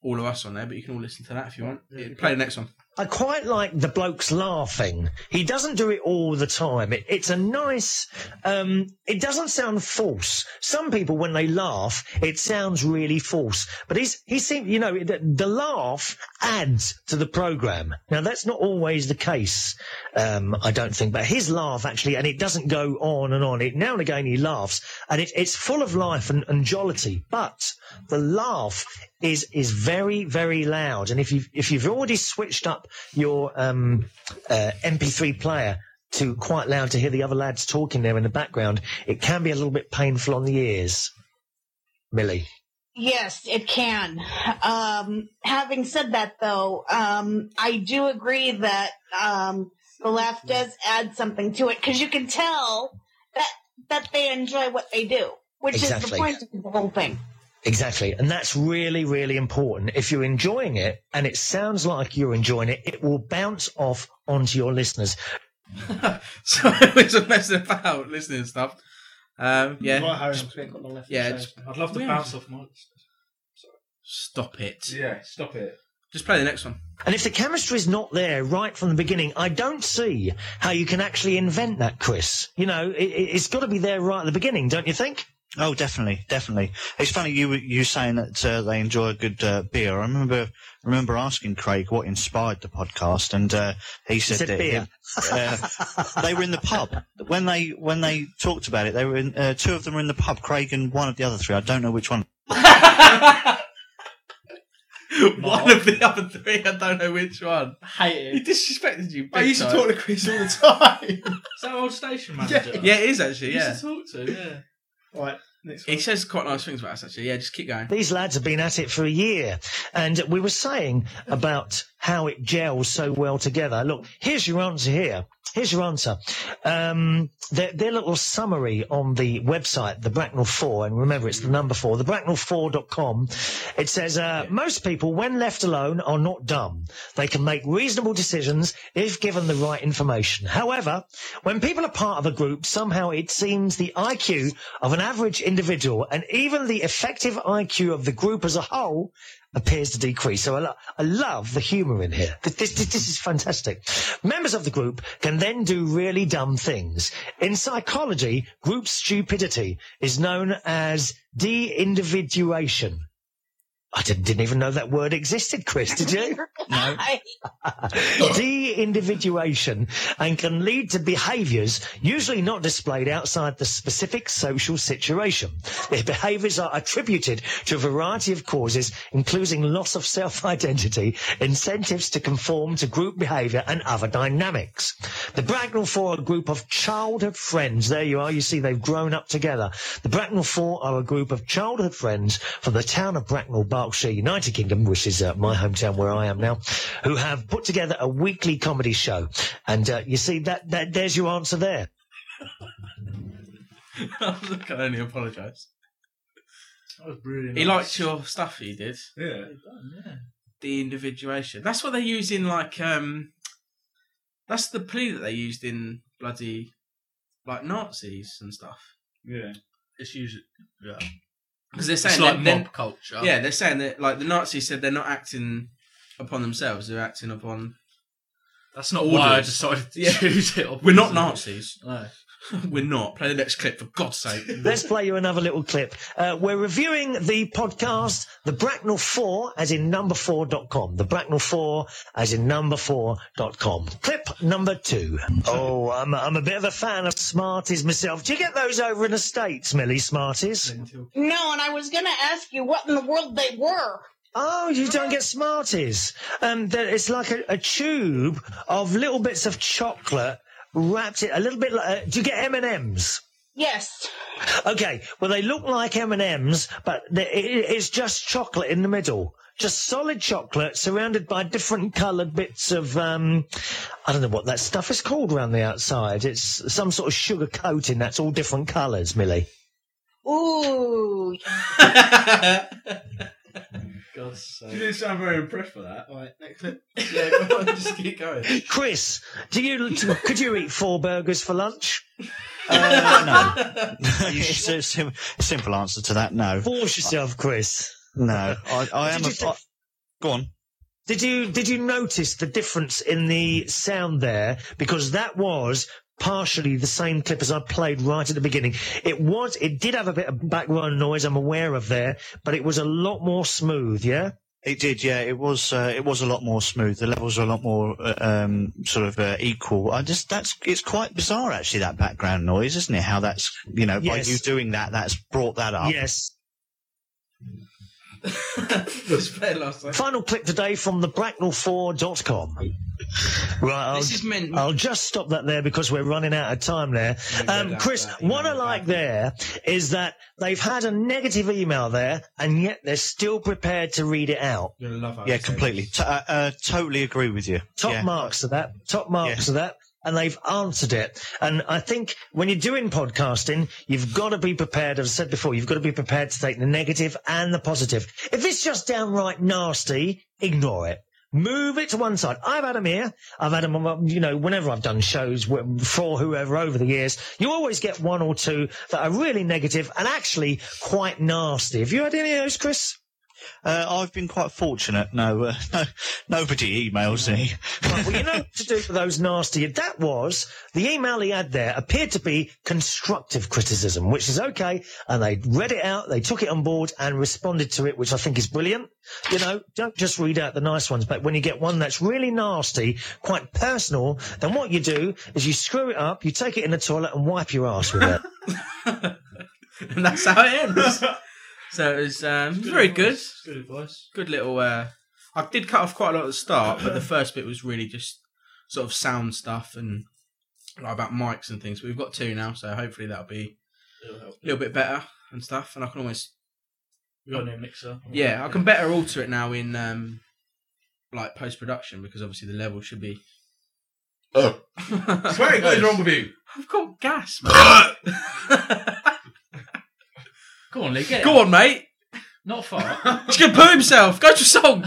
[SPEAKER 3] all of us on there, but you can all listen to that if you want. Play the next one.
[SPEAKER 15] I quite like the bloke's laughing. He doesn't do it all the time. It, it's a nice. Um, it doesn't sound false. Some people, when they laugh, it sounds really false. But he's he seems you know the, the laugh adds to the program. Now that's not always the case. Um, I don't think, but his laugh actually, and it doesn't go on and on. It now and again he laughs, and it, it's full of life and, and jollity. But the laugh is is very very loud, and if you if you've already switched up your um, uh, MP3 player to quite loud to hear the other lads talking there in the background, it can be a little bit painful on the ears. Millie,
[SPEAKER 10] Yes, it can. Um, having said that, though, um, I do agree that um, the laugh does add something to it because you can tell that that they enjoy what they do, which is the
[SPEAKER 15] Exactly.
[SPEAKER 10] point of the whole thing.
[SPEAKER 15] exactly, and that's really really important. If you're enjoying it, and it sounds like you're enjoying it, it will bounce off onto your listeners.
[SPEAKER 3] so it's a messing about listening and stuff. Um, yeah.
[SPEAKER 7] Right, Harry,
[SPEAKER 3] Just-
[SPEAKER 7] we ain't got no left.
[SPEAKER 3] yeah.
[SPEAKER 7] So,
[SPEAKER 3] just-
[SPEAKER 5] I'd love to
[SPEAKER 3] Yeah.
[SPEAKER 5] bounce off my.
[SPEAKER 3] Stop it.
[SPEAKER 4] Yeah, stop it.
[SPEAKER 3] Just play the next one.
[SPEAKER 15] And if the chemistry's not there right from the beginning, I don't see how you can actually invent that, Chris. You know, it, it- it's got to be there right at the beginning, don't you think?
[SPEAKER 16] Oh, definitely, definitely. It's funny you were- you saying that uh, they enjoy a good uh, beer. I remember remember asking Craig what inspired the podcast, and uh, he said,
[SPEAKER 15] said
[SPEAKER 16] that
[SPEAKER 15] beer.
[SPEAKER 16] uh, they were in the pub when they when they talked about it. They were in, uh, two of them were in the pub, Craig and one of the other three. I don't know which one.
[SPEAKER 3] One of the other three, I don't know which one.
[SPEAKER 6] Hate
[SPEAKER 3] He disrespected you.
[SPEAKER 7] I
[SPEAKER 3] big
[SPEAKER 7] used to
[SPEAKER 3] time.
[SPEAKER 7] talk to Chris all the time.
[SPEAKER 6] Is that old station
[SPEAKER 3] manager? Yeah, it is actually, yeah.
[SPEAKER 6] Used to talk to, yeah.
[SPEAKER 7] Right, next
[SPEAKER 3] He says quite nice things about us actually. Yeah, just keep going.
[SPEAKER 15] These lads have been at it for a year. And we were saying about how it gels so well together. Look, here's your answer here. Here's your answer. Um, their, their little summary on the website, the Bracknell 4, and remember it's the number 4, the bracknell4.com, it says, uh, most people, when left alone, are not dumb. They can make reasonable decisions if given the right information. However, when people are part of a group, somehow it seems the IQ of an average individual and even the effective IQ of the group as a whole appears to decrease. So I, lo- I love the humour in here. Th- This, this, this is fantastic. Members of the group can then do really dumb things. In psychology, group stupidity is known as de-individuation. I didn't, didn't even know that word existed, Chris. Did you?
[SPEAKER 11] No.
[SPEAKER 15] De-individuation and can lead to behaviours usually not displayed outside the specific social situation. Their behaviours are attributed to a variety of causes, including loss of self-identity, incentives to conform to group behaviour and other dynamics. The Bracknell Four are a group of childhood friends. There you are. You see, they've grown up together. The Bracknell Four are a group of childhood friends from the town of Bracknell, Berkshire, United Kingdom, which is uh, my hometown where I am now, who have put together a weekly comedy show. And uh, you see that, that there's your answer there.
[SPEAKER 3] I can only apologise.
[SPEAKER 5] That was brilliant.
[SPEAKER 3] He liked your stuff. He did.
[SPEAKER 5] Yeah.
[SPEAKER 3] The individuation. That's what they use in like um. That's the plea that they used in bloody, like Nazis and stuff.
[SPEAKER 4] Yeah.
[SPEAKER 3] It's usually yeah. Because they're
[SPEAKER 6] It's
[SPEAKER 3] saying
[SPEAKER 6] like
[SPEAKER 3] that- then-
[SPEAKER 6] mob culture.
[SPEAKER 3] Yeah, they're saying that like the Nazis said they're not acting upon themselves; they're acting upon.
[SPEAKER 6] That's not why I decided to choose it,
[SPEAKER 3] We're not
[SPEAKER 6] obviously.
[SPEAKER 3] Nazis.
[SPEAKER 6] No.
[SPEAKER 3] We're not. Play the next clip for God's sake.
[SPEAKER 15] Let's play you another little clip. Uh, we're reviewing the podcast, The Bracknell 4, as in number 4.com. The Bracknell 4, as in number 4.com. Clip number two. Oh, I'm, I'm a bit of a fan of Smarties myself. Do you get those over in the States, Millie, Smarties?
[SPEAKER 10] No, and I was gonna ask you what in the world they were.
[SPEAKER 15] Oh, you don't get Smarties. Um, there- it's like a, a tube of little bits of chocolate wrapped in a little bit like. Uh, do you get M and M's?
[SPEAKER 10] Yes.
[SPEAKER 15] Okay. Well, they look like M and M's, but the- it, it- it's just chocolate in the middle. Just solid chocolate surrounded by different coloured bits of, um, I don't know what that stuff is called around the outside. It's some sort of sugar coating that's all different colours, Millie.
[SPEAKER 10] Ooh.
[SPEAKER 6] God's sake.
[SPEAKER 4] You didn't sound very impressed by that.
[SPEAKER 3] Right, next clip. Yeah, go on, just keep going.
[SPEAKER 15] Chris, do you could you eat four burgers for lunch?
[SPEAKER 16] Uh, no. You should- it's sim- simple answer to that, no.
[SPEAKER 15] Force yourself, Chris.
[SPEAKER 16] No, I, I am.
[SPEAKER 15] Did
[SPEAKER 16] A,
[SPEAKER 15] you
[SPEAKER 16] I, go on.
[SPEAKER 15] Did you did you notice the difference in the sound there? Because that was partially the same clip as I played right at the beginning. It was it did have a bit of background noise, I'm aware of there, but it was a lot more smooth, yeah?
[SPEAKER 16] It did, yeah. It was uh, it was a lot more smooth. The levels were a lot more uh, um, sort of uh, equal. I just that's it's quite bizarre actually that background noise, isn't it? How that's you know
[SPEAKER 15] Yes.
[SPEAKER 16] by you doing that, that's brought that up.
[SPEAKER 15] Yes.
[SPEAKER 3] Let's play it last time.
[SPEAKER 15] Final clip today from the Bracknell4.com. Right, I'll, I'll just stop that there because we're running out of time there. Um, Chris, what I like there is that they've had a negative email there, and yet they're still prepared to read it out.
[SPEAKER 3] You're gonna love
[SPEAKER 16] Yeah, completely. T- uh, uh, totally agree with you.
[SPEAKER 15] Top
[SPEAKER 16] yeah.
[SPEAKER 15] marks to that. Top marks to that. And they've answered it. And I think when you're doing podcasting, you've got to be prepared, as I said before, you've got to be prepared to take the negative and the positive. If it's just downright nasty, ignore it. Move it to one side. I've had them here. I've had them, on my- you know, whenever I've done shows wh- for whoever over the years, you always get one or two that are really negative and actually quite nasty. Have you had any of those, Chris?
[SPEAKER 16] Uh, I've been quite fortunate. No, uh, no nobody emails me.
[SPEAKER 15] Right, well, you know what to do for those nasty. That was the email he had there appeared to be constructive criticism, which is okay. And they read it out, they took it on board and responded to it, which I think is brilliant. You know, don't just read out the nice ones, but when you get one that's really nasty, quite personal, then what you do is you screw it up, you take it in the toilet and wipe your ass with it.
[SPEAKER 3] and that's how it ends. so it was um, very good.
[SPEAKER 6] Good advice.
[SPEAKER 3] Good little. Uh, I did cut off quite a lot at the start, but the first bit was really just sort of sound stuff and like about mics and things. But we've got two now, so hopefully that'll be a little bit better and stuff. And I can always
[SPEAKER 6] We got a new mixer.
[SPEAKER 3] yeah, I can better alter it now in um, like post production because obviously the level should be. Oh,
[SPEAKER 4] Swearing, what is wrong with you?
[SPEAKER 3] I've got gas. man.
[SPEAKER 6] Go on, Lee. Get
[SPEAKER 3] Go
[SPEAKER 6] it.
[SPEAKER 3] on, mate.
[SPEAKER 6] Not far.
[SPEAKER 3] He's gonna poo himself. Go to song.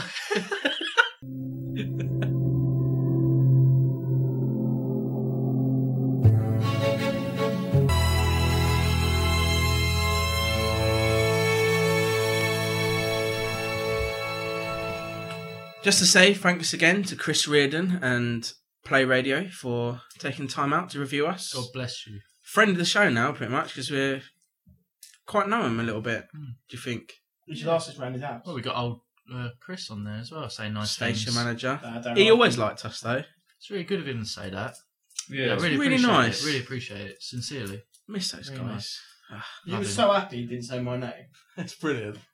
[SPEAKER 3] Just to say thanks again to Chris Reardon and Play Radio for taking time out to review us. God
[SPEAKER 6] bless you.
[SPEAKER 3] Friend of the show now, pretty much, because we're quite know him a little bit. Do you think?
[SPEAKER 7] We should ask this round his house.
[SPEAKER 6] Well, we got old uh, Chris on there as well, saying nice
[SPEAKER 3] Station
[SPEAKER 6] things.
[SPEAKER 3] manager.
[SPEAKER 7] Nah, I don't
[SPEAKER 3] he
[SPEAKER 7] like
[SPEAKER 3] always
[SPEAKER 7] him.
[SPEAKER 3] liked us though.
[SPEAKER 6] It's really good of him to say that.
[SPEAKER 3] Yeah.
[SPEAKER 6] I really,
[SPEAKER 3] It's really
[SPEAKER 6] appreciate
[SPEAKER 3] nice.
[SPEAKER 6] It. Really appreciate it. Sincerely.
[SPEAKER 3] Miss those
[SPEAKER 6] Really
[SPEAKER 3] guys.
[SPEAKER 7] You were so happy you didn't say my name.
[SPEAKER 3] That's brilliant.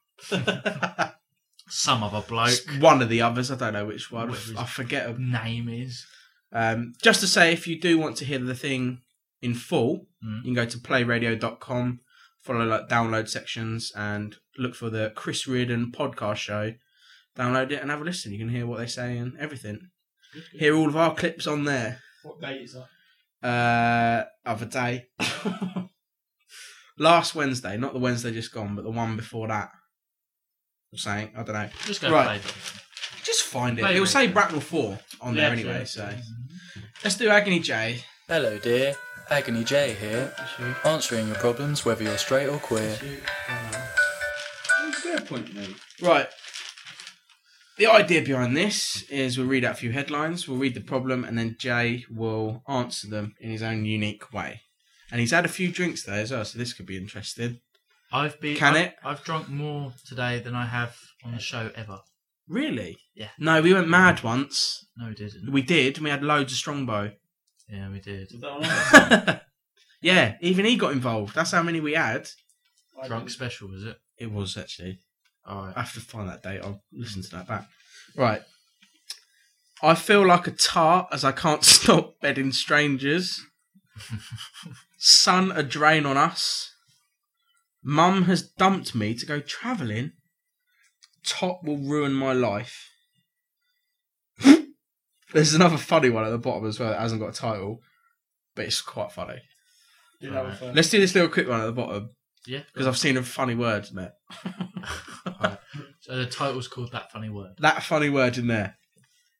[SPEAKER 6] Some other bloke.
[SPEAKER 3] One of the others, I don't know which one.
[SPEAKER 6] Whatever his
[SPEAKER 3] I forget his
[SPEAKER 6] name is.
[SPEAKER 3] Um, just to say, if you do want to hear the thing in full,
[SPEAKER 6] Mm.
[SPEAKER 3] you can go to playradio.com, follow like download sections, and look for the Chris Reardon podcast show. Download it and have a listen. You can hear what they say and everything. Hear all of our clips on there.
[SPEAKER 7] What date is that?
[SPEAKER 3] Uh, other day, last Wednesday, not the Wednesday just gone, but the one before that. Or Saying I don't know.
[SPEAKER 6] Just go
[SPEAKER 3] right.
[SPEAKER 6] play.
[SPEAKER 3] Just find it.
[SPEAKER 6] Play
[SPEAKER 3] It'll
[SPEAKER 6] it.
[SPEAKER 3] say Bracknell Four on
[SPEAKER 6] Yeah, Mm-hmm.
[SPEAKER 3] there anyway.
[SPEAKER 6] sure.
[SPEAKER 3] So let's do Agony J.
[SPEAKER 17] Hello, dear. Agony J here, answering your problems whether you're straight or queer.
[SPEAKER 3] Right. The idea behind this is we'll read out a few headlines, we'll read the problem, and then Jay will answer them in his own unique way. And he's had a few drinks there as well, so this could be interesting.
[SPEAKER 6] I've been.
[SPEAKER 3] Can
[SPEAKER 6] I've,
[SPEAKER 3] it?
[SPEAKER 6] I've drunk more today than I have on the show ever.
[SPEAKER 3] Really?
[SPEAKER 6] Yeah.
[SPEAKER 3] No, we went mad once.
[SPEAKER 6] No, we didn't.
[SPEAKER 3] We did. and We had loads of strongbow.
[SPEAKER 6] Yeah, we did.
[SPEAKER 3] Yeah, even he got involved. That's how many we had.
[SPEAKER 6] Drunk special, was it?
[SPEAKER 3] It was actually.
[SPEAKER 6] All right.
[SPEAKER 3] I have to find that date. I'll listen to that back. Right. I feel like a tart as I can't stop bedding strangers. Son a drain on us. Mum has dumped me to go travelling. Top will ruin my life. There's another funny one at the bottom as well that hasn't got a title, but it's quite funny.
[SPEAKER 7] Do that one first.
[SPEAKER 3] Let's do this little quick one at the bottom.
[SPEAKER 6] Yeah.
[SPEAKER 3] Because I've seen a funny word in it.
[SPEAKER 6] So Uh, the title's called That Funny Word.
[SPEAKER 3] That funny word in there.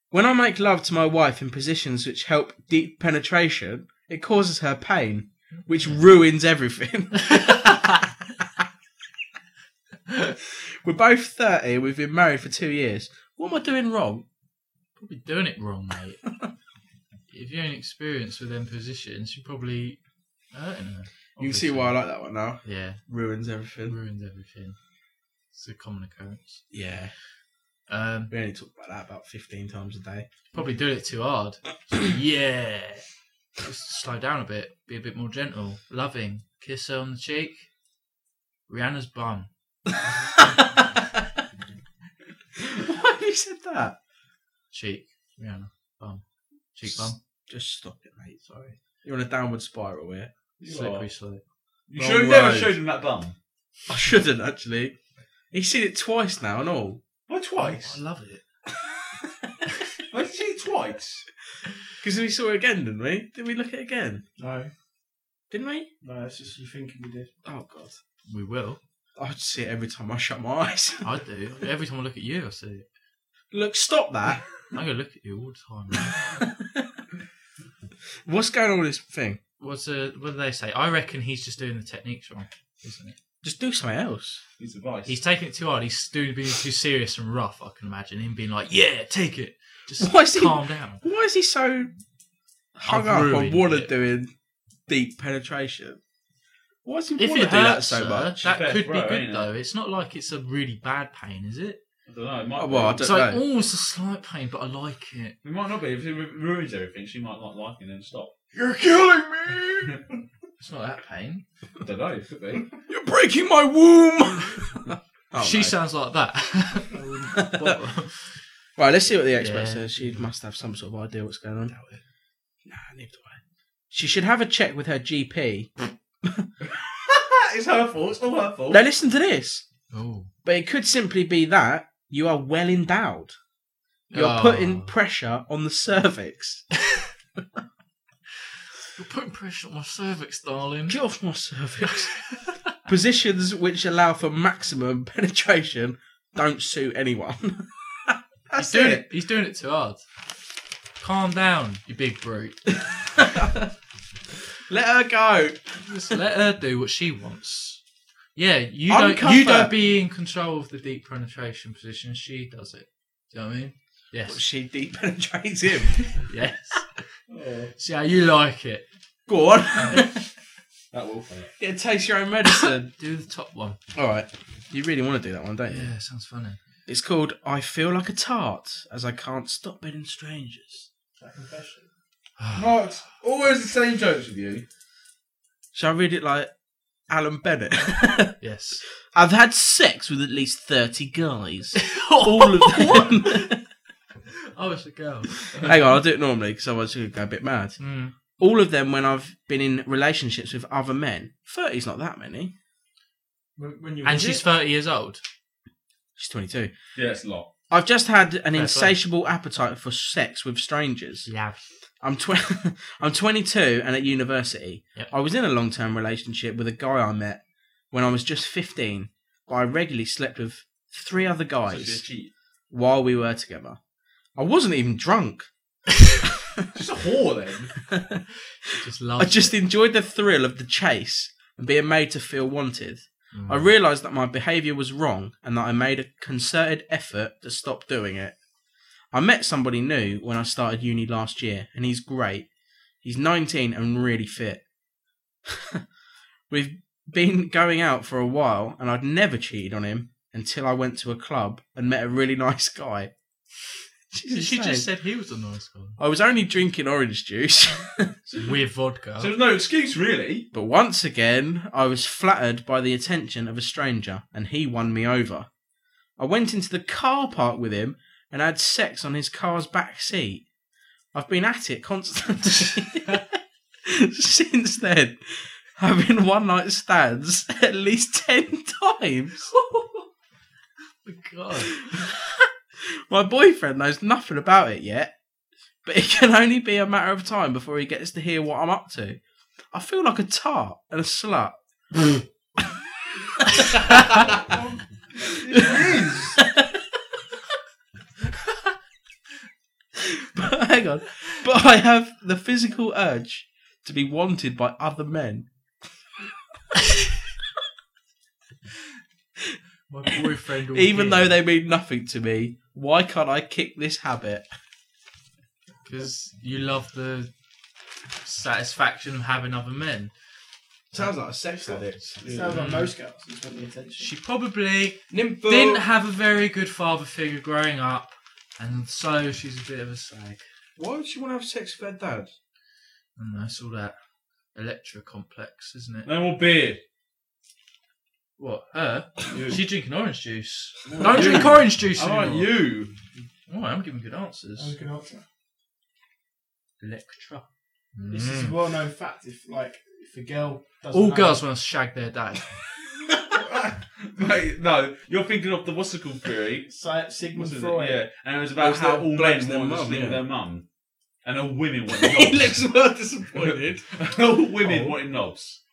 [SPEAKER 3] When I make love to my wife in positions which help deep penetration, it causes her pain, which ruins everything. We're both 30 and we've been married for two years. What am I doing wrong?
[SPEAKER 6] Probably doing it wrong, mate. if you ain't experienced with them positions, you're probably hurting her.
[SPEAKER 3] You can see why I like that one now.
[SPEAKER 6] Yeah.
[SPEAKER 3] Ruins everything.
[SPEAKER 6] Ruins everything. It's a common occurrence.
[SPEAKER 3] Yeah.
[SPEAKER 6] Um,
[SPEAKER 3] we only talk about that about 15 times a day.
[SPEAKER 6] Probably doing it too hard. yeah. Just slow down a bit. Be a bit more gentle. Loving. Kiss her on the cheek. Rihanna's bum.
[SPEAKER 3] Why have you said that?
[SPEAKER 6] Cheek. Rihanna. Bum. Cheek bum.
[SPEAKER 3] Just stop it, mate. Sorry. You're on a downward spiral here.
[SPEAKER 6] You Slippery are. slope.
[SPEAKER 4] You
[SPEAKER 3] Wrong
[SPEAKER 4] should have never
[SPEAKER 3] road.
[SPEAKER 4] showed him that bum.
[SPEAKER 3] I shouldn't actually. He's seen it twice now and all.
[SPEAKER 4] Why twice?
[SPEAKER 6] I love it.
[SPEAKER 4] Why did you see it twice?
[SPEAKER 3] Because we saw it again, didn't we? Did we look at it again?
[SPEAKER 7] No.
[SPEAKER 3] Didn't we?
[SPEAKER 7] No, that's just you thinking we did.
[SPEAKER 3] Oh, God.
[SPEAKER 6] We will.
[SPEAKER 3] I just see it every time I shut my eyes.
[SPEAKER 6] I do. Every time I look at you, I see it.
[SPEAKER 3] Look, stop that.
[SPEAKER 6] I'm going to look at you all the time.
[SPEAKER 3] What's going on with this thing?
[SPEAKER 6] What's uh, what do they say? I reckon he's just doing the techniques wrong, isn't it?
[SPEAKER 3] Just do something else.
[SPEAKER 4] His advice.
[SPEAKER 6] He's taking it too hard. He's doing being too serious and rough. I can imagine him being like, "Yeah, take it." Just
[SPEAKER 3] Why is he-
[SPEAKER 6] calm down.
[SPEAKER 3] Why is he so hung
[SPEAKER 6] I've
[SPEAKER 3] up on
[SPEAKER 6] ruined
[SPEAKER 3] Warner doing deep penetration? Why is he
[SPEAKER 6] If
[SPEAKER 3] Warner
[SPEAKER 6] it
[SPEAKER 3] do that
[SPEAKER 6] hurts
[SPEAKER 3] so
[SPEAKER 6] her,
[SPEAKER 3] much?
[SPEAKER 6] that could be good though. It's not like it's a really bad pain, is it?
[SPEAKER 4] I don't know. It might
[SPEAKER 3] Oh, well, I
[SPEAKER 4] be.
[SPEAKER 3] don't
[SPEAKER 6] it's like
[SPEAKER 3] know.
[SPEAKER 6] almost a slight pain, but I like it.
[SPEAKER 4] It might not be. If it ru- ruins everything, she might not like it and stop.
[SPEAKER 3] You're killing me!
[SPEAKER 6] It's not that pain.
[SPEAKER 4] I don't know. It could be.
[SPEAKER 3] You're breaking my womb! Oh,
[SPEAKER 6] she
[SPEAKER 3] no.
[SPEAKER 6] sounds like that.
[SPEAKER 3] Right, let's see what the expert
[SPEAKER 6] Yeah.
[SPEAKER 3] says. She must have some sort of idea what's going on. Nah, neither do I. She should have a check with her GP.
[SPEAKER 4] it's her fault. It's not her fault.
[SPEAKER 3] Now listen to this.
[SPEAKER 6] Oh.
[SPEAKER 3] But it could simply be that you are well endowed. You're
[SPEAKER 6] Oh.
[SPEAKER 3] putting pressure on the cervix.
[SPEAKER 6] You're putting pressure on my cervix, darling.
[SPEAKER 3] Get off my cervix. Positions which allow for maximum penetration don't suit anyone.
[SPEAKER 6] He's doing it. He's doing it too hard. Calm down, you big brute.
[SPEAKER 3] Let her go.
[SPEAKER 6] Just let her do what she wants. Yeah, you
[SPEAKER 3] Uncuff
[SPEAKER 6] don't.
[SPEAKER 3] her.
[SPEAKER 6] You don't be in control of the deep penetration position. She does it. Do you know what I mean? Yes.
[SPEAKER 3] she deep penetrates him.
[SPEAKER 6] yes. See how you like it.
[SPEAKER 3] Go on.
[SPEAKER 4] That will fail.
[SPEAKER 3] yeah, taste your own medicine.
[SPEAKER 6] Do the top one.
[SPEAKER 3] All right. You really want to do that one, don't you?
[SPEAKER 6] Yeah, sounds funny.
[SPEAKER 3] It's called I Feel Like a Tart As I Can't Stop Bidding Strangers.
[SPEAKER 7] confession.
[SPEAKER 4] Mark, always the same jokes with you.
[SPEAKER 3] Shall I read it like Alan Bennett?
[SPEAKER 6] yes.
[SPEAKER 3] I've had sex with at least 30 guys. All of them.
[SPEAKER 6] I was a girl.
[SPEAKER 3] Hang on, I'll do it normally because otherwise you go a bit mad.
[SPEAKER 6] Mm.
[SPEAKER 3] All of them when I've been in relationships with other men. 30's not that many.
[SPEAKER 7] When, when you
[SPEAKER 6] And she's 30 years old.
[SPEAKER 3] She's 22.
[SPEAKER 4] Yeah, it's a lot.
[SPEAKER 3] I've just had an
[SPEAKER 6] play.
[SPEAKER 3] insatiable appetite for sex with strangers.
[SPEAKER 6] Yeah.
[SPEAKER 3] I'm tw- I'm 22 and at university.
[SPEAKER 6] Yep.
[SPEAKER 3] I was in a long-term relationship with a guy I met when I was just 15, but I regularly slept with three other guys while we were together. I wasn't even drunk.
[SPEAKER 4] Just a whore then.
[SPEAKER 6] just
[SPEAKER 3] I just enjoyed the thrill of the chase and being made to feel wanted.
[SPEAKER 6] Mm.
[SPEAKER 3] I realised that my behaviour was wrong and that I made a concerted effort to stop doing it. I met somebody new when I started uni last year, and he's great. He's 19 and really fit. We've been going out for a while, and I'd never cheated on him until I went to a club and met a really nice guy.
[SPEAKER 6] She
[SPEAKER 3] Jesus sake.
[SPEAKER 6] just said he was a nice guy.
[SPEAKER 3] I was only drinking orange juice.
[SPEAKER 6] With
[SPEAKER 3] Oh.
[SPEAKER 6] vodka.
[SPEAKER 4] So there's no excuse really.
[SPEAKER 3] But once again, I was flattered by the attention of a stranger, and he won me over. I went into the car park with him and had sex on his car's back seat. I've been at it constantly since then, having one night stands at least 10 times.
[SPEAKER 6] God.
[SPEAKER 3] My boyfriend knows nothing about it yet, but it can only be a matter of time before he gets to hear what I'm up to. I feel like a tart and a slut. but hang on. But I have the physical urge to be wanted by other men.
[SPEAKER 6] My boyfriend will
[SPEAKER 3] Even
[SPEAKER 6] hear.
[SPEAKER 3] though they mean nothing to me, why can't I kick this habit?
[SPEAKER 6] Because you love the satisfaction of having other men.
[SPEAKER 3] Sounds like a sex addict.
[SPEAKER 7] Sounds like most girls who spend the attention.
[SPEAKER 6] She probably
[SPEAKER 3] Nympho.
[SPEAKER 6] didn't have a very good father figure growing up, and so she's a bit of a slag.
[SPEAKER 3] Why would she want to have sex with her dad?
[SPEAKER 6] And that's all that Electra complex, isn't it?
[SPEAKER 4] No more beer.
[SPEAKER 6] What, her?
[SPEAKER 4] You.
[SPEAKER 6] She's drinking orange juice.
[SPEAKER 4] No,
[SPEAKER 6] Don't
[SPEAKER 4] you.
[SPEAKER 6] drink orange juice
[SPEAKER 4] How about
[SPEAKER 6] anymore.
[SPEAKER 4] you?
[SPEAKER 6] Oh, I'm giving good
[SPEAKER 7] That's a
[SPEAKER 6] answers.
[SPEAKER 7] good answer.
[SPEAKER 6] Electra.
[SPEAKER 7] It's just a
[SPEAKER 6] Mm.
[SPEAKER 7] well known fact if like if a girl doesn't
[SPEAKER 6] All
[SPEAKER 7] have-
[SPEAKER 6] girls want to shag their dad.
[SPEAKER 4] Mate, no, you're thinking of the what's it called theory?
[SPEAKER 7] Si- Sigmund
[SPEAKER 4] What's it?
[SPEAKER 7] Freud.
[SPEAKER 4] Yeah, and it was about
[SPEAKER 3] That's
[SPEAKER 4] how
[SPEAKER 3] how
[SPEAKER 4] all
[SPEAKER 3] blokes
[SPEAKER 4] men
[SPEAKER 3] their
[SPEAKER 4] want to
[SPEAKER 3] mum,
[SPEAKER 4] sleep with
[SPEAKER 3] yeah.
[SPEAKER 4] their mum, and all women want
[SPEAKER 3] he
[SPEAKER 4] knobs.
[SPEAKER 3] looks well disappointed.
[SPEAKER 4] all women
[SPEAKER 3] Oh.
[SPEAKER 4] wanted knobs.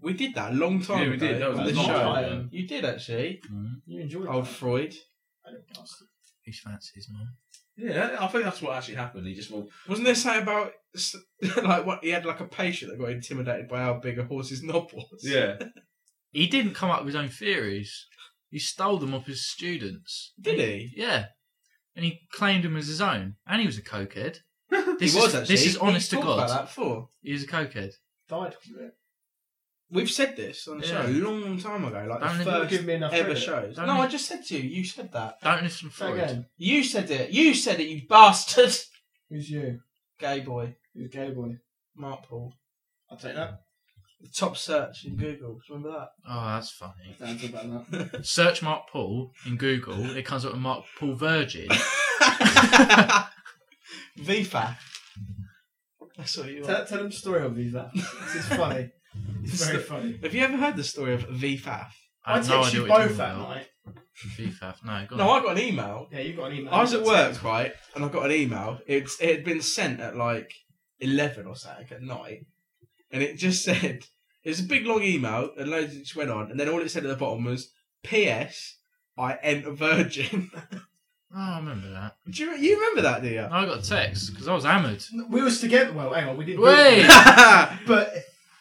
[SPEAKER 3] We did that a long time
[SPEAKER 4] Yeah, we
[SPEAKER 3] ago.
[SPEAKER 4] did. That was
[SPEAKER 3] on
[SPEAKER 4] a
[SPEAKER 3] the
[SPEAKER 4] long
[SPEAKER 3] show.
[SPEAKER 4] time ago.
[SPEAKER 3] You did actually.
[SPEAKER 7] You enjoyed
[SPEAKER 3] Old
[SPEAKER 7] that.
[SPEAKER 3] Freud.
[SPEAKER 7] I don't bastard.
[SPEAKER 6] Who fancies mum?
[SPEAKER 4] Yeah, I think that's what actually happened. He just well,
[SPEAKER 3] Wasn't there something about s- like what he had like a patient that got intimidated by how big a horse's knob was?
[SPEAKER 4] yeah.
[SPEAKER 6] He didn't come up with his own theories. He stole them off his students.
[SPEAKER 3] Did he?
[SPEAKER 6] Yeah. And he claimed them as his own. And he was a cokehead. This
[SPEAKER 3] he was
[SPEAKER 6] is,
[SPEAKER 3] actually.
[SPEAKER 6] This is honest
[SPEAKER 3] We've
[SPEAKER 6] to
[SPEAKER 3] talked
[SPEAKER 6] God.
[SPEAKER 3] About that before.
[SPEAKER 6] He was a cokehead.
[SPEAKER 7] Died from it.
[SPEAKER 3] We've said this on the
[SPEAKER 6] Yeah.
[SPEAKER 3] show a long time ago, like
[SPEAKER 6] Don't
[SPEAKER 3] the
[SPEAKER 6] even
[SPEAKER 3] first
[SPEAKER 7] give me enough
[SPEAKER 3] ever
[SPEAKER 7] credit.
[SPEAKER 3] shows.
[SPEAKER 6] Don't
[SPEAKER 3] no,
[SPEAKER 6] even-
[SPEAKER 3] I just said to you. You said that.
[SPEAKER 6] Don't listen to
[SPEAKER 7] Say
[SPEAKER 6] Freud.
[SPEAKER 7] again.
[SPEAKER 3] You said it. You said it. You bastard.
[SPEAKER 7] Who's you?
[SPEAKER 3] Gay boy,
[SPEAKER 7] Who's gay boy?
[SPEAKER 3] Mark Paul.
[SPEAKER 7] I'll take that.
[SPEAKER 3] The top search in Google. Do you remember that?
[SPEAKER 6] Oh, that's funny.
[SPEAKER 7] Sounds about that.
[SPEAKER 6] Search Mark Paul in Google. It comes up with Mark Paul Virgin.
[SPEAKER 3] VFA. That's what you are.
[SPEAKER 7] tell, tell him the story of Viva. This is funny. It's very funny.
[SPEAKER 3] Have you ever heard the story of VFAF?
[SPEAKER 6] I
[SPEAKER 7] I,
[SPEAKER 6] have no
[SPEAKER 7] texted
[SPEAKER 6] idea
[SPEAKER 7] you
[SPEAKER 6] what you're
[SPEAKER 7] both that
[SPEAKER 6] talking about.
[SPEAKER 7] night.
[SPEAKER 6] FIFA. No, go on.
[SPEAKER 3] No, I got an email.
[SPEAKER 7] Yeah, you got an email.
[SPEAKER 3] I was at work, right, and I got an email. It's it had been sent at like eleven or something at night, and it just said it was a big long email, and loads of it just went on, and then all it said at the bottom was "P.S. I ain't a virgin."
[SPEAKER 6] Oh, I remember that.
[SPEAKER 3] do you, you remember that, do you?
[SPEAKER 6] No, I got a text because I was hammered.
[SPEAKER 7] We was together. Well, hang on, we didn't.
[SPEAKER 6] Wait!
[SPEAKER 7] But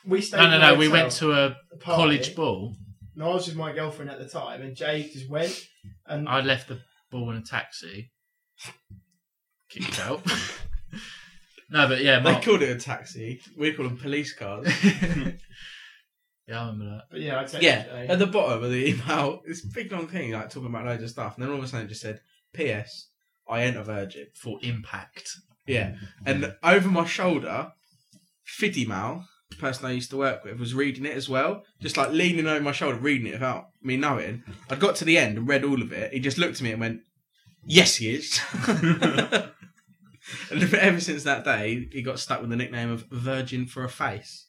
[SPEAKER 7] we stayed.
[SPEAKER 6] No, no,
[SPEAKER 7] in
[SPEAKER 6] no.
[SPEAKER 7] a
[SPEAKER 6] We
[SPEAKER 7] hotel.
[SPEAKER 6] went to a
[SPEAKER 7] party.
[SPEAKER 6] college ball.
[SPEAKER 7] No, I was with my girlfriend at the time, and Jay just went. And
[SPEAKER 6] I left the ball in a taxi. Kicked out. no, but yeah,
[SPEAKER 3] They
[SPEAKER 6] Mark.
[SPEAKER 3] called it a taxi. We call them police cars.
[SPEAKER 6] Yeah, I remember that.
[SPEAKER 7] But yeah, I take
[SPEAKER 3] yeah,
[SPEAKER 7] it, eh?
[SPEAKER 3] at the bottom of the email, it's a big long thing, like talking about loads of stuff, and then all of a sudden it just said, "P.S. I ain't a virgin
[SPEAKER 6] for impact." Mm-hmm.
[SPEAKER 3] Yeah, and over my shoulder, Fiddy Mal, the person I used to work with, was reading it as well, just like leaning over my shoulder, reading it without me knowing. I got to the end and read all of it. He just looked at me and went, "Yes, he is." and ever since that day, he got stuck with the nickname of "Virgin for a Face."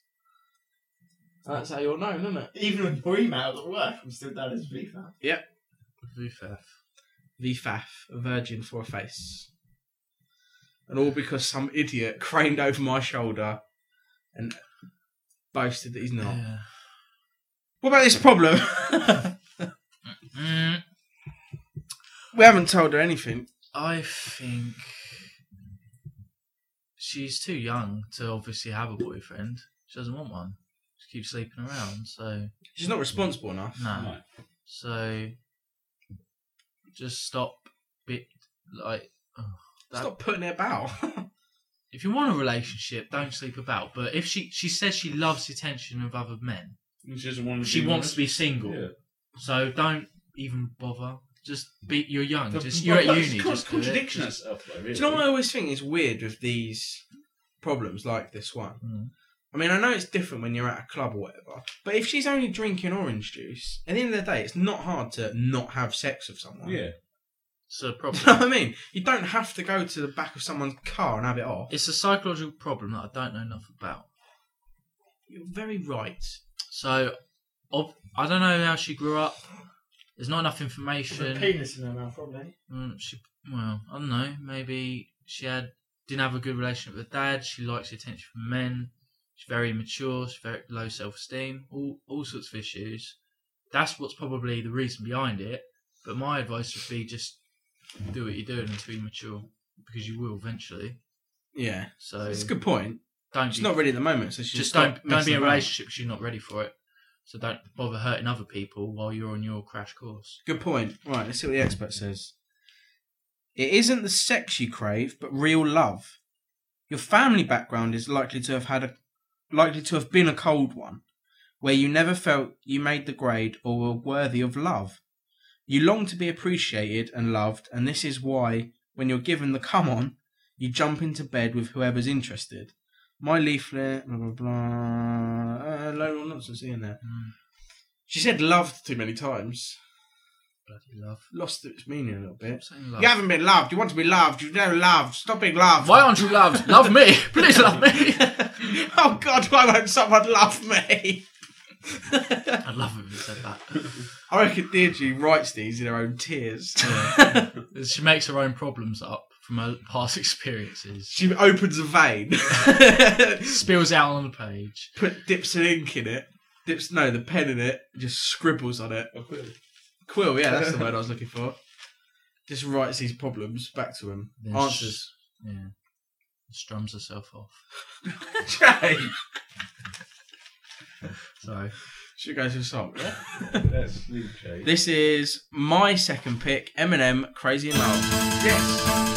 [SPEAKER 3] That's how you're known, isn't it?
[SPEAKER 7] Even with your emails at work, I'm still down as VFAF.
[SPEAKER 3] Yep. VFAF. VFAF, a virgin for a face. And all because some idiot craned over my shoulder and boasted that he's not. What about this problem?
[SPEAKER 6] Mm,
[SPEAKER 3] we haven't told her anything.
[SPEAKER 6] I think she's too young to obviously have a boyfriend. She doesn't want one. She keeps sleeping around, so
[SPEAKER 3] she's not responsible enough.
[SPEAKER 6] No.
[SPEAKER 3] No.
[SPEAKER 6] So just stop bit like oh,
[SPEAKER 3] stop putting it about.
[SPEAKER 6] if you want a relationship, don't sleep about. But if she she says she loves the attention of other men,
[SPEAKER 4] She doesn't want to
[SPEAKER 6] she
[SPEAKER 4] be
[SPEAKER 6] wants
[SPEAKER 4] honest.
[SPEAKER 6] to be single.
[SPEAKER 4] Yeah.
[SPEAKER 6] So don't even bother. Just be. You're young.
[SPEAKER 3] The-
[SPEAKER 6] just you're at
[SPEAKER 3] well,
[SPEAKER 6] uni.
[SPEAKER 3] it's con-
[SPEAKER 6] Just do it.
[SPEAKER 3] contradiction
[SPEAKER 6] Just-
[SPEAKER 4] herself, though,
[SPEAKER 3] Do you know what I always think is weird with these problems like this one?
[SPEAKER 6] Hmm.
[SPEAKER 3] I mean, I know it's different when you're at a club or whatever, but if she's only drinking orange juice, at the end of the day, it's not hard to not have sex with someone.
[SPEAKER 6] Yeah. So problem.
[SPEAKER 3] You know what I mean? You don't have to go to the back of someone's car and have it off.
[SPEAKER 6] It's a psychological problem that I don't know enough about.
[SPEAKER 3] You're very right.
[SPEAKER 6] So, ob- I don't know how she grew up. There's not enough information.
[SPEAKER 7] With a penis in her mouth, probably.
[SPEAKER 6] Mm, she, well, I don't know. Maybe she had didn't have a good relationship with dad. She likes the attention from men. She's very immature. She's very low self esteem. All all sorts of issues. That's what's probably the reason behind it. But my advice would be just do what you're doing until you mature, because you will eventually.
[SPEAKER 3] Yeah.
[SPEAKER 6] So
[SPEAKER 3] It's a good point.
[SPEAKER 6] Don't.
[SPEAKER 3] She's
[SPEAKER 6] be-
[SPEAKER 3] not ready at the moment, so she
[SPEAKER 6] just
[SPEAKER 3] should
[SPEAKER 6] don't
[SPEAKER 3] stop
[SPEAKER 6] don't be
[SPEAKER 3] messing
[SPEAKER 6] in a
[SPEAKER 3] around.
[SPEAKER 6] relationship. 'cause You're not ready for it. So don't bother hurting other people while you're on your crash course.
[SPEAKER 3] Good point. Right, let's see what the expert says. It isn't the sex you crave, but real love. Your family background is likely to have had a likely to have been a cold one, where you never felt you made the grade or were worthy of love. You long to be appreciated and loved, and this is why, when you're given the come on, you jump into bed with whoever's interested. My leaflet, blah blah blah. Uh, load of nonsense in there. She said loved too many times.
[SPEAKER 6] Bloody love.
[SPEAKER 3] Lost its meaning a little bit.
[SPEAKER 6] love.
[SPEAKER 3] You haven't been loved. You want to be loved. You've never loved. Stop being loved.
[SPEAKER 6] Why aren't you loved? Love me. Please love me.
[SPEAKER 3] oh, God, why won't someone love me?
[SPEAKER 6] I'd love it if you said that.
[SPEAKER 3] I reckon Deirdre writes these in her own tears.
[SPEAKER 6] she makes her own problems up from her past experiences.
[SPEAKER 3] She opens a vein,
[SPEAKER 6] spills out on the page,
[SPEAKER 3] put dips an ink in it, dips no the pen in it, just scribbles on it.
[SPEAKER 4] Oh,
[SPEAKER 3] quill. Quill, yeah, that's the word I was looking for. Just writes these problems back to him.
[SPEAKER 6] Then
[SPEAKER 3] Answers.
[SPEAKER 6] she- yeah, strums herself off.
[SPEAKER 3] Jay.
[SPEAKER 6] Sorry.
[SPEAKER 3] Should go to the song.
[SPEAKER 4] Let's leave Jay.
[SPEAKER 3] This is my second pick, Eminem, Crazy in Love.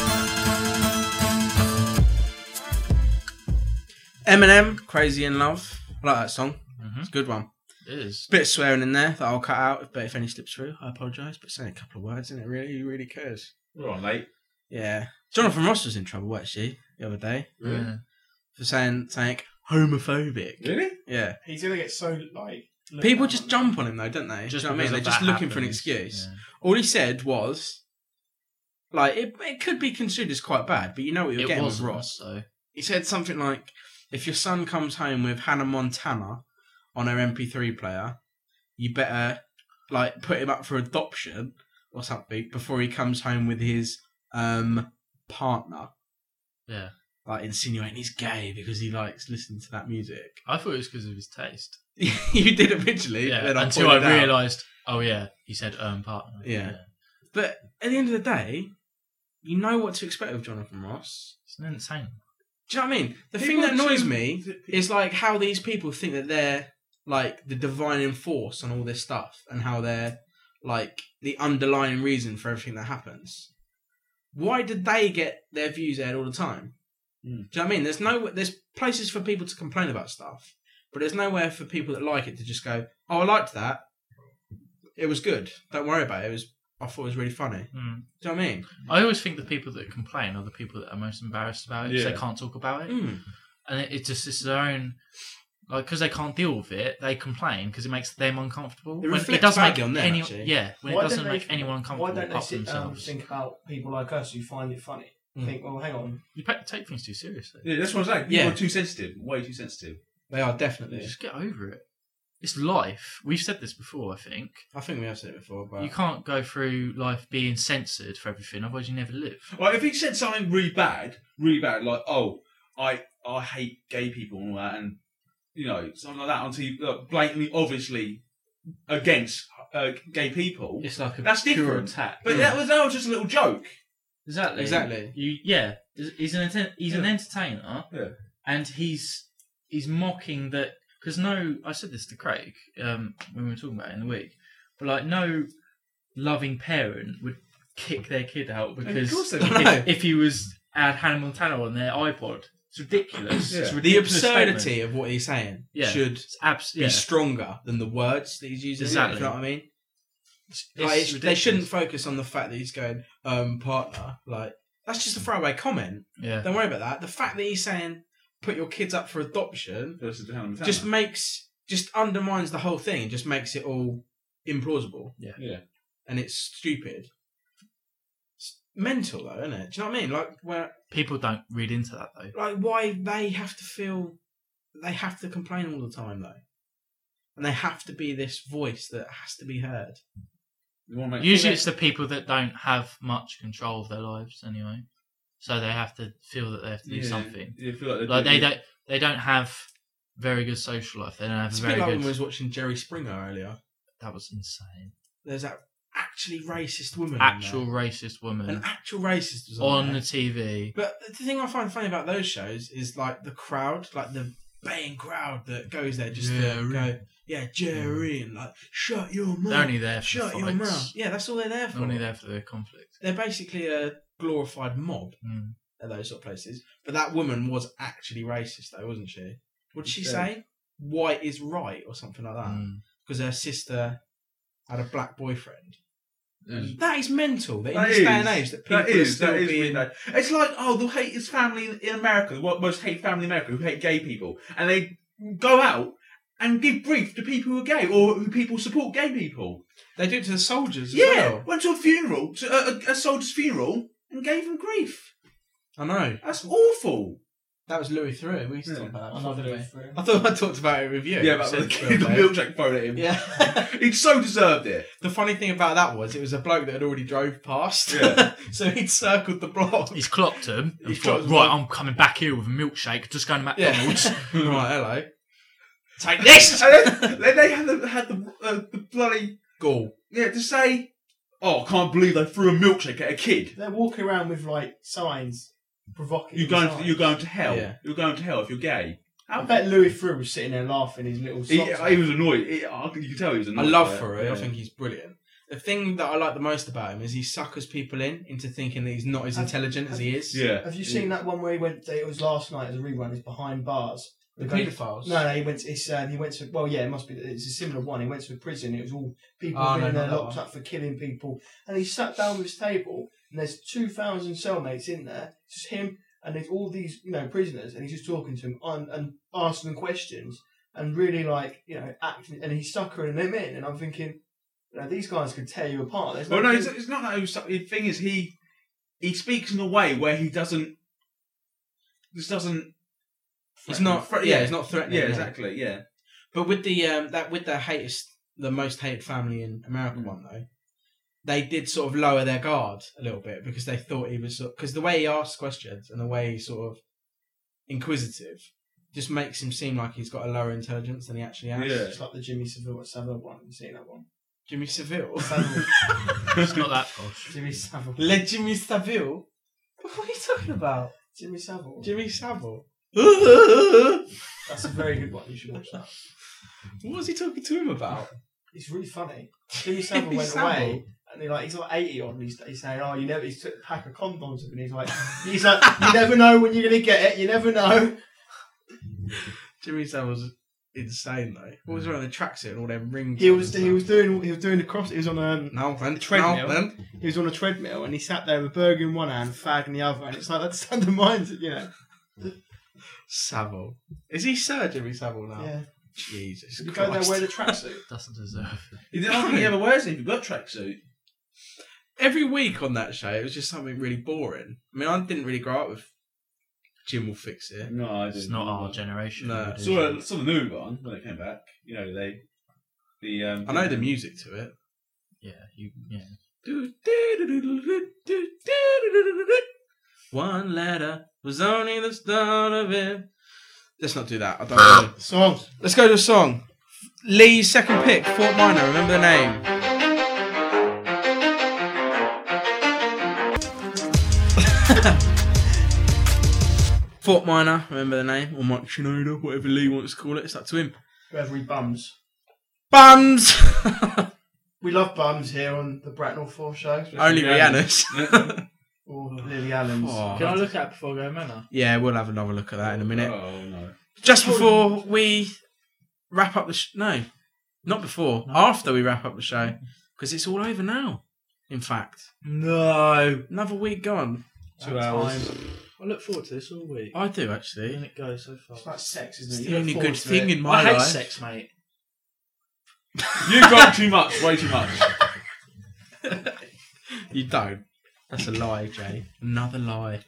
[SPEAKER 3] Eminem, Crazy in Love. I like that song. It's a good one.
[SPEAKER 6] It is.
[SPEAKER 3] Bit of swearing in there that I'll cut out, but if any slips through, I apologise. But saying a couple of words, isn't it? Really, who really cares?
[SPEAKER 4] We're on late.
[SPEAKER 3] Yeah. Jonathan Ross was in trouble actually the other day.
[SPEAKER 4] Really?
[SPEAKER 6] Yeah.
[SPEAKER 3] For saying something homophobic.
[SPEAKER 4] Really?
[SPEAKER 3] Yeah.
[SPEAKER 7] He's gonna get so like. looked
[SPEAKER 3] People
[SPEAKER 7] down
[SPEAKER 3] just
[SPEAKER 7] on.
[SPEAKER 3] jump on him though, don't they?
[SPEAKER 6] Just
[SPEAKER 3] Do you know what I mean?
[SPEAKER 6] because
[SPEAKER 3] They're
[SPEAKER 6] of
[SPEAKER 3] just
[SPEAKER 6] that
[SPEAKER 3] looking for an
[SPEAKER 6] happens,
[SPEAKER 3] excuse. All he said was, like, it, it could be considered as quite bad, but you know what you're
[SPEAKER 6] It
[SPEAKER 3] getting with
[SPEAKER 6] wasn't,
[SPEAKER 3] Ross.
[SPEAKER 6] so-
[SPEAKER 3] He said something like, "If your son comes home with Hannah Montana on her MP3 player, you better like put him up for adoption or something before he comes home with his um partner."
[SPEAKER 6] Yeah.
[SPEAKER 3] Like insinuating he's gay because he likes listening to that music.
[SPEAKER 6] I thought it was because of his taste.
[SPEAKER 3] you did originally.
[SPEAKER 6] Yeah,
[SPEAKER 3] but then I
[SPEAKER 6] until
[SPEAKER 3] pointed
[SPEAKER 6] I
[SPEAKER 3] out-
[SPEAKER 6] realised, oh yeah, he said um partner.
[SPEAKER 3] Yeah. But at the end of the day, you know what to expect of Jonathan Ross.
[SPEAKER 6] It's an insane.
[SPEAKER 3] Do you know what I mean? The
[SPEAKER 6] People
[SPEAKER 3] thing that annoys
[SPEAKER 6] to-
[SPEAKER 3] me is like how these people think that they're like the divining force on all this stuff and how they're like the underlying reason for everything that happens. Why did they get their Hmm. views aired all the time? Do you know what I mean? There's no there's places for people to complain about stuff, But there's nowhere for people that like it to just go, "Oh, I liked that. It was good. Don't worry about it. It was. I thought it was really funny."
[SPEAKER 6] Mm.
[SPEAKER 3] Do you know what I mean?
[SPEAKER 6] I always think the people that complain are the people that are most embarrassed about it because
[SPEAKER 3] Yeah.
[SPEAKER 6] they can't talk about it,
[SPEAKER 3] Mm.
[SPEAKER 6] and it, it just it's their own. Like, because they can't deal with it, they complain because it makes them uncomfortable.
[SPEAKER 3] It
[SPEAKER 6] When
[SPEAKER 3] reflects
[SPEAKER 6] doesn't
[SPEAKER 3] badly
[SPEAKER 6] make
[SPEAKER 3] on them,
[SPEAKER 6] any-
[SPEAKER 3] actually.
[SPEAKER 6] yeah, when
[SPEAKER 7] Why
[SPEAKER 6] it
[SPEAKER 7] don't
[SPEAKER 6] doesn't
[SPEAKER 7] they-
[SPEAKER 6] make anyone uncomfortable
[SPEAKER 7] Why don't they
[SPEAKER 6] apart
[SPEAKER 7] sit
[SPEAKER 6] from
[SPEAKER 7] down and
[SPEAKER 6] themselves.
[SPEAKER 7] think about people like us who find it funny?
[SPEAKER 6] Mm.
[SPEAKER 7] Think, well, hang on.
[SPEAKER 6] You pa- take things too seriously.
[SPEAKER 4] Yeah, that's what I'm saying. People
[SPEAKER 6] Yeah.
[SPEAKER 4] are too sensitive. Way too sensitive.
[SPEAKER 3] They are definitely.
[SPEAKER 6] Just get over it. It's life. We've said this before, I think.
[SPEAKER 3] I think we have said it before, but
[SPEAKER 6] You can't go through life being censored for everything, otherwise you never live.
[SPEAKER 4] Like if he said something really bad, really bad, like oh, I I hate gay people and all that, and you know something like that on TV, like, blatantly, obviously against uh, gay people.
[SPEAKER 6] It's like a
[SPEAKER 4] that's
[SPEAKER 6] pure
[SPEAKER 4] different.
[SPEAKER 6] attack.
[SPEAKER 4] But
[SPEAKER 6] Yeah.
[SPEAKER 4] that was that was just a little joke.
[SPEAKER 6] Exactly.
[SPEAKER 4] Exactly.
[SPEAKER 6] You yeah. He's an enten- he's an entertainer.
[SPEAKER 4] Yeah.
[SPEAKER 6] And he's he's mocking that because no, I said this to Craig um, when we were talking about it in the week, but like no loving parent would kick their kid out because
[SPEAKER 3] course they would.
[SPEAKER 6] if, if he was had Hannah Montana on their iPod, it's ridiculous. It's a
[SPEAKER 3] The
[SPEAKER 6] ridiculous
[SPEAKER 3] absurdity
[SPEAKER 6] statement.
[SPEAKER 3] of what he's saying
[SPEAKER 6] Yeah.
[SPEAKER 3] should
[SPEAKER 6] It's abs-
[SPEAKER 3] be
[SPEAKER 6] yeah.
[SPEAKER 3] stronger than the words that he's using.
[SPEAKER 6] Exactly.
[SPEAKER 3] You know what I mean?
[SPEAKER 6] it's
[SPEAKER 3] Like, it's- they
[SPEAKER 6] ridiculous.
[SPEAKER 3] shouldn't focus on the fact that he's going um, partner. Like that's just a throwaway comment.
[SPEAKER 6] Yeah.
[SPEAKER 3] Don't worry about that. The fact that he's saying put your kids up for adoption
[SPEAKER 4] Versus Hannah Montana.
[SPEAKER 3] just makes just undermines the whole thing. and Just makes it all implausible.
[SPEAKER 6] Yeah.
[SPEAKER 4] Yeah.
[SPEAKER 3] And it's stupid. It's mental though, isn't it? Do you know what I mean? Like where
[SPEAKER 6] People don't read into that though.
[SPEAKER 3] like why they have to feel they have to complain all the time though and they have to be this voice that has to be heard
[SPEAKER 6] Usually, it's the people that don't have much control of their lives anyway, so they have to feel that they have to do
[SPEAKER 4] Yeah,
[SPEAKER 6] something.
[SPEAKER 4] you feel like they
[SPEAKER 6] like
[SPEAKER 4] do-
[SPEAKER 6] they don't they don't have very good social life. They don't have
[SPEAKER 3] it's
[SPEAKER 6] a
[SPEAKER 3] a bit
[SPEAKER 6] very
[SPEAKER 3] like
[SPEAKER 6] good.
[SPEAKER 3] when we was watching jerry springer earlier
[SPEAKER 6] That was insane.
[SPEAKER 3] there's that actually racist woman on
[SPEAKER 6] Actual
[SPEAKER 3] there.
[SPEAKER 6] racist woman.
[SPEAKER 3] an actual racist was on
[SPEAKER 6] on the
[SPEAKER 3] there.
[SPEAKER 6] TV.
[SPEAKER 3] but the thing i find funny about those shows is like the crowd like the baying crowd that goes there just to
[SPEAKER 6] Jerry.
[SPEAKER 3] go yeah jerry and like shut your mouth
[SPEAKER 6] They're only there for
[SPEAKER 3] shut your
[SPEAKER 6] fights.
[SPEAKER 3] mouth yeah that's all they're there for
[SPEAKER 6] They're only there for the conflict.
[SPEAKER 3] they're basically a glorified mob
[SPEAKER 6] Mm.
[SPEAKER 3] at those sort of places. But that woman was actually racist, though, wasn't she? What did she
[SPEAKER 6] Yeah.
[SPEAKER 3] say? White is right, or something like
[SPEAKER 6] mm.
[SPEAKER 3] that, because her sister had a black boyfriend. That is mental. That, in this day and age, that people
[SPEAKER 4] that is,
[SPEAKER 3] are still
[SPEAKER 4] that is
[SPEAKER 3] being.
[SPEAKER 4] weird, though. It's like oh, the hatest family in- in America, the wo- most hated family in America, who hate gay people, and they go out and give grief to people who are gay or who people support gay people.
[SPEAKER 3] They do it to the soldiers. as
[SPEAKER 4] Yeah,
[SPEAKER 3] well.
[SPEAKER 4] went to a funeral, to a, a, a soldier's funeral, and gave them grief.
[SPEAKER 3] I know.
[SPEAKER 4] That's awful.
[SPEAKER 3] That was Louis Theroux. We used to talk about that.
[SPEAKER 4] Another
[SPEAKER 3] before,
[SPEAKER 4] Louis
[SPEAKER 3] didn't we?
[SPEAKER 4] Theroux.
[SPEAKER 3] I thought I talked about it with you.
[SPEAKER 4] Yeah, about
[SPEAKER 3] Said
[SPEAKER 4] the kid,
[SPEAKER 3] Bill
[SPEAKER 4] the
[SPEAKER 3] Bates.
[SPEAKER 4] milkshake thrown at him.
[SPEAKER 3] Yeah.
[SPEAKER 4] he so deserved it.
[SPEAKER 3] The funny thing about that was it was a bloke that had already drove past.
[SPEAKER 6] Yeah.
[SPEAKER 3] so he'd circled the block.
[SPEAKER 6] He's clocked him. And
[SPEAKER 3] He's
[SPEAKER 6] thought,
[SPEAKER 3] clocked him.
[SPEAKER 6] right, I'm coming back here with a milkshake. Just going to McDonald's.
[SPEAKER 3] right, hello. Take
[SPEAKER 4] this. And then, then they had the, had the, uh, the bloody
[SPEAKER 3] gall.
[SPEAKER 4] Yeah, to say, oh, I can't believe they threw a milkshake at a kid.
[SPEAKER 7] They're walking around with like signs, provocative.
[SPEAKER 4] You're going, to,
[SPEAKER 7] signs.
[SPEAKER 4] you're going to hell.
[SPEAKER 7] Yeah.
[SPEAKER 4] You're going to hell if you're gay.
[SPEAKER 7] I bet Louis Theroux was sitting there laughing his little.
[SPEAKER 4] He,
[SPEAKER 7] socks off.
[SPEAKER 4] he was annoyed. He- I could- you could tell he was
[SPEAKER 3] I
[SPEAKER 4] annoyed. by
[SPEAKER 3] love
[SPEAKER 4] it.
[SPEAKER 3] Theroux.
[SPEAKER 4] Yeah.
[SPEAKER 3] I think he's brilliant. The thing that I like the most about him is he suckers people in into thinking that he's not as intelligent as he is.
[SPEAKER 7] Have you seen that one where he went? It was last night. It was a rerun. It's behind bars.
[SPEAKER 3] The
[SPEAKER 7] guy-
[SPEAKER 3] paedophiles?
[SPEAKER 7] No, no. He went. To, it's, um, he went to. Well, yeah, it must be. It's a similar one. He went to a prison. It was all people
[SPEAKER 3] Oh,
[SPEAKER 7] being
[SPEAKER 3] no,
[SPEAKER 7] there
[SPEAKER 3] not that
[SPEAKER 7] locked
[SPEAKER 3] one.
[SPEAKER 7] up for killing people. And he sat down with his table, and there's two thousand cellmates in there. It's just him, and there's all these you know prisoners, and he's just talking to them and, and asking them questions, and really like you know acting, and he's suckering them in. And I'm thinking, you know, these guys could tear you apart. There's
[SPEAKER 4] Well, no,
[SPEAKER 7] nothing-
[SPEAKER 4] it's, it's not that. It was, the thing is, he he speaks in a way where he doesn't. This doesn't.
[SPEAKER 3] It's not.
[SPEAKER 4] threaten-
[SPEAKER 3] yeah, it's not threatening.
[SPEAKER 4] Yeah,
[SPEAKER 3] no.
[SPEAKER 4] exactly. Yeah.
[SPEAKER 3] But with the um, that with the hatest, the most hated family in America one though, they did sort of lower their guard a little bit because they thought he was because the way he asks questions and the way he's sort of inquisitive just makes him seem like he's got a lower intelligence than he actually has.
[SPEAKER 7] Yeah. It's like the Jimmy Savile Savile one. Have you seen that one?
[SPEAKER 3] Jimmy Savile.
[SPEAKER 6] it's not that posh.
[SPEAKER 7] Jimmy Savile.
[SPEAKER 3] Le Jimmy Savile. What are you talking about?
[SPEAKER 7] Jimmy Savile.
[SPEAKER 3] Jimmy Savile.
[SPEAKER 7] That's a very good one. You should watch that.
[SPEAKER 3] What was he talking to him about?
[SPEAKER 7] It's really funny. Jimmy Savile went
[SPEAKER 3] Savile.
[SPEAKER 7] away. And he like he's like eighty odd, and he's, he's saying, "Oh, you never." He's took a pack of condoms, and he's like, "He's like, you never know when you're gonna get it. You never know."
[SPEAKER 3] Jimmy Savile's insane though. What was wearing the tracksuit and all them rings?
[SPEAKER 7] He was he was doing he was doing the cross. He was on um
[SPEAKER 3] no,
[SPEAKER 7] a
[SPEAKER 3] no,
[SPEAKER 7] treadmill.
[SPEAKER 3] then.
[SPEAKER 7] He was on a treadmill and he sat there with a burger in one hand, fag in the other, and it's like that just undermines it, you know.
[SPEAKER 3] Savile. Is he Sir Jimmy Savile now?
[SPEAKER 7] Yeah.
[SPEAKER 3] Jesus
[SPEAKER 7] You
[SPEAKER 3] Christ.
[SPEAKER 7] go there, wear the tracksuit.
[SPEAKER 6] Doesn't deserve it.
[SPEAKER 4] He didn't think he ever wears it if you got a tracksuit.
[SPEAKER 3] Every week on that show, it was just something really boring. I mean, I didn't really grow up with Jim will fix it.
[SPEAKER 4] No, I didn't.
[SPEAKER 6] It's not our generation.
[SPEAKER 3] No.
[SPEAKER 6] it is.
[SPEAKER 4] Saw, a, saw the new one when it came back. You know, they. the um,
[SPEAKER 3] I know the music to it.
[SPEAKER 6] Yeah, you. Yeah.
[SPEAKER 3] One letter was only the start of it. Let's not do that. I don't know.
[SPEAKER 7] Song.
[SPEAKER 3] Let's go to a song. Lee's second pick, Fort Minor. Remember the name. Fort Minor. Remember the name. Or Mike Shinoda, whatever Lee wants to call it. It's up to him.
[SPEAKER 7] Whoever he bums.
[SPEAKER 3] Bums!
[SPEAKER 7] We love bums here on the Bracknell 4 show.
[SPEAKER 3] Only Rihanna's.
[SPEAKER 7] or Lily Allen's.
[SPEAKER 3] Oh.
[SPEAKER 5] Can I look at it before I go manor?
[SPEAKER 3] Yeah, we'll have another look at that in a minute.
[SPEAKER 4] Oh, no.
[SPEAKER 3] Just before we wrap up the sh- no, not before. After we wrap up the show, because it's all over now. In fact,
[SPEAKER 5] No.
[SPEAKER 3] another week gone.
[SPEAKER 5] Two That hours. I look forward to this all week.
[SPEAKER 3] I do actually.
[SPEAKER 5] And it goes so far. It's
[SPEAKER 7] like sex,
[SPEAKER 3] It's the only good thing in my
[SPEAKER 5] I hate
[SPEAKER 3] life.
[SPEAKER 5] sex, mate.
[SPEAKER 4] You got too much, way too much.
[SPEAKER 3] You don't. That's a lie, Jay. Another lie.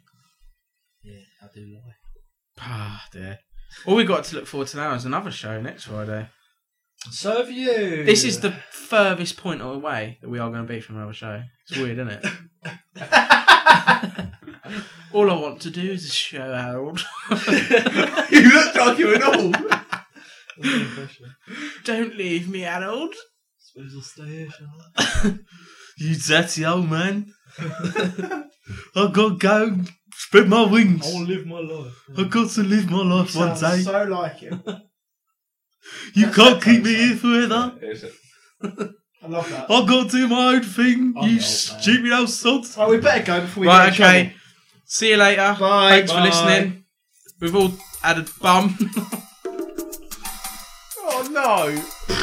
[SPEAKER 5] Yeah, I do lie.
[SPEAKER 3] Ah, dear. All we got to look forward to now is another show next Friday.
[SPEAKER 5] So have you.
[SPEAKER 3] This is the furthest point away that we are going to be from another show. It's weird, isn't it? All I want to do is a show, Harold. you look like you at all. Don't leave me, Harold.
[SPEAKER 5] Suppose I'll stay here, shall I?
[SPEAKER 3] You dirty old man. I gotta go spread my wings.
[SPEAKER 5] I want to live my life.
[SPEAKER 3] I got to live my life one
[SPEAKER 7] Sounds
[SPEAKER 3] day.
[SPEAKER 7] so like him.
[SPEAKER 3] you can't keep me here forever.
[SPEAKER 7] I love that.
[SPEAKER 3] I gotta do my own thing.
[SPEAKER 7] I'm
[SPEAKER 3] you
[SPEAKER 7] the old man.
[SPEAKER 3] stupid old sod.
[SPEAKER 7] Right, we better go before we
[SPEAKER 3] Right,
[SPEAKER 7] get in
[SPEAKER 3] okay. See you later. Bye. Thanks for
[SPEAKER 7] Bye.
[SPEAKER 3] listening. We've all had a bum. oh no.